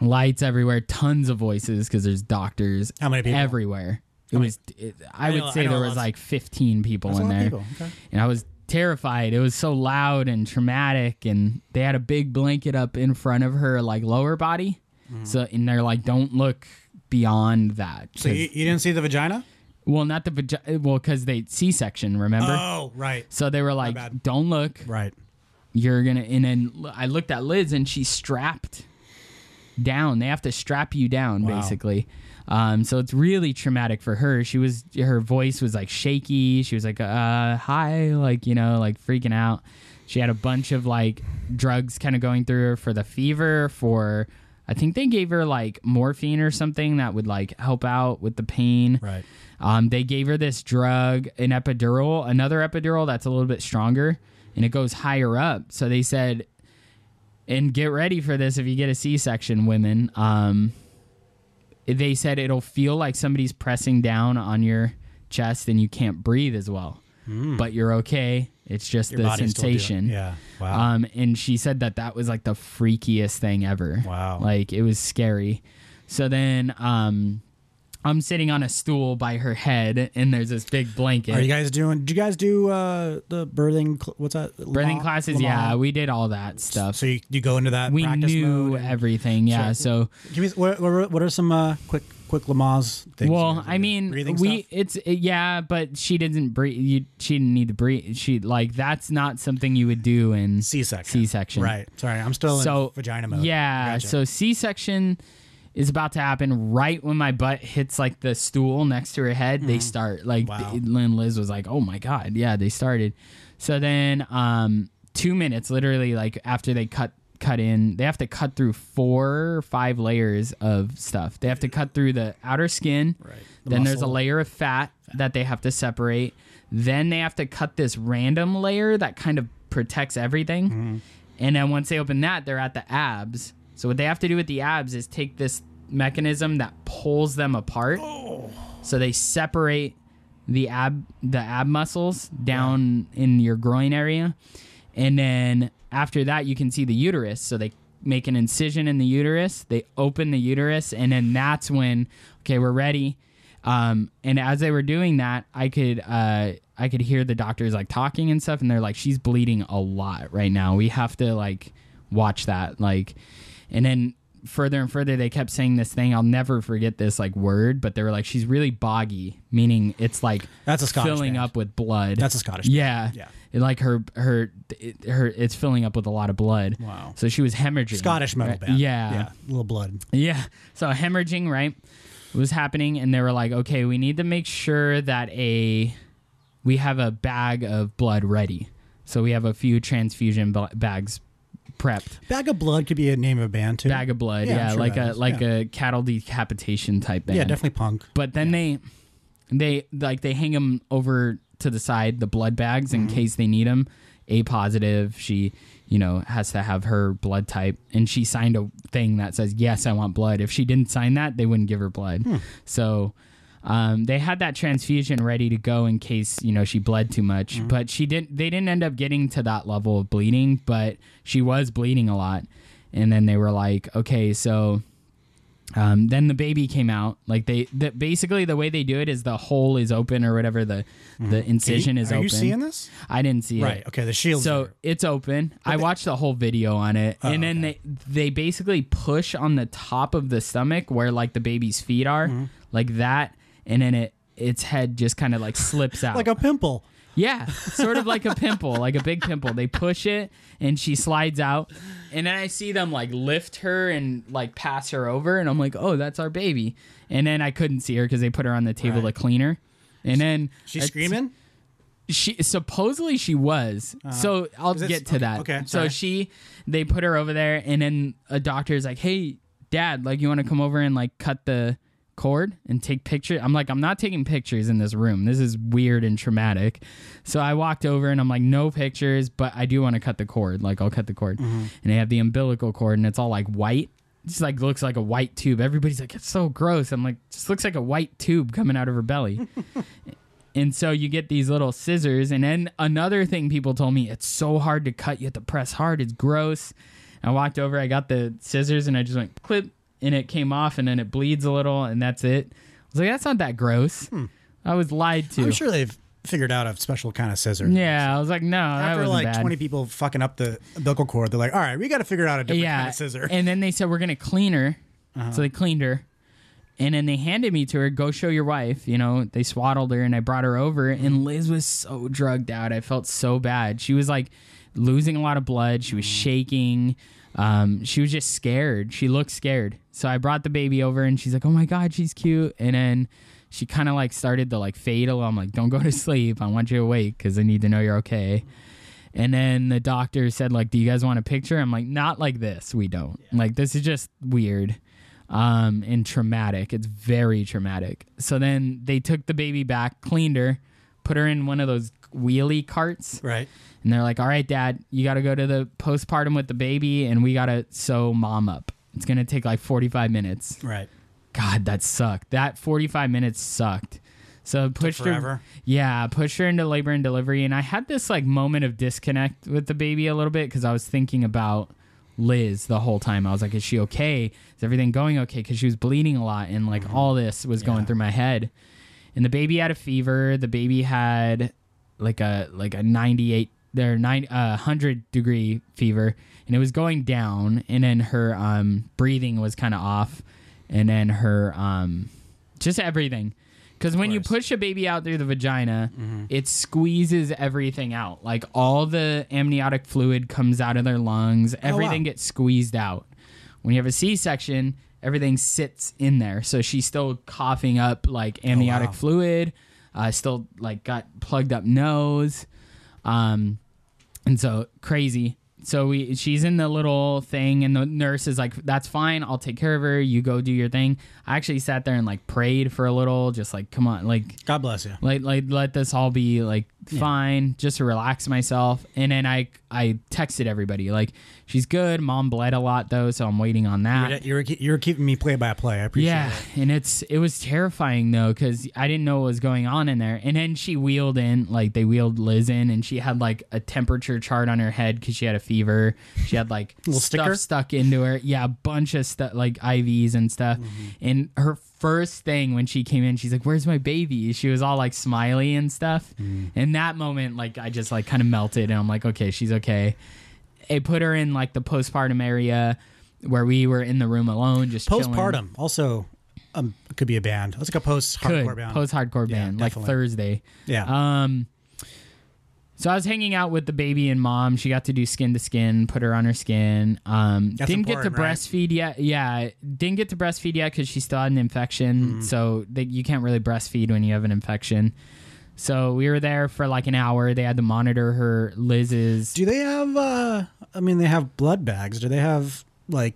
Speaker 3: lights everywhere, tons of voices because there's doctors
Speaker 4: How many people?
Speaker 3: everywhere. It was, it, I,
Speaker 4: know-
Speaker 3: would
Speaker 4: I
Speaker 3: say
Speaker 4: know
Speaker 3: there
Speaker 4: a
Speaker 3: was
Speaker 4: lot.
Speaker 3: like 15 people
Speaker 4: That's a
Speaker 3: in
Speaker 4: lot of
Speaker 3: there,
Speaker 4: people, okay.
Speaker 3: and I was terrified. It was so loud and traumatic, and they had a big blanket up in front of her, like lower body. So and they're like, don't look beyond that.
Speaker 4: So
Speaker 3: 'cause-
Speaker 4: you, you didn't see the vagina?
Speaker 3: well, not the vagi- well, because they C-section, remember?
Speaker 4: Oh, right,
Speaker 3: so they were like,
Speaker 4: bad.
Speaker 3: don't look
Speaker 4: right.
Speaker 3: you're gonna and then l- i looked at liz and she's strapped down they have to strap you down basically um, so it's really traumatic for her she was her voice was like shaky she was like uh hi like you know like freaking out she had a bunch of like drugs kind of going through her for the fever for i think they gave her like morphine or something that would like help out with the pain
Speaker 4: Right.
Speaker 3: um, they gave her this drug, an epidural, another epidural that's a little bit stronger, and it goes higher up. So they said, and get ready for this if you get a C section, women. Um, they said it'll feel like somebody's pressing down on your chest and you can't breathe as well, but you're okay. It's just the
Speaker 4: Hmm. body's still doing it.
Speaker 3: sensation.
Speaker 4: Yeah. Wow.
Speaker 3: Um, and she said that that was like the freakiest thing ever.
Speaker 4: Wow.
Speaker 3: Like it was scary. So then, um, I'm sitting on a stool by her head, and there's this big blanket.
Speaker 4: Are you guys doing? Did you guys do uh, the birthing? Cl- what's that?
Speaker 3: Birthing
Speaker 4: Lamar-
Speaker 3: classes,
Speaker 4: Lamar?
Speaker 3: yeah, we did all that stuff.
Speaker 4: So you, you go into that
Speaker 3: we
Speaker 4: practice
Speaker 3: knew
Speaker 4: mode.
Speaker 3: everything, yeah. So,
Speaker 4: Give me what, what, what are some uh, quick quick Lamaze things? you
Speaker 3: well,
Speaker 4: guys
Speaker 3: I
Speaker 4: do?
Speaker 3: mean,
Speaker 4: breathing
Speaker 3: we
Speaker 4: stuff?
Speaker 3: it's yeah, but she didn't breathe. You, she didn't need to breathe. She like that's not something you would do in
Speaker 4: C-section.
Speaker 3: C-section,
Speaker 4: Right. Sorry, I'm still
Speaker 3: so
Speaker 4: in vagina mode.
Speaker 3: Yeah.
Speaker 4: Gotcha.
Speaker 3: So C section is about to happen right when my butt hits like the stool next to her head. They start like
Speaker 4: Mm-hmm. Wow.
Speaker 3: th- Lynn Liz was like, oh my god, yeah, they started. So then, um, two minutes literally like after they cut cut in, they have to cut through four or five layers of stuff. They have to cut through the outer skin. Right. then there's a
Speaker 4: muscle.
Speaker 3: layer of fat that they have to separate. Then they have to cut this random layer that kind of protects everything. And then once they open that, they're at the abs. So what they have to do with the abs is take this mechanism that pulls them apart. So they separate the ab the ab muscles down in your groin area. And then after that you can see the uterus. So they make an incision in the uterus, they open the uterus and then that's when okay, we're ready. Um, and as they were doing that, I could uh, I could hear the doctors like talking and stuff, and they're like, "She's bleeding a lot right now. We have to like watch that." Like, and then further and further, they kept saying this thing. I'll never forget this like word, but they were like, "She's really boggy," meaning it's like
Speaker 4: That's a Scottish
Speaker 3: filling
Speaker 4: band.
Speaker 3: up with blood.
Speaker 4: That's a Scottish band.
Speaker 3: Yeah,
Speaker 4: Yeah.
Speaker 3: It, like her her it, her it's filling up with a lot of blood.
Speaker 4: Wow.
Speaker 3: So she was hemorrhaging.
Speaker 4: Scottish metal
Speaker 3: Right?
Speaker 4: band.
Speaker 3: yeah.
Speaker 4: yeah, a little blood.
Speaker 3: Yeah. So hemorrhaging, right, was happening, and they were like, "Okay, we need to make sure that a we have a bag of blood ready. So we have a few transfusion bl- bags prepped.
Speaker 4: Bag of blood could be a name of a band too.
Speaker 3: Bag of blood,
Speaker 4: Yeah, I'm
Speaker 3: yeah,
Speaker 4: sure
Speaker 3: like
Speaker 4: that
Speaker 3: a
Speaker 4: is.
Speaker 3: like
Speaker 4: Yeah.
Speaker 3: a cattle decapitation type band.
Speaker 4: yeah, definitely punk.
Speaker 3: But then they they like they hang them over to the side, the blood bags, in case they need them. A positive, she you know has to have her blood type, and she signed a thing that says yes, I want blood. If she didn't sign that, they wouldn't give her blood. So. Um, they had that transfusion ready to go in case you know she bled too much, but she didn't. They didn't end up getting to that level of bleeding, but she was bleeding a lot. And then they were like, "Okay, so Um, then the baby came out. Like they, the, basically the way they do it is the hole is open or whatever the the incision is
Speaker 4: Mm-hmm. Are
Speaker 3: open.
Speaker 4: you seeing this?
Speaker 3: I didn't see it.
Speaker 4: Right. Okay. The shields.
Speaker 3: So
Speaker 4: are-
Speaker 3: it's open. I watched the whole video on it,
Speaker 4: Oh,
Speaker 3: and then they they basically push on the top of the stomach where like the baby's feet are,
Speaker 4: Mm-hmm.
Speaker 3: like that, and then it its head just kind of like slips out.
Speaker 4: like a pimple.
Speaker 3: yeah, sort of like a pimple, like a big pimple. They push it, and she slides out, and then I see them like lift her and like pass her over, and I'm like, oh, that's our baby. And then I couldn't see her because they put her on the table to clean her, and then
Speaker 4: She's
Speaker 3: I-
Speaker 4: screaming.
Speaker 3: she supposedly she was. So I'll
Speaker 4: it-
Speaker 3: get to
Speaker 4: Uh-huh. okay,
Speaker 3: that.
Speaker 4: okay,
Speaker 3: So
Speaker 4: sorry.
Speaker 3: she they put her over there and then a doctor is like, "Hey, dad, like you want to come over and like cut the cord and take pictures?" I'm like, "I'm not taking pictures in this room. This is weird and traumatic." So I walked over and I'm like, "No pictures, but I do want to cut the cord. Like I'll cut the cord."
Speaker 4: Mm-hmm.
Speaker 3: And they have the umbilical cord and it's all like white. It's like looks like a white tube. Everybody's like, "It's so gross." I'm like, "Just looks like a white tube coming out of her belly." And so you get these little scissors. And then another thing people told me, it's so hard to cut. You have to press hard. It's gross. I walked over, I got the scissors, and I just went clip, and it came off, and then it bleeds a little, and that's it. I was like, that's not that gross. I was lied to.
Speaker 4: Hmm. I'm sure they've figured out a special kind of scissor.
Speaker 3: Yeah, I was like, no, that
Speaker 4: After
Speaker 3: was
Speaker 4: like
Speaker 3: bad.
Speaker 4: 20 people fucking up the umbilical cord, they're like, all right, we got to figure out a different kind of scissor. Uh-huh.
Speaker 3: And then they said we're gonna clean her. So they cleaned her. And then they handed me to her, go show your wife. You know, they swaddled her and I brought her over.
Speaker 4: Mm-hmm.
Speaker 3: And Liz was so drugged out. I felt so bad. She was like losing a lot of blood. She was
Speaker 4: Mm-hmm.
Speaker 3: shaking. Um, she was just scared. She looked scared. So I brought the baby over and she's like, oh my God, she's cute. And then she kind of like started to like fade a little. I'm like, don't go to sleep. I want you awake because I need to know you're okay. And then the doctor said, like, do you guys want a picture? I'm like, not like this. We don't. Like, this is just weird um, and traumatic. It's very traumatic. So then they took the baby back, cleaned her, put her in one of those wheelie carts.
Speaker 4: right.
Speaker 3: And they're like, all right, dad, you got to go to the postpartum with the baby and we got to sew mom up. It's going to take like 45 minutes.
Speaker 4: Right.
Speaker 3: God, that sucked. That 45 minutes sucked. So pushed her
Speaker 4: forever.
Speaker 3: Yeah, pushed her into labor and delivery and I had this like moment of disconnect with the baby a little bit cuz I was thinking about Liz the whole time. I was like, is she okay? Is everything going okay cuz she was bleeding a lot and like all this was going through my head. And the baby had a fever, the baby had like a like a 98 their nine uh, 100 degree fever and it was going down and then her um breathing was kind of off and then her um just everything because when you push a baby out through the vagina it squeezes everything out like all the amniotic fluid comes out of their lungs everything gets squeezed out when you have a c-section everything sits in there so she's still coughing up like amniotic fluid uh, still like got plugged up nose um and so crazy so we she's in the little thing and the nurse is like that's fine i'll take care of her you go do your thing i actually sat there and like prayed for a little just like come on like
Speaker 4: God bless you.
Speaker 3: like like let this all be like fine just to relax myself and then i i texted everybody like she's good mom bled a lot though so i'm waiting on that
Speaker 4: You were, you were keeping me play by play. I appreciate
Speaker 3: yeah,
Speaker 4: it.
Speaker 3: and it's it was terrifying though because I didn't know what was going on in there. And then she wheeled in, like they wheeled Liz in, and she had like a temperature chart on her head because she had a fever. She had like stuff
Speaker 4: sticker?
Speaker 3: stuck into her. Yeah, a bunch of stuff like IVs and stuff.
Speaker 4: Mm-hmm.
Speaker 3: And her first thing when she came in, she's like, "Where's my baby?" She was all like smiley and stuff.
Speaker 4: Mm.
Speaker 3: And that moment, like I just like kind of melted, and I'm like, "Okay, she's okay." It put her in like the postpartum area. Where we were in the room alone, just chilling.
Speaker 4: Postpartum also um, could be a band. That's like a post hardcore
Speaker 3: could
Speaker 4: band.
Speaker 3: post hardcore
Speaker 4: Yeah,
Speaker 3: band like
Speaker 4: definitely.
Speaker 3: Thursday.
Speaker 4: yeah.
Speaker 3: Um, so I was hanging out with the baby and mom. She got to do skin to skin, put her on her skin. Um,
Speaker 4: That's
Speaker 3: didn't get to
Speaker 4: important, right?
Speaker 3: breastfeed yet. Yeah, didn't get to breastfeed yet because she still had an
Speaker 4: Mm-hmm.
Speaker 3: infection. So they, you can't really breastfeed when you have an infection. So we were there for like an hour. They had to monitor her Liz's.
Speaker 4: Do they have? uh I mean, they have blood bags. Do they have like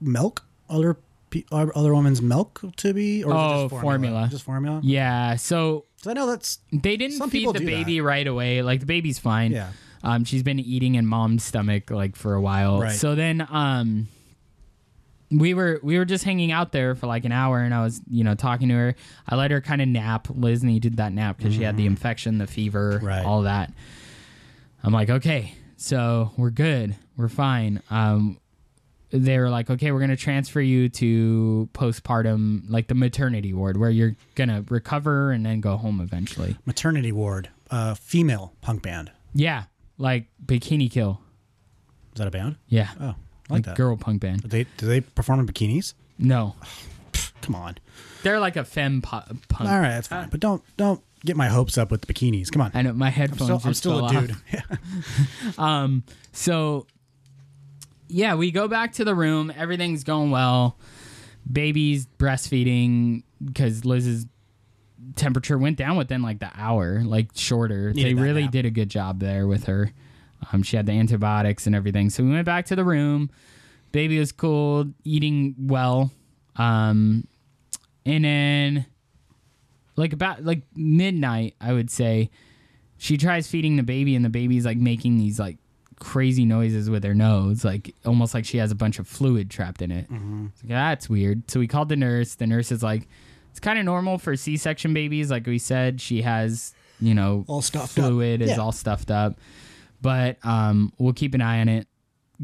Speaker 4: milk? Other pe- other other women's milk to be? Or is it
Speaker 3: Oh,
Speaker 4: just
Speaker 3: formula.
Speaker 4: Just formula.
Speaker 3: yeah, so
Speaker 4: 'Cause I know that's
Speaker 3: they didn't
Speaker 4: Some
Speaker 3: feed
Speaker 4: people
Speaker 3: the
Speaker 4: do
Speaker 3: baby right away. Like the baby's fine.
Speaker 4: Yeah.
Speaker 3: Um, she's been eating in mom's stomach like for a while.
Speaker 4: Right.
Speaker 3: So then um we were we were just hanging out there for like an hour and I was, you know, talking to her. I let her kind of nap. Liz needed that nap because she had the infection, the fever,
Speaker 4: Mm. Right.
Speaker 3: all that. I'm like, okay, so we're good. We're fine. Um they were like, okay, we're gonna transfer you to postpartum, like the maternity ward, where you're gonna recover and then go home eventually.
Speaker 4: Maternity Ward, uh, female punk band.
Speaker 3: Yeah, like Bikini Kill.
Speaker 4: Is that a band?
Speaker 3: Yeah,
Speaker 4: Oh, I like that.
Speaker 3: girl punk band.
Speaker 4: Do they do they perform in bikinis?
Speaker 3: No,
Speaker 4: Come on.
Speaker 3: they're like a femme po- punk.
Speaker 4: All right, that's
Speaker 3: uh,
Speaker 4: fine. But don't don't get my hopes up with the bikinis. Come on.
Speaker 3: I know my headphones.
Speaker 4: Still- I'm
Speaker 3: just
Speaker 4: still
Speaker 3: fell
Speaker 4: a
Speaker 3: off.
Speaker 4: dude. Yeah.
Speaker 3: So, yeah, we go back to the room. Everything's going well. Baby's breastfeeding because Liz's temperature went down within like the hour, like shorter. they
Speaker 4: that
Speaker 3: really
Speaker 4: nap.
Speaker 3: did a good job there with her. Um, she had the antibiotics and everything. So we went back to the room. Baby was cool, eating well. Um, and then, like about like midnight, I would say, she tries feeding the baby and the baby's like making these like crazy noises with her nose like almost like she has a bunch of fluid trapped in it
Speaker 4: Mm-hmm.
Speaker 3: It's like, that's weird so we called the nurse the nurse is like it's kind of normal for c-section babies like we said she has you know
Speaker 4: All stuffed up.
Speaker 3: fluid is
Speaker 4: Yeah.
Speaker 3: all stuffed up but um we'll keep an eye on it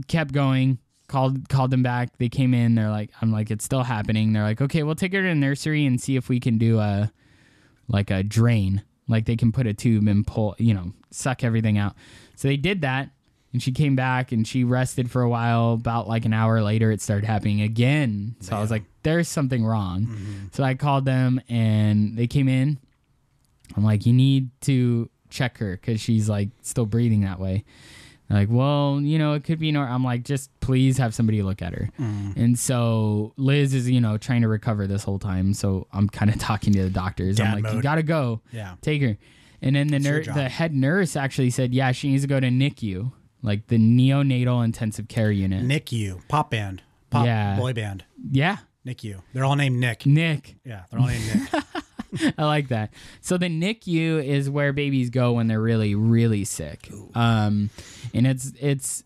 Speaker 3: kept going called called them back they came in they're like i'm like it's still happening they're like okay we'll take her to the nursery and see if we can do a like a drain. Like they can put a tube and pull, you know, suck everything out. So they did that. And she came back and she rested for a while. About like an hour later, it started happening again. So I was like, there's something wrong. So I called them and they came in. I'm like, you need to check her because she's like still breathing that way. They're like, well, you know, it could be. Nor-. I'm like, just please have somebody look at her.
Speaker 4: Mm.
Speaker 3: And so Liz is, you know, trying to recover this whole time. So I'm kind of talking to the doctors. I'm
Speaker 4: Dad
Speaker 3: like, you
Speaker 4: mode.
Speaker 3: gotta go.
Speaker 4: Yeah.
Speaker 3: Take her. And then the
Speaker 4: your
Speaker 3: nurse,
Speaker 4: job.
Speaker 3: the head nurse actually said, yeah, she needs to go to NICU, like the neonatal intensive care unit.
Speaker 4: Nick you. Pop band. Pop
Speaker 3: Yeah.
Speaker 4: boy band.
Speaker 3: yeah.
Speaker 4: Nick you. They're all named Nick.
Speaker 3: Nick.
Speaker 4: Yeah, they're all named Nick.
Speaker 3: I like that. So the NICU is where babies go when they're really, really sick. Um, and it's it's.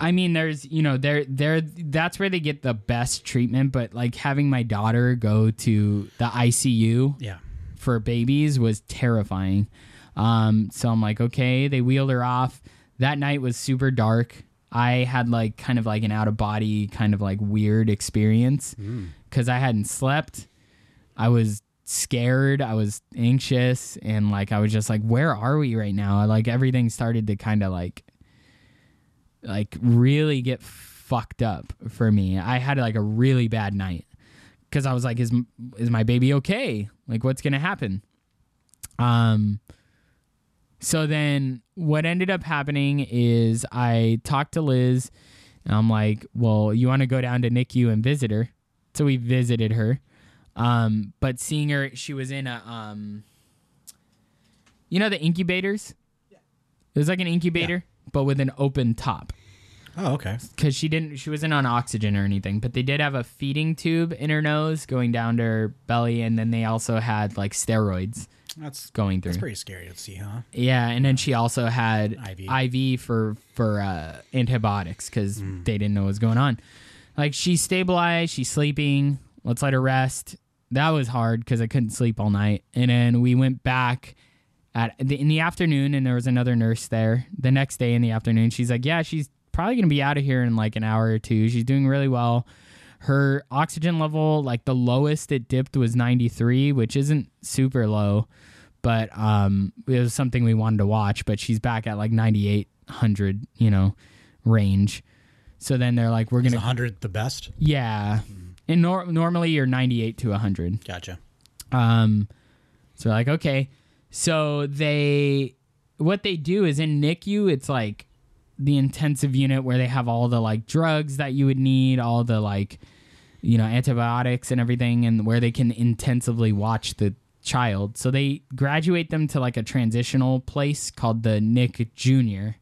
Speaker 3: I mean, there's you know they're they're that's where they get the best treatment. But like having my daughter go to the ICU
Speaker 4: Yeah.
Speaker 3: for babies was terrifying. Um, so I'm like, okay, they wheeled her off. That night was super dark. I had like kind of like an out of body kind of like weird experience because I hadn't slept. I was scared. I was anxious. And like, I was just like, where are we right now? Like, everything started to kind of like, like really get fucked up for me. I had like a really bad night because I was like, is is my baby okay? Like, what's gonna happen? Um. So then, what ended up happening is I talked to Liz, and I'm like, "Well, you want to go down to NICU and visit her?" So we visited her, um, but seeing her, she was in a, um, you know, the incubators. It was like an incubator, but with an open top
Speaker 4: Oh, okay.
Speaker 3: because she didn't she wasn't on oxygen or anything but they did have a feeding tube in her nose going down to her belly and then they also had like steroids
Speaker 4: That's
Speaker 3: going through
Speaker 4: That's pretty scary to see, huh?
Speaker 3: yeah and then she also had
Speaker 4: IV.
Speaker 3: iv for for uh antibiotics because they didn't know what was going on like she's stabilized she's sleeping let's let her rest that was hard because i couldn't sleep all night and then we went back at the, in the afternoon and there was another nurse there the next day in the afternoon she's like yeah she's probably going to be out of here in like an hour or two she's doing really well her oxygen level like the lowest it dipped was 93 which isn't super low but um it was something we wanted to watch but she's back at like 9800 you know range so then they're like we're going
Speaker 4: Is
Speaker 3: to
Speaker 4: 100 the best?
Speaker 3: yeah and nor- normally you're 98 to 100
Speaker 4: Gotcha.
Speaker 3: um, so we're like, okay. So they, what they do is in NICU, it's like the intensive unit where they have all the like drugs that you would need, all the like, you know, antibiotics and everything, and where they can intensively watch the child. So they graduate them to like a transitional place called the Nick Junior.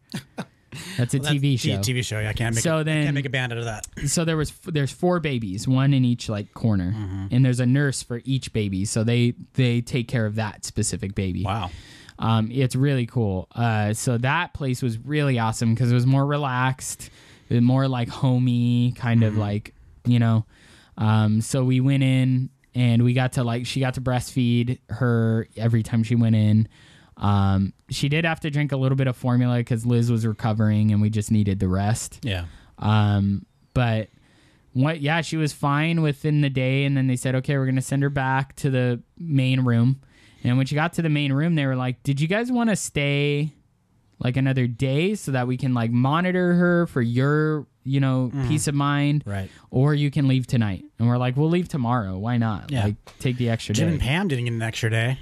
Speaker 3: That's a
Speaker 4: That-
Speaker 3: TV show.
Speaker 4: TV show. Yeah, I can't make.
Speaker 3: So
Speaker 4: a,
Speaker 3: then-
Speaker 4: can't make a band out of that.
Speaker 3: so there was there's four babies, one in each like corner, and there's a nurse for each baby. So they they take care of that specific baby.
Speaker 4: Wow.
Speaker 3: Um, it's really cool. Uh, so that place was really awesome because it was more relaxed, it was more like homey, kind of like you know. Um, so we went in and we got to like she got to breastfeed her every time she went in. Um, she did have to drink a little bit of formula because Liz was recovering and we just needed the rest.
Speaker 4: Yeah.
Speaker 3: Um, But what? Yeah, she was fine within the day, and then they said, okay, we're gonna send her back to the main room. And when she got to the main room, they were like, did you guys want to stay? like another day so that we can like monitor her for your you know peace of mind
Speaker 6: Mm. Right.
Speaker 3: or you can leave tonight and we're like we'll leave tomorrow why not
Speaker 6: Yeah.
Speaker 3: like take the extra
Speaker 2: Jim
Speaker 3: day
Speaker 2: and Pam didn't get an extra day.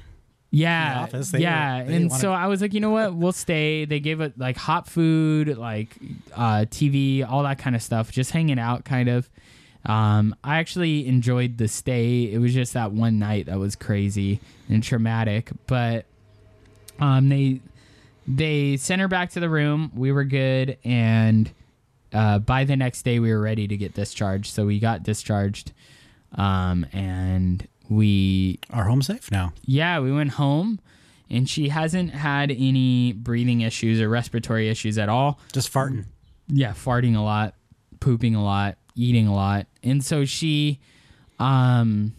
Speaker 3: yeah
Speaker 2: office, they
Speaker 3: yeah
Speaker 2: were- they
Speaker 3: and
Speaker 2: wanted-
Speaker 3: so i was like you know what we'll stay they gave it like hot food like uh tv all that kind of stuff just hanging out kind of um i actually enjoyed the stay it was just that one night that was crazy and traumatic but um they they sent her back to the room. We were good, and uh, by the next day, we were ready to get discharged. So we got discharged, um, and we
Speaker 2: Our home safe now.
Speaker 3: yeah, we went home, and she hasn't had any breathing issues or respiratory issues at all.
Speaker 2: Just farting.
Speaker 3: Yeah, farting a lot, pooping a lot, eating a lot, and so she, um,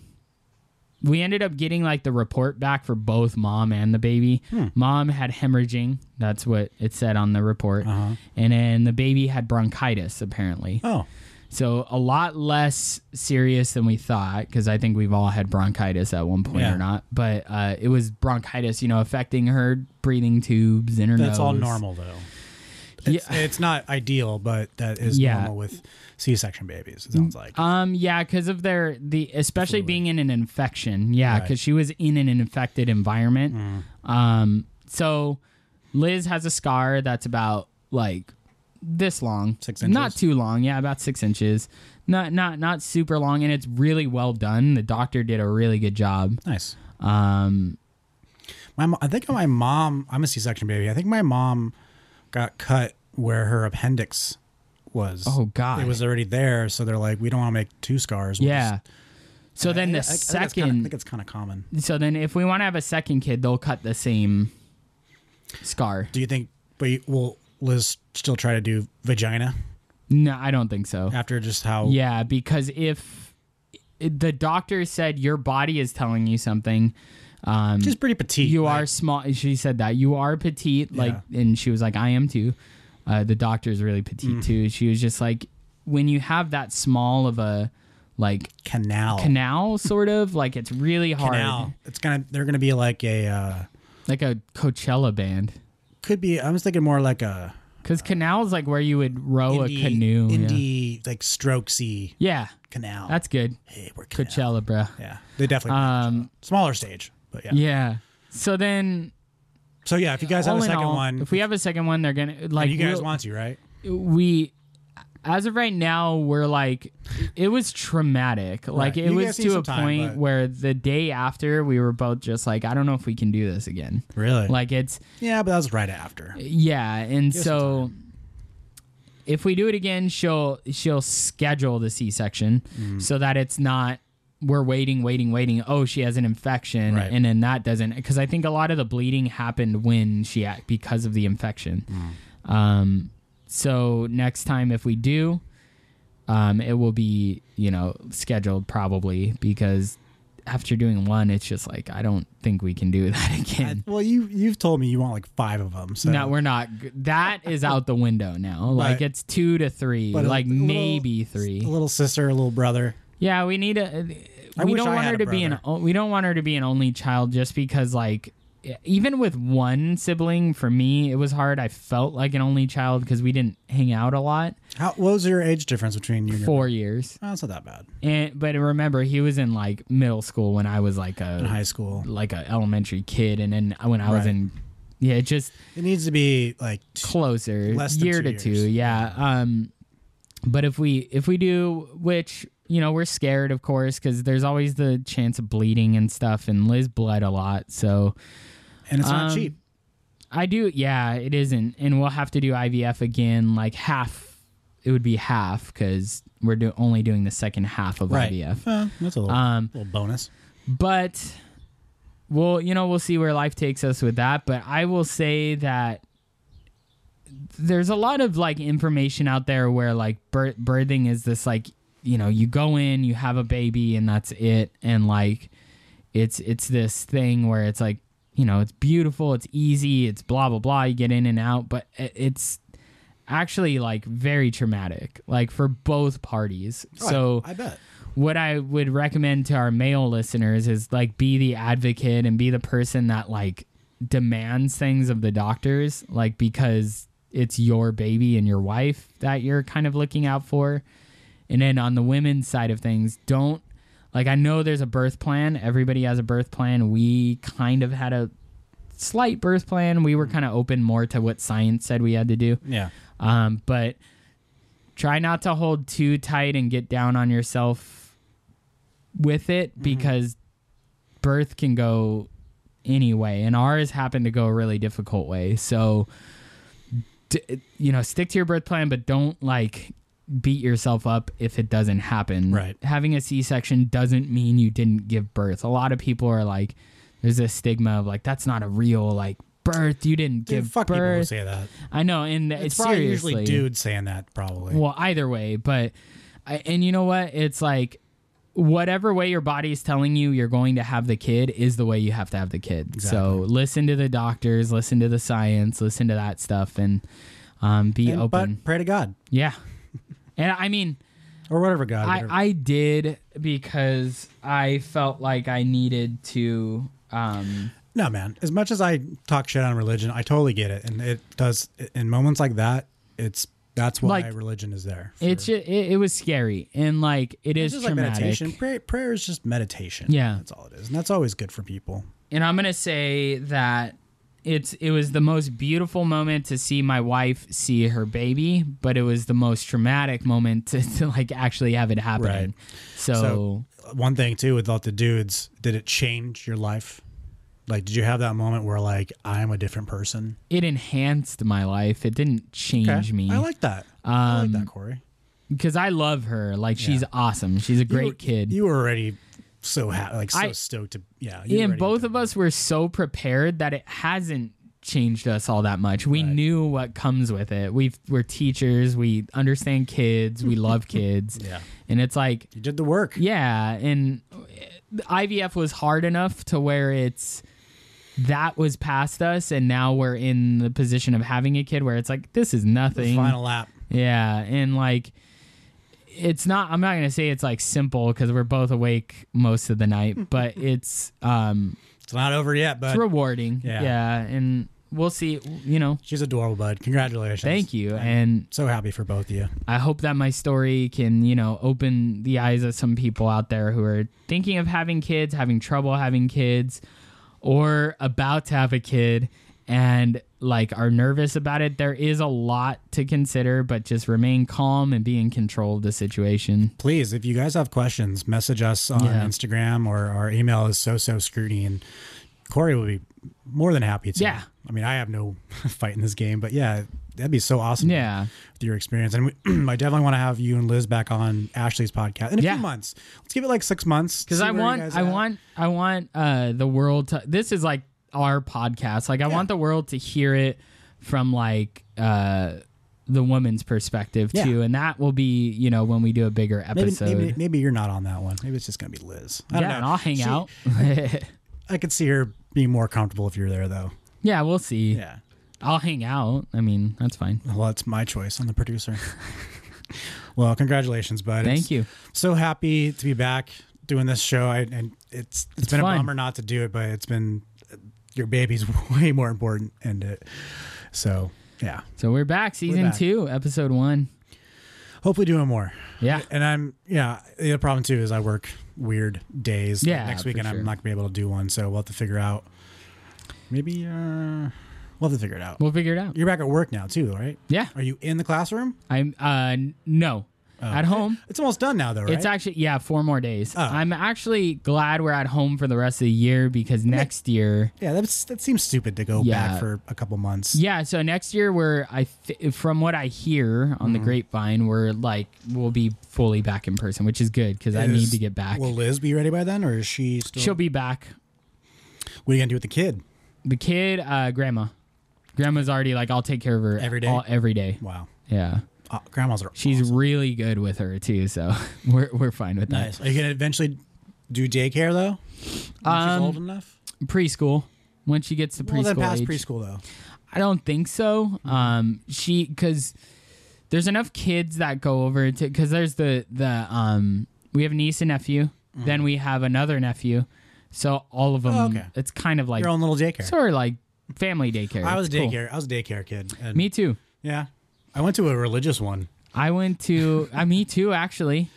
Speaker 3: we ended up getting like the report back for both mom and the baby. Mom had hemorrhaging. That's what it said on the report. And then the baby had bronchitis, apparently.
Speaker 2: Oh,
Speaker 3: So a lot less serious than we thought, because I think we've all had bronchitis at one point
Speaker 2: Yeah.
Speaker 3: or not. But uh, it was bronchitis, you know, affecting her breathing tubes and her
Speaker 2: that's all
Speaker 3: nose.
Speaker 2: normal though.
Speaker 3: Yeah.
Speaker 2: It's, it's not ideal, but that is
Speaker 3: Yeah.
Speaker 2: normal with C-section babies. It sounds like.
Speaker 3: Um, yeah, because of their the especially being in an infection. Yeah, because she was in an infected environment.
Speaker 2: Mm.
Speaker 3: Um, so Liz has a scar that's about like this long,
Speaker 2: Six
Speaker 3: not
Speaker 2: inches?
Speaker 3: too long. Yeah, about six inches. Not not not super long, and it's really well done. The doctor did a really good job.
Speaker 2: nice.
Speaker 3: Um,
Speaker 2: My, mo- I think my mom. I'm a C-section baby. I think my mom got cut where her appendix was.
Speaker 3: Oh, God.
Speaker 2: It was already there, so they're like, we don't want to make two scars. We'll
Speaker 3: yeah.
Speaker 2: just-
Speaker 3: So then the
Speaker 2: I- I think that's kinda- I
Speaker 3: second,
Speaker 2: think it's kind of common.
Speaker 3: so then if we want to have a second kid, they'll cut the same scar.
Speaker 2: Do you think? But you, will Liz still try to do vagina
Speaker 3: No, I don't think so.
Speaker 2: after just how?
Speaker 3: Yeah, because if it- the doctor said your body is telling you something, um,
Speaker 2: She's pretty petite.
Speaker 3: you
Speaker 2: like,
Speaker 3: are small. She said that you are petite, like, and she was like, "I am too." Uh, the doctor is really
Speaker 2: Mm.
Speaker 3: petite too. She was just like, when you have that small of a like
Speaker 2: canal.
Speaker 3: canal, sort of like it's really hard,
Speaker 2: Canal. It's gonna. They're gonna be like a. Uh,
Speaker 3: like a Coachella band.
Speaker 2: could be. I was thinking more like a
Speaker 3: Because canal is like where you would row
Speaker 2: indie-
Speaker 3: Oh, a canoe. yeah.
Speaker 2: indie like strokesy
Speaker 3: yeah.
Speaker 2: canal.
Speaker 3: that's good.
Speaker 2: hey, we're canal.
Speaker 3: Coachella, bro.
Speaker 2: Yeah, they definitely
Speaker 3: Um,
Speaker 2: smaller stage, but yeah.
Speaker 3: yeah. So then
Speaker 2: So yeah, if you guys have
Speaker 3: all
Speaker 2: a
Speaker 3: in
Speaker 2: second
Speaker 3: all,
Speaker 2: one,
Speaker 3: If we have a second one, they're gonna like
Speaker 2: you guys
Speaker 3: we'll-
Speaker 2: want to, right?
Speaker 3: we. As of right now, we're like, it was traumatic. Like it
Speaker 2: You
Speaker 3: was
Speaker 2: guys need
Speaker 3: to a
Speaker 2: some time,
Speaker 3: point
Speaker 2: but-
Speaker 3: where the day after, we were both just like, I don't know if we can do this again.
Speaker 2: Really?
Speaker 3: Like it's
Speaker 2: yeah, but that was right after.
Speaker 3: yeah, and so if we do it again, she'll she'll schedule the C section so that it's not we're waiting, waiting, waiting. Oh, she has an infection,
Speaker 2: Right.
Speaker 3: and then that doesn't because I think a lot of the bleeding happened when she had, because of the infection. Um, so next time if we do, um, it will be you know scheduled probably because after doing one, it's just like I don't think we can do that again.
Speaker 2: Well, you you've told me you want like five of them. So
Speaker 3: No, we're not. g- That is out the window now. Like it's two to three,
Speaker 2: but a-
Speaker 3: like
Speaker 2: a little-
Speaker 3: maybe three.
Speaker 2: a little sister, a little brother.
Speaker 3: yeah, we need a. uh,
Speaker 2: I
Speaker 3: we
Speaker 2: wish
Speaker 3: don't
Speaker 2: I
Speaker 3: want
Speaker 2: had
Speaker 3: her
Speaker 2: a
Speaker 3: to be an.
Speaker 2: brother.
Speaker 3: o- We don't want her to be an only child, just because like. e- Even with one sibling, for me, it was hard. I felt like an only child because we didn't hang out a lot.
Speaker 2: How what was your age difference between you? and your-
Speaker 3: Four years,
Speaker 2: Oh, that's not that bad.
Speaker 3: and but remember, he was in like middle school when I was like
Speaker 2: In
Speaker 3: a
Speaker 2: high school,
Speaker 3: like a elementary kid, and then when I was
Speaker 2: Right.
Speaker 3: in, yeah, it just
Speaker 2: it needs to be like t-
Speaker 3: closer
Speaker 2: Less than
Speaker 3: year
Speaker 2: two
Speaker 3: to two
Speaker 2: years.
Speaker 3: yeah um but if we if we do which you know we're scared of course because there's always the chance of bleeding and stuff and liz bled a lot so
Speaker 2: and it's not
Speaker 3: um,
Speaker 2: cheap.
Speaker 3: i do yeah it isn't and we'll have to do ivf again like half it would be half because we're do- only doing the second half of
Speaker 2: Right.
Speaker 3: ivf
Speaker 2: Uh, that's a little,
Speaker 3: um,
Speaker 2: little bonus.
Speaker 3: but we'll you know we'll see where life takes us with that but i will say that there's a lot of like information out there where like bir- birthing is this like you know you go in you have a baby and that's it and like it's it's this thing where it's like you know it's beautiful it's easy it's blah blah blah you get in and out but it- it's actually like very traumatic, like for both parties. so
Speaker 2: Oh, I bet.
Speaker 3: what I would recommend to our male listeners is like be the advocate and be the person that like demands things of the doctors, like because it's your baby and your wife that you're kind of looking out for. And then on the women's side of things, don't like I know there's a birth plan. Everybody has a birth plan. We kind of had a slight birth plan. We were kind of open more to what science said we had to do.
Speaker 2: Yeah.
Speaker 3: Um, but try not to hold too tight and get down on yourself with
Speaker 2: Mm-hmm.
Speaker 3: it because birth can go any way, and ours happened to go a really difficult way. So, d- you know, stick to your birth plan, but don't like beat yourself up if it doesn't happen.
Speaker 2: Right.
Speaker 3: Having a C section doesn't mean you didn't give birth. A lot of people are like, there's this stigma of like, that's not a real like birth. You didn't give
Speaker 2: Dude, fuck people who
Speaker 3: birth.
Speaker 2: say that.
Speaker 3: I know, and it's,
Speaker 2: It's probably
Speaker 3: seriously,
Speaker 2: usually dudes saying that, probably.
Speaker 3: Well, either way, but I, and you know what? It's like whatever way your body's telling you you're going to have the kid is the way you have to have the kid. So listen to the doctors, listen to the science, listen to that stuff, and um, be
Speaker 2: And-
Speaker 3: open.
Speaker 2: But pray to God
Speaker 3: yeah, and I mean.
Speaker 2: or whatever God.
Speaker 3: I,
Speaker 2: whatever.
Speaker 3: I did because I felt like I needed to um,
Speaker 2: no, man. As much as I talk shit on religion, I totally get it, and it does. In moments like that, it's that's why
Speaker 3: Like-
Speaker 2: religion is there.
Speaker 3: it's ju- it, it was scary and like it is
Speaker 2: It's just like
Speaker 3: traumatic.
Speaker 2: meditation. Prayer, prayer is just meditation.
Speaker 3: Yeah.
Speaker 2: that's all it is, and that's always good for people.
Speaker 3: and I'm gonna say that it's it was the most beautiful moment to see my wife see her baby, but it was the most traumatic moment to, to like actually have it happen.
Speaker 2: Right.
Speaker 3: So,
Speaker 2: So, one thing too with all the dudes, did it change your life? Like, did you have that moment where like I am a different person?
Speaker 3: it enhanced my life. It didn't change me Um,
Speaker 2: I like that. I like that, Corey.
Speaker 3: because I love her. Like she's awesome. She's a great
Speaker 2: You were-
Speaker 3: kid.
Speaker 2: You were already so happy, like so
Speaker 3: I-
Speaker 2: stoked to yeah. you
Speaker 3: and
Speaker 2: already-
Speaker 3: both of us were so prepared that it hasn't changed us all that much. We knew what comes with it. We we're teachers. We understand kids. We love kids.
Speaker 2: Yeah.
Speaker 3: And it's like
Speaker 2: you did the work.
Speaker 3: Yeah, and uh, the IVF was hard enough to where it's that was past us, and now we're in the position of having a kid where it's like this is nothing.
Speaker 2: Final lap.
Speaker 3: Yeah, and like it's not. I'm not gonna say it's like simple because we're both awake most of the night, but it's um
Speaker 2: It's not over yet, but
Speaker 3: it's rewarding.
Speaker 2: Yeah.
Speaker 3: yeah, and we'll see. You know,
Speaker 2: she's adorable, bud. Congratulations.
Speaker 3: thank you, and
Speaker 2: So happy for both of you.
Speaker 3: I hope that my story can, you know, open the eyes of some people out there who are thinking of having kids, having trouble having kids, or about to have a kid and like are nervous about it. There is a lot to consider, but just remain calm and be in control of the situation.
Speaker 2: Please, if you guys have questions, message us on
Speaker 3: Yeah.
Speaker 2: Instagram or our email is so so scrutiny and Corey will be more than happy to.
Speaker 3: Yeah.
Speaker 2: I mean, I have no fight in this game, but yeah, that'd be so awesome.
Speaker 3: Yeah.
Speaker 2: With your experience. And we, I definitely want to have you and Liz back on Ashley's podcast in a
Speaker 3: Yeah.
Speaker 2: few months. Let's give it like six months.
Speaker 3: Because I want, I want, I want uh, the world to. This is like our podcast. Like I want the world to hear it from like uh, the woman's perspective
Speaker 2: Yeah.
Speaker 3: too, and that will be you know when we do a bigger
Speaker 2: Maybe,
Speaker 3: episode.
Speaker 2: maybe, maybe you're not on that one. Maybe it's just going to be Liz. I don't
Speaker 3: yeah,
Speaker 2: know.
Speaker 3: and I'll hang
Speaker 2: She-
Speaker 3: out.
Speaker 2: I could see her being more comfortable if you're there, though.
Speaker 3: yeah, we'll see.
Speaker 2: Yeah.
Speaker 3: I'll hang out. I mean, that's fine.
Speaker 2: Well, it's my choice. I'm the producer. well, congratulations, bud.
Speaker 3: Thank
Speaker 2: It's-
Speaker 3: you.
Speaker 2: So happy to be back doing this show. I, and it's it's been
Speaker 3: fun.
Speaker 2: a bummer not to do it, but it's been your baby's way more important, and it. So yeah,
Speaker 3: So we're back, season
Speaker 2: back.
Speaker 3: two, episode one.
Speaker 2: hopefully doing more.
Speaker 3: Yeah,
Speaker 2: And I'm yeah. The other problem too is I work weird days. Like,
Speaker 3: Yeah,
Speaker 2: next week,
Speaker 3: for
Speaker 2: and
Speaker 3: sure.
Speaker 2: I'm not gonna be able to do one. So we'll have to figure out. Maybe uh, we'll have to figure it out.
Speaker 3: we'll figure it out.
Speaker 2: You're back at work now too, right?
Speaker 3: Yeah,
Speaker 2: Are you in the classroom?
Speaker 3: I'm. Uh, n- no,
Speaker 2: Oh.
Speaker 3: at home.
Speaker 2: It's almost done now, though, right? Oh.
Speaker 3: It's actually yeah, four more days. I'm actually glad we're at home for the rest of the year because next year,
Speaker 2: Yeah, that's that seems stupid to go
Speaker 3: Yeah.
Speaker 2: back for a couple months.
Speaker 3: yeah. So next year we're I th- from what I hear on the
Speaker 2: Mm-hmm.
Speaker 3: grapevine, we're like we'll be fully back in person, which is good because I need
Speaker 2: Is-
Speaker 3: to get back.
Speaker 2: Will Liz be ready by then, or is she still?
Speaker 3: She'll be back.
Speaker 2: what are you gonna do with the kid?
Speaker 3: The kid, uh, grandma, grandma's already like I'll take care of her
Speaker 2: Every day?
Speaker 3: all, every day.
Speaker 2: Wow,
Speaker 3: Yeah,
Speaker 2: uh, grandmas are
Speaker 3: she's really good with her too, so we're we're fine with that.
Speaker 2: nice. Are you gonna eventually do daycare though? When she's old enough.
Speaker 3: Preschool. once she gets to Um, preschool
Speaker 2: Well, then past
Speaker 3: age.
Speaker 2: preschool though.
Speaker 3: I don't think so.
Speaker 2: Mm-hmm.
Speaker 3: Um, she because there's enough kids that go over to because there's the the um we have niece and nephew, then we have another nephew, so all of them.
Speaker 2: Mm-hmm. Oh, okay.
Speaker 3: It's kind of like
Speaker 2: Your own little daycare.
Speaker 3: sort of like family daycare.
Speaker 2: I was
Speaker 3: It's cool.
Speaker 2: daycare. I was a daycare kid. and-
Speaker 3: Me too.
Speaker 2: Yeah, I went to a religious one.
Speaker 3: I went to uh, me too actually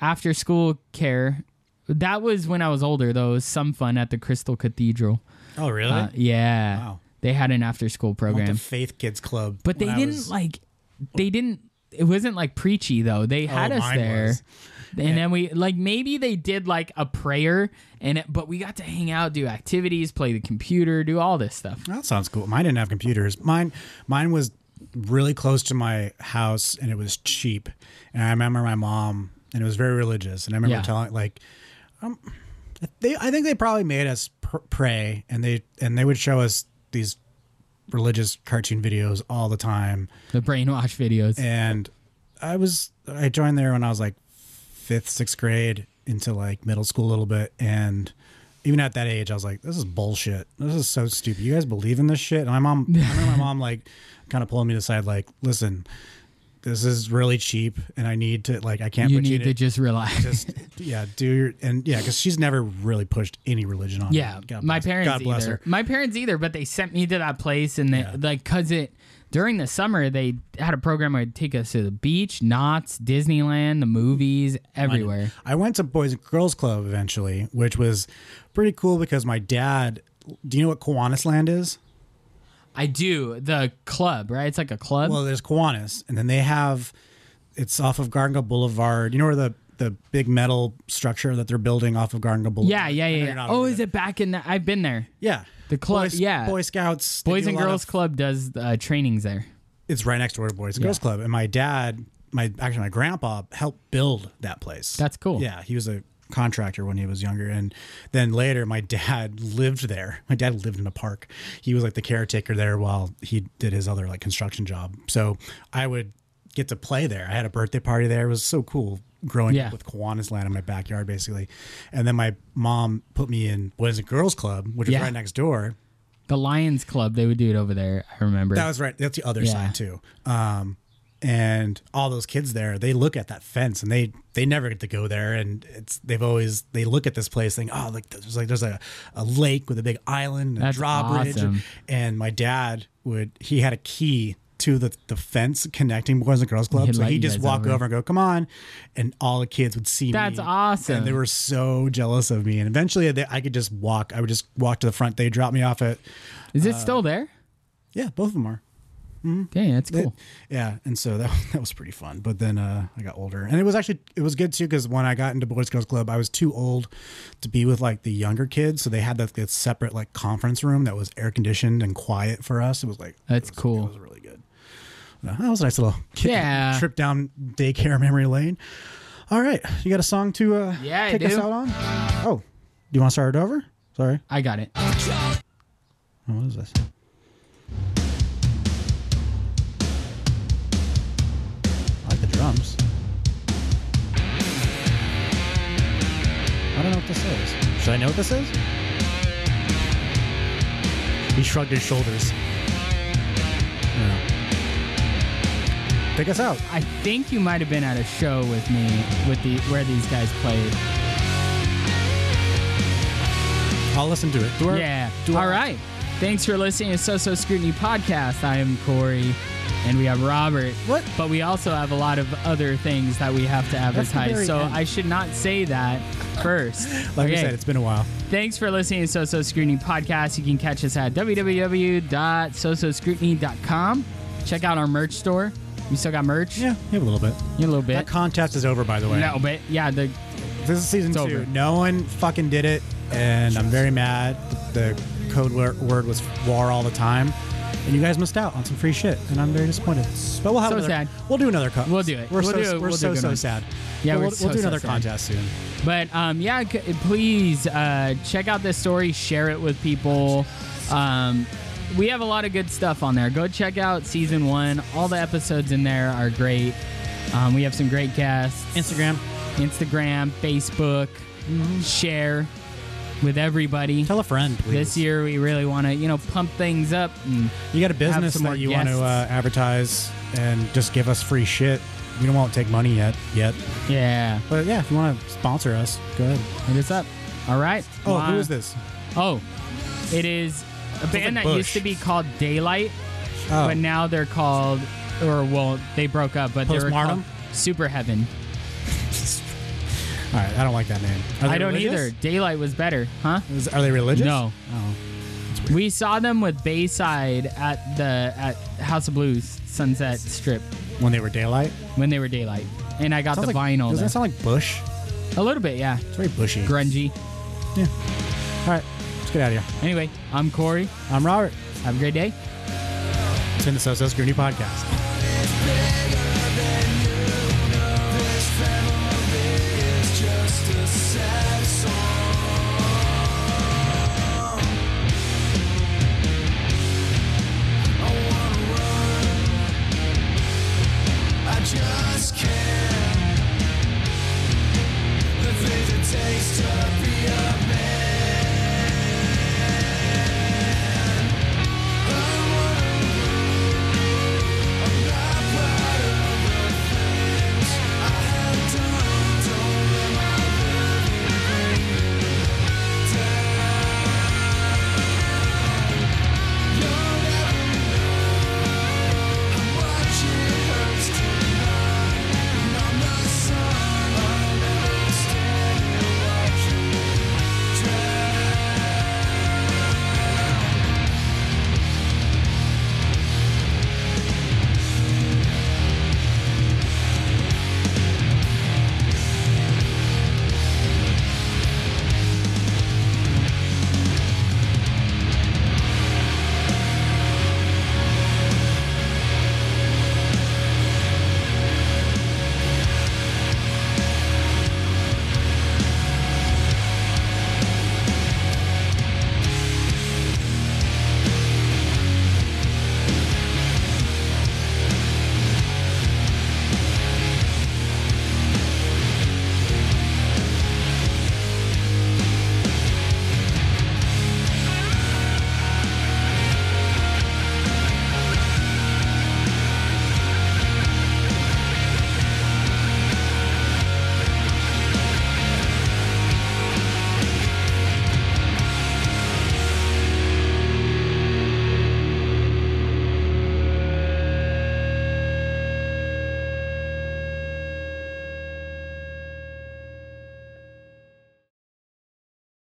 Speaker 3: after school care. That was when I was older though. It was some fun at the Crystal Cathedral.
Speaker 2: Oh really?
Speaker 3: Uh, yeah,
Speaker 2: Wow.
Speaker 3: they had an after school
Speaker 2: went
Speaker 3: program.
Speaker 2: to Faith Kids Club.
Speaker 3: But they
Speaker 2: when I
Speaker 3: didn't
Speaker 2: was-
Speaker 3: like. They didn't. It wasn't like preachy though. They had us
Speaker 2: mine
Speaker 3: there,
Speaker 2: was.
Speaker 3: and then we like maybe they did like a prayer, and it, but we got to hang out, do activities, play the computer, do all this stuff.
Speaker 2: That sounds cool. Mine didn't have computers. Mine, mine was really close to my house, and it was cheap. And I remember my mom, and it was very religious. And I remember
Speaker 3: Yeah.
Speaker 2: telling like, um, they, I think they probably made us pr- pray, and they and they would show us these religious cartoon videos all the time.
Speaker 3: The brainwash videos.
Speaker 2: and I was I joined there when I was like fifth, sixth grade into like middle school a little bit, and even at that age, I was like, "This is bullshit. This is so stupid. You guys believe in this shit?" And my mom, I remember my mom like kind of pulling me aside, like, "Listen, this is really cheap, and I need to like I can't
Speaker 3: you
Speaker 2: put you
Speaker 3: need
Speaker 2: in
Speaker 3: to
Speaker 2: it.
Speaker 3: just relax.
Speaker 2: just yeah do your and yeah because she's never really pushed any religion on. me.
Speaker 3: yeah,
Speaker 2: God
Speaker 3: my
Speaker 2: bless-
Speaker 3: parents
Speaker 2: God bless
Speaker 3: either.
Speaker 2: her.
Speaker 3: My parents either, but they sent me to that place, and they like because it during the summer they had a program where they'd take us to the beach, Knott's, Disneyland, the movies, everywhere.
Speaker 2: I went to Boys and Girls Club eventually, which was pretty cool because my dad. Do you know what Kiwanis Land is?
Speaker 3: I do the club, right? It's like a club.
Speaker 2: Well, there's Kiwanis, and then they have it's off of Garnga Boulevard. You know where the the big metal structure that they're building off of Garnga Boulevard.
Speaker 3: yeah, yeah,
Speaker 2: I know
Speaker 3: yeah.
Speaker 2: you're
Speaker 3: yeah.
Speaker 2: not
Speaker 3: Oh,
Speaker 2: aware
Speaker 3: is
Speaker 2: of
Speaker 3: it back in? The, I've been there.
Speaker 2: Yeah,
Speaker 3: The club-
Speaker 2: Boys,
Speaker 3: yeah.
Speaker 2: Boy Scouts, they
Speaker 3: Boys
Speaker 2: do
Speaker 3: and
Speaker 2: a lot
Speaker 3: Girls
Speaker 2: of-
Speaker 3: Club does uh, trainings there.
Speaker 2: It's right next door to Boys and Girls Club, and my dad, my actually my grandpa helped build that place.
Speaker 3: That's cool.
Speaker 2: Yeah, he was a contractor when he was younger and then later my dad lived there my dad lived in a park he was like the caretaker there while he did his other like construction job so i would get to play there i had a birthday party there it was so cool growing
Speaker 3: Yeah.
Speaker 2: up with Kiwanis land in my backyard basically and then my mom put me in boys and girls club which
Speaker 3: Yeah.
Speaker 2: was right next door
Speaker 3: The Lions Club, they would do it over there. I remember.
Speaker 2: that was right. That's the other
Speaker 3: Yeah.
Speaker 2: side too. Um, and all those kids there, they look at that fence and they they never get to go there. And it's they've always they look at this place thing. Oh, like there's like there's a, a lake with a big island, and a
Speaker 3: That's
Speaker 2: drawbridge.
Speaker 3: awesome.
Speaker 2: And my dad would he had a key to the, the fence connecting Boys and Girls Club.
Speaker 3: He'd
Speaker 2: so
Speaker 3: let you
Speaker 2: he'd just
Speaker 3: guys
Speaker 2: walk
Speaker 3: over.
Speaker 2: over. and go, "Come on!" And all the kids would see me.
Speaker 3: That's awesome.
Speaker 2: And they were so jealous of me. And eventually, they, I could just walk. I would just walk to the front. They would drop me off at
Speaker 3: is
Speaker 2: uh,
Speaker 3: it still there?
Speaker 2: yeah. Both of them are.
Speaker 3: Dang, that's cool.
Speaker 2: Yeah, and so that that was pretty fun. But then uh, I got older, and it was actually it was good too because when I got into Boys Girls Club, I was too old to be with like the younger kids, so they had that, that separate like conference room that was air conditioned and quiet for us. It was like
Speaker 3: That's
Speaker 2: it was-
Speaker 3: cool.
Speaker 2: It was really good. Uh, That was a nice little kid
Speaker 3: Yeah.
Speaker 2: trip down daycare memory lane. All right, you got a song to uh,
Speaker 3: Yeah, I
Speaker 2: kick us
Speaker 3: do.
Speaker 2: out on? Oh, do you want to start it over? Sorry,
Speaker 3: I got it.
Speaker 2: oh, what is this? I like the drums. I don't know what this is. Should I know what this is? He shrugged his shoulders. Yeah. Pick us out.
Speaker 3: I think you might have been at a show with me with the where these guys played.
Speaker 2: I'll listen to it. Do our-
Speaker 3: Yeah.
Speaker 2: do our-
Speaker 3: All right. Thanks for listening to So So Scrutiny podcast. I am Corey, and we have Robert.
Speaker 2: What?
Speaker 3: But we also have a lot of other things that we have to
Speaker 2: That's the
Speaker 3: advertise.
Speaker 2: very
Speaker 3: So
Speaker 2: end.
Speaker 3: I should not say that first.
Speaker 2: Like I
Speaker 3: Okay.
Speaker 2: said, it's been a while.
Speaker 3: Thanks for listening to So So Scrutiny podcast. You can catch us at www.sososcrutiny.com. Check out our merch store. We still got merch.
Speaker 2: Yeah, you have a little bit.
Speaker 3: Yeah, a little
Speaker 2: That
Speaker 3: bit.
Speaker 2: contest is over, by the way.
Speaker 3: A little bit. Yeah. The
Speaker 2: This is season
Speaker 3: It's
Speaker 2: two.
Speaker 3: over.
Speaker 2: No one fucking did it, and I'm very mad. The code wor- word was war all the time, and you guys missed out on some free shit, and I'm very disappointed. But we'll have
Speaker 3: So
Speaker 2: another.
Speaker 3: sad.
Speaker 2: We'll do another contest.
Speaker 3: We'll do it.
Speaker 2: We're
Speaker 3: We'll
Speaker 2: so
Speaker 3: do-
Speaker 2: we're
Speaker 3: we'll do
Speaker 2: so
Speaker 3: good
Speaker 2: so
Speaker 3: one.
Speaker 2: sad.
Speaker 3: Yeah,
Speaker 2: But
Speaker 3: we're
Speaker 2: we'll,
Speaker 3: so,
Speaker 2: we'll do
Speaker 3: so
Speaker 2: another
Speaker 3: sad.
Speaker 2: contest soon.
Speaker 3: But um, yeah, c- please uh, check out this story, share it with people. Um, we have a lot of good stuff on there. Go check out season one. All the episodes in there are great. Um, we have some great guests
Speaker 2: Instagram. Mm-hmm.
Speaker 3: Instagram, Facebook, share. with everybody.
Speaker 2: Tell a friend, please.
Speaker 3: This year, we really want to, you know, pump things up. And
Speaker 2: You got a business
Speaker 3: some more
Speaker 2: that you want to uh,
Speaker 3: guests.
Speaker 2: advertise and just give us free shit. We don't want to take money yet, yet.
Speaker 3: yeah,
Speaker 2: But yeah, if you want to sponsor us, go ahead.
Speaker 3: hit us up. All right.
Speaker 2: Oh,
Speaker 3: Well,
Speaker 2: who is this?
Speaker 3: Oh, it is a band that used
Speaker 2: Bush. Oh.
Speaker 3: to be called Daylight, but now they're called, or well, they broke up, but they were called
Speaker 2: Postmortem?
Speaker 3: Super Heaven.
Speaker 2: All right, I don't like that name. Are they
Speaker 3: I don't
Speaker 2: religious?
Speaker 3: either. Daylight was better, huh?
Speaker 2: Is- are they religious?
Speaker 3: No.
Speaker 2: Oh.
Speaker 3: We saw them with Bayside at the at House of Blues Sunset Strip
Speaker 2: When they were daylight.
Speaker 3: when they were Daylight, and I got
Speaker 2: Sounds
Speaker 3: the
Speaker 2: like-
Speaker 3: vinyl.
Speaker 2: Doesn't
Speaker 3: there.
Speaker 2: that sound like Bush?
Speaker 3: a little bit, yeah,
Speaker 2: It's very bushy.
Speaker 3: grungy.
Speaker 2: All right, let's get out of here.
Speaker 3: Anyway, I'm Corey.
Speaker 2: I'm Robert.
Speaker 3: Have a great day.
Speaker 2: It's been the So So Screw New Podcast.
Speaker 7: It's been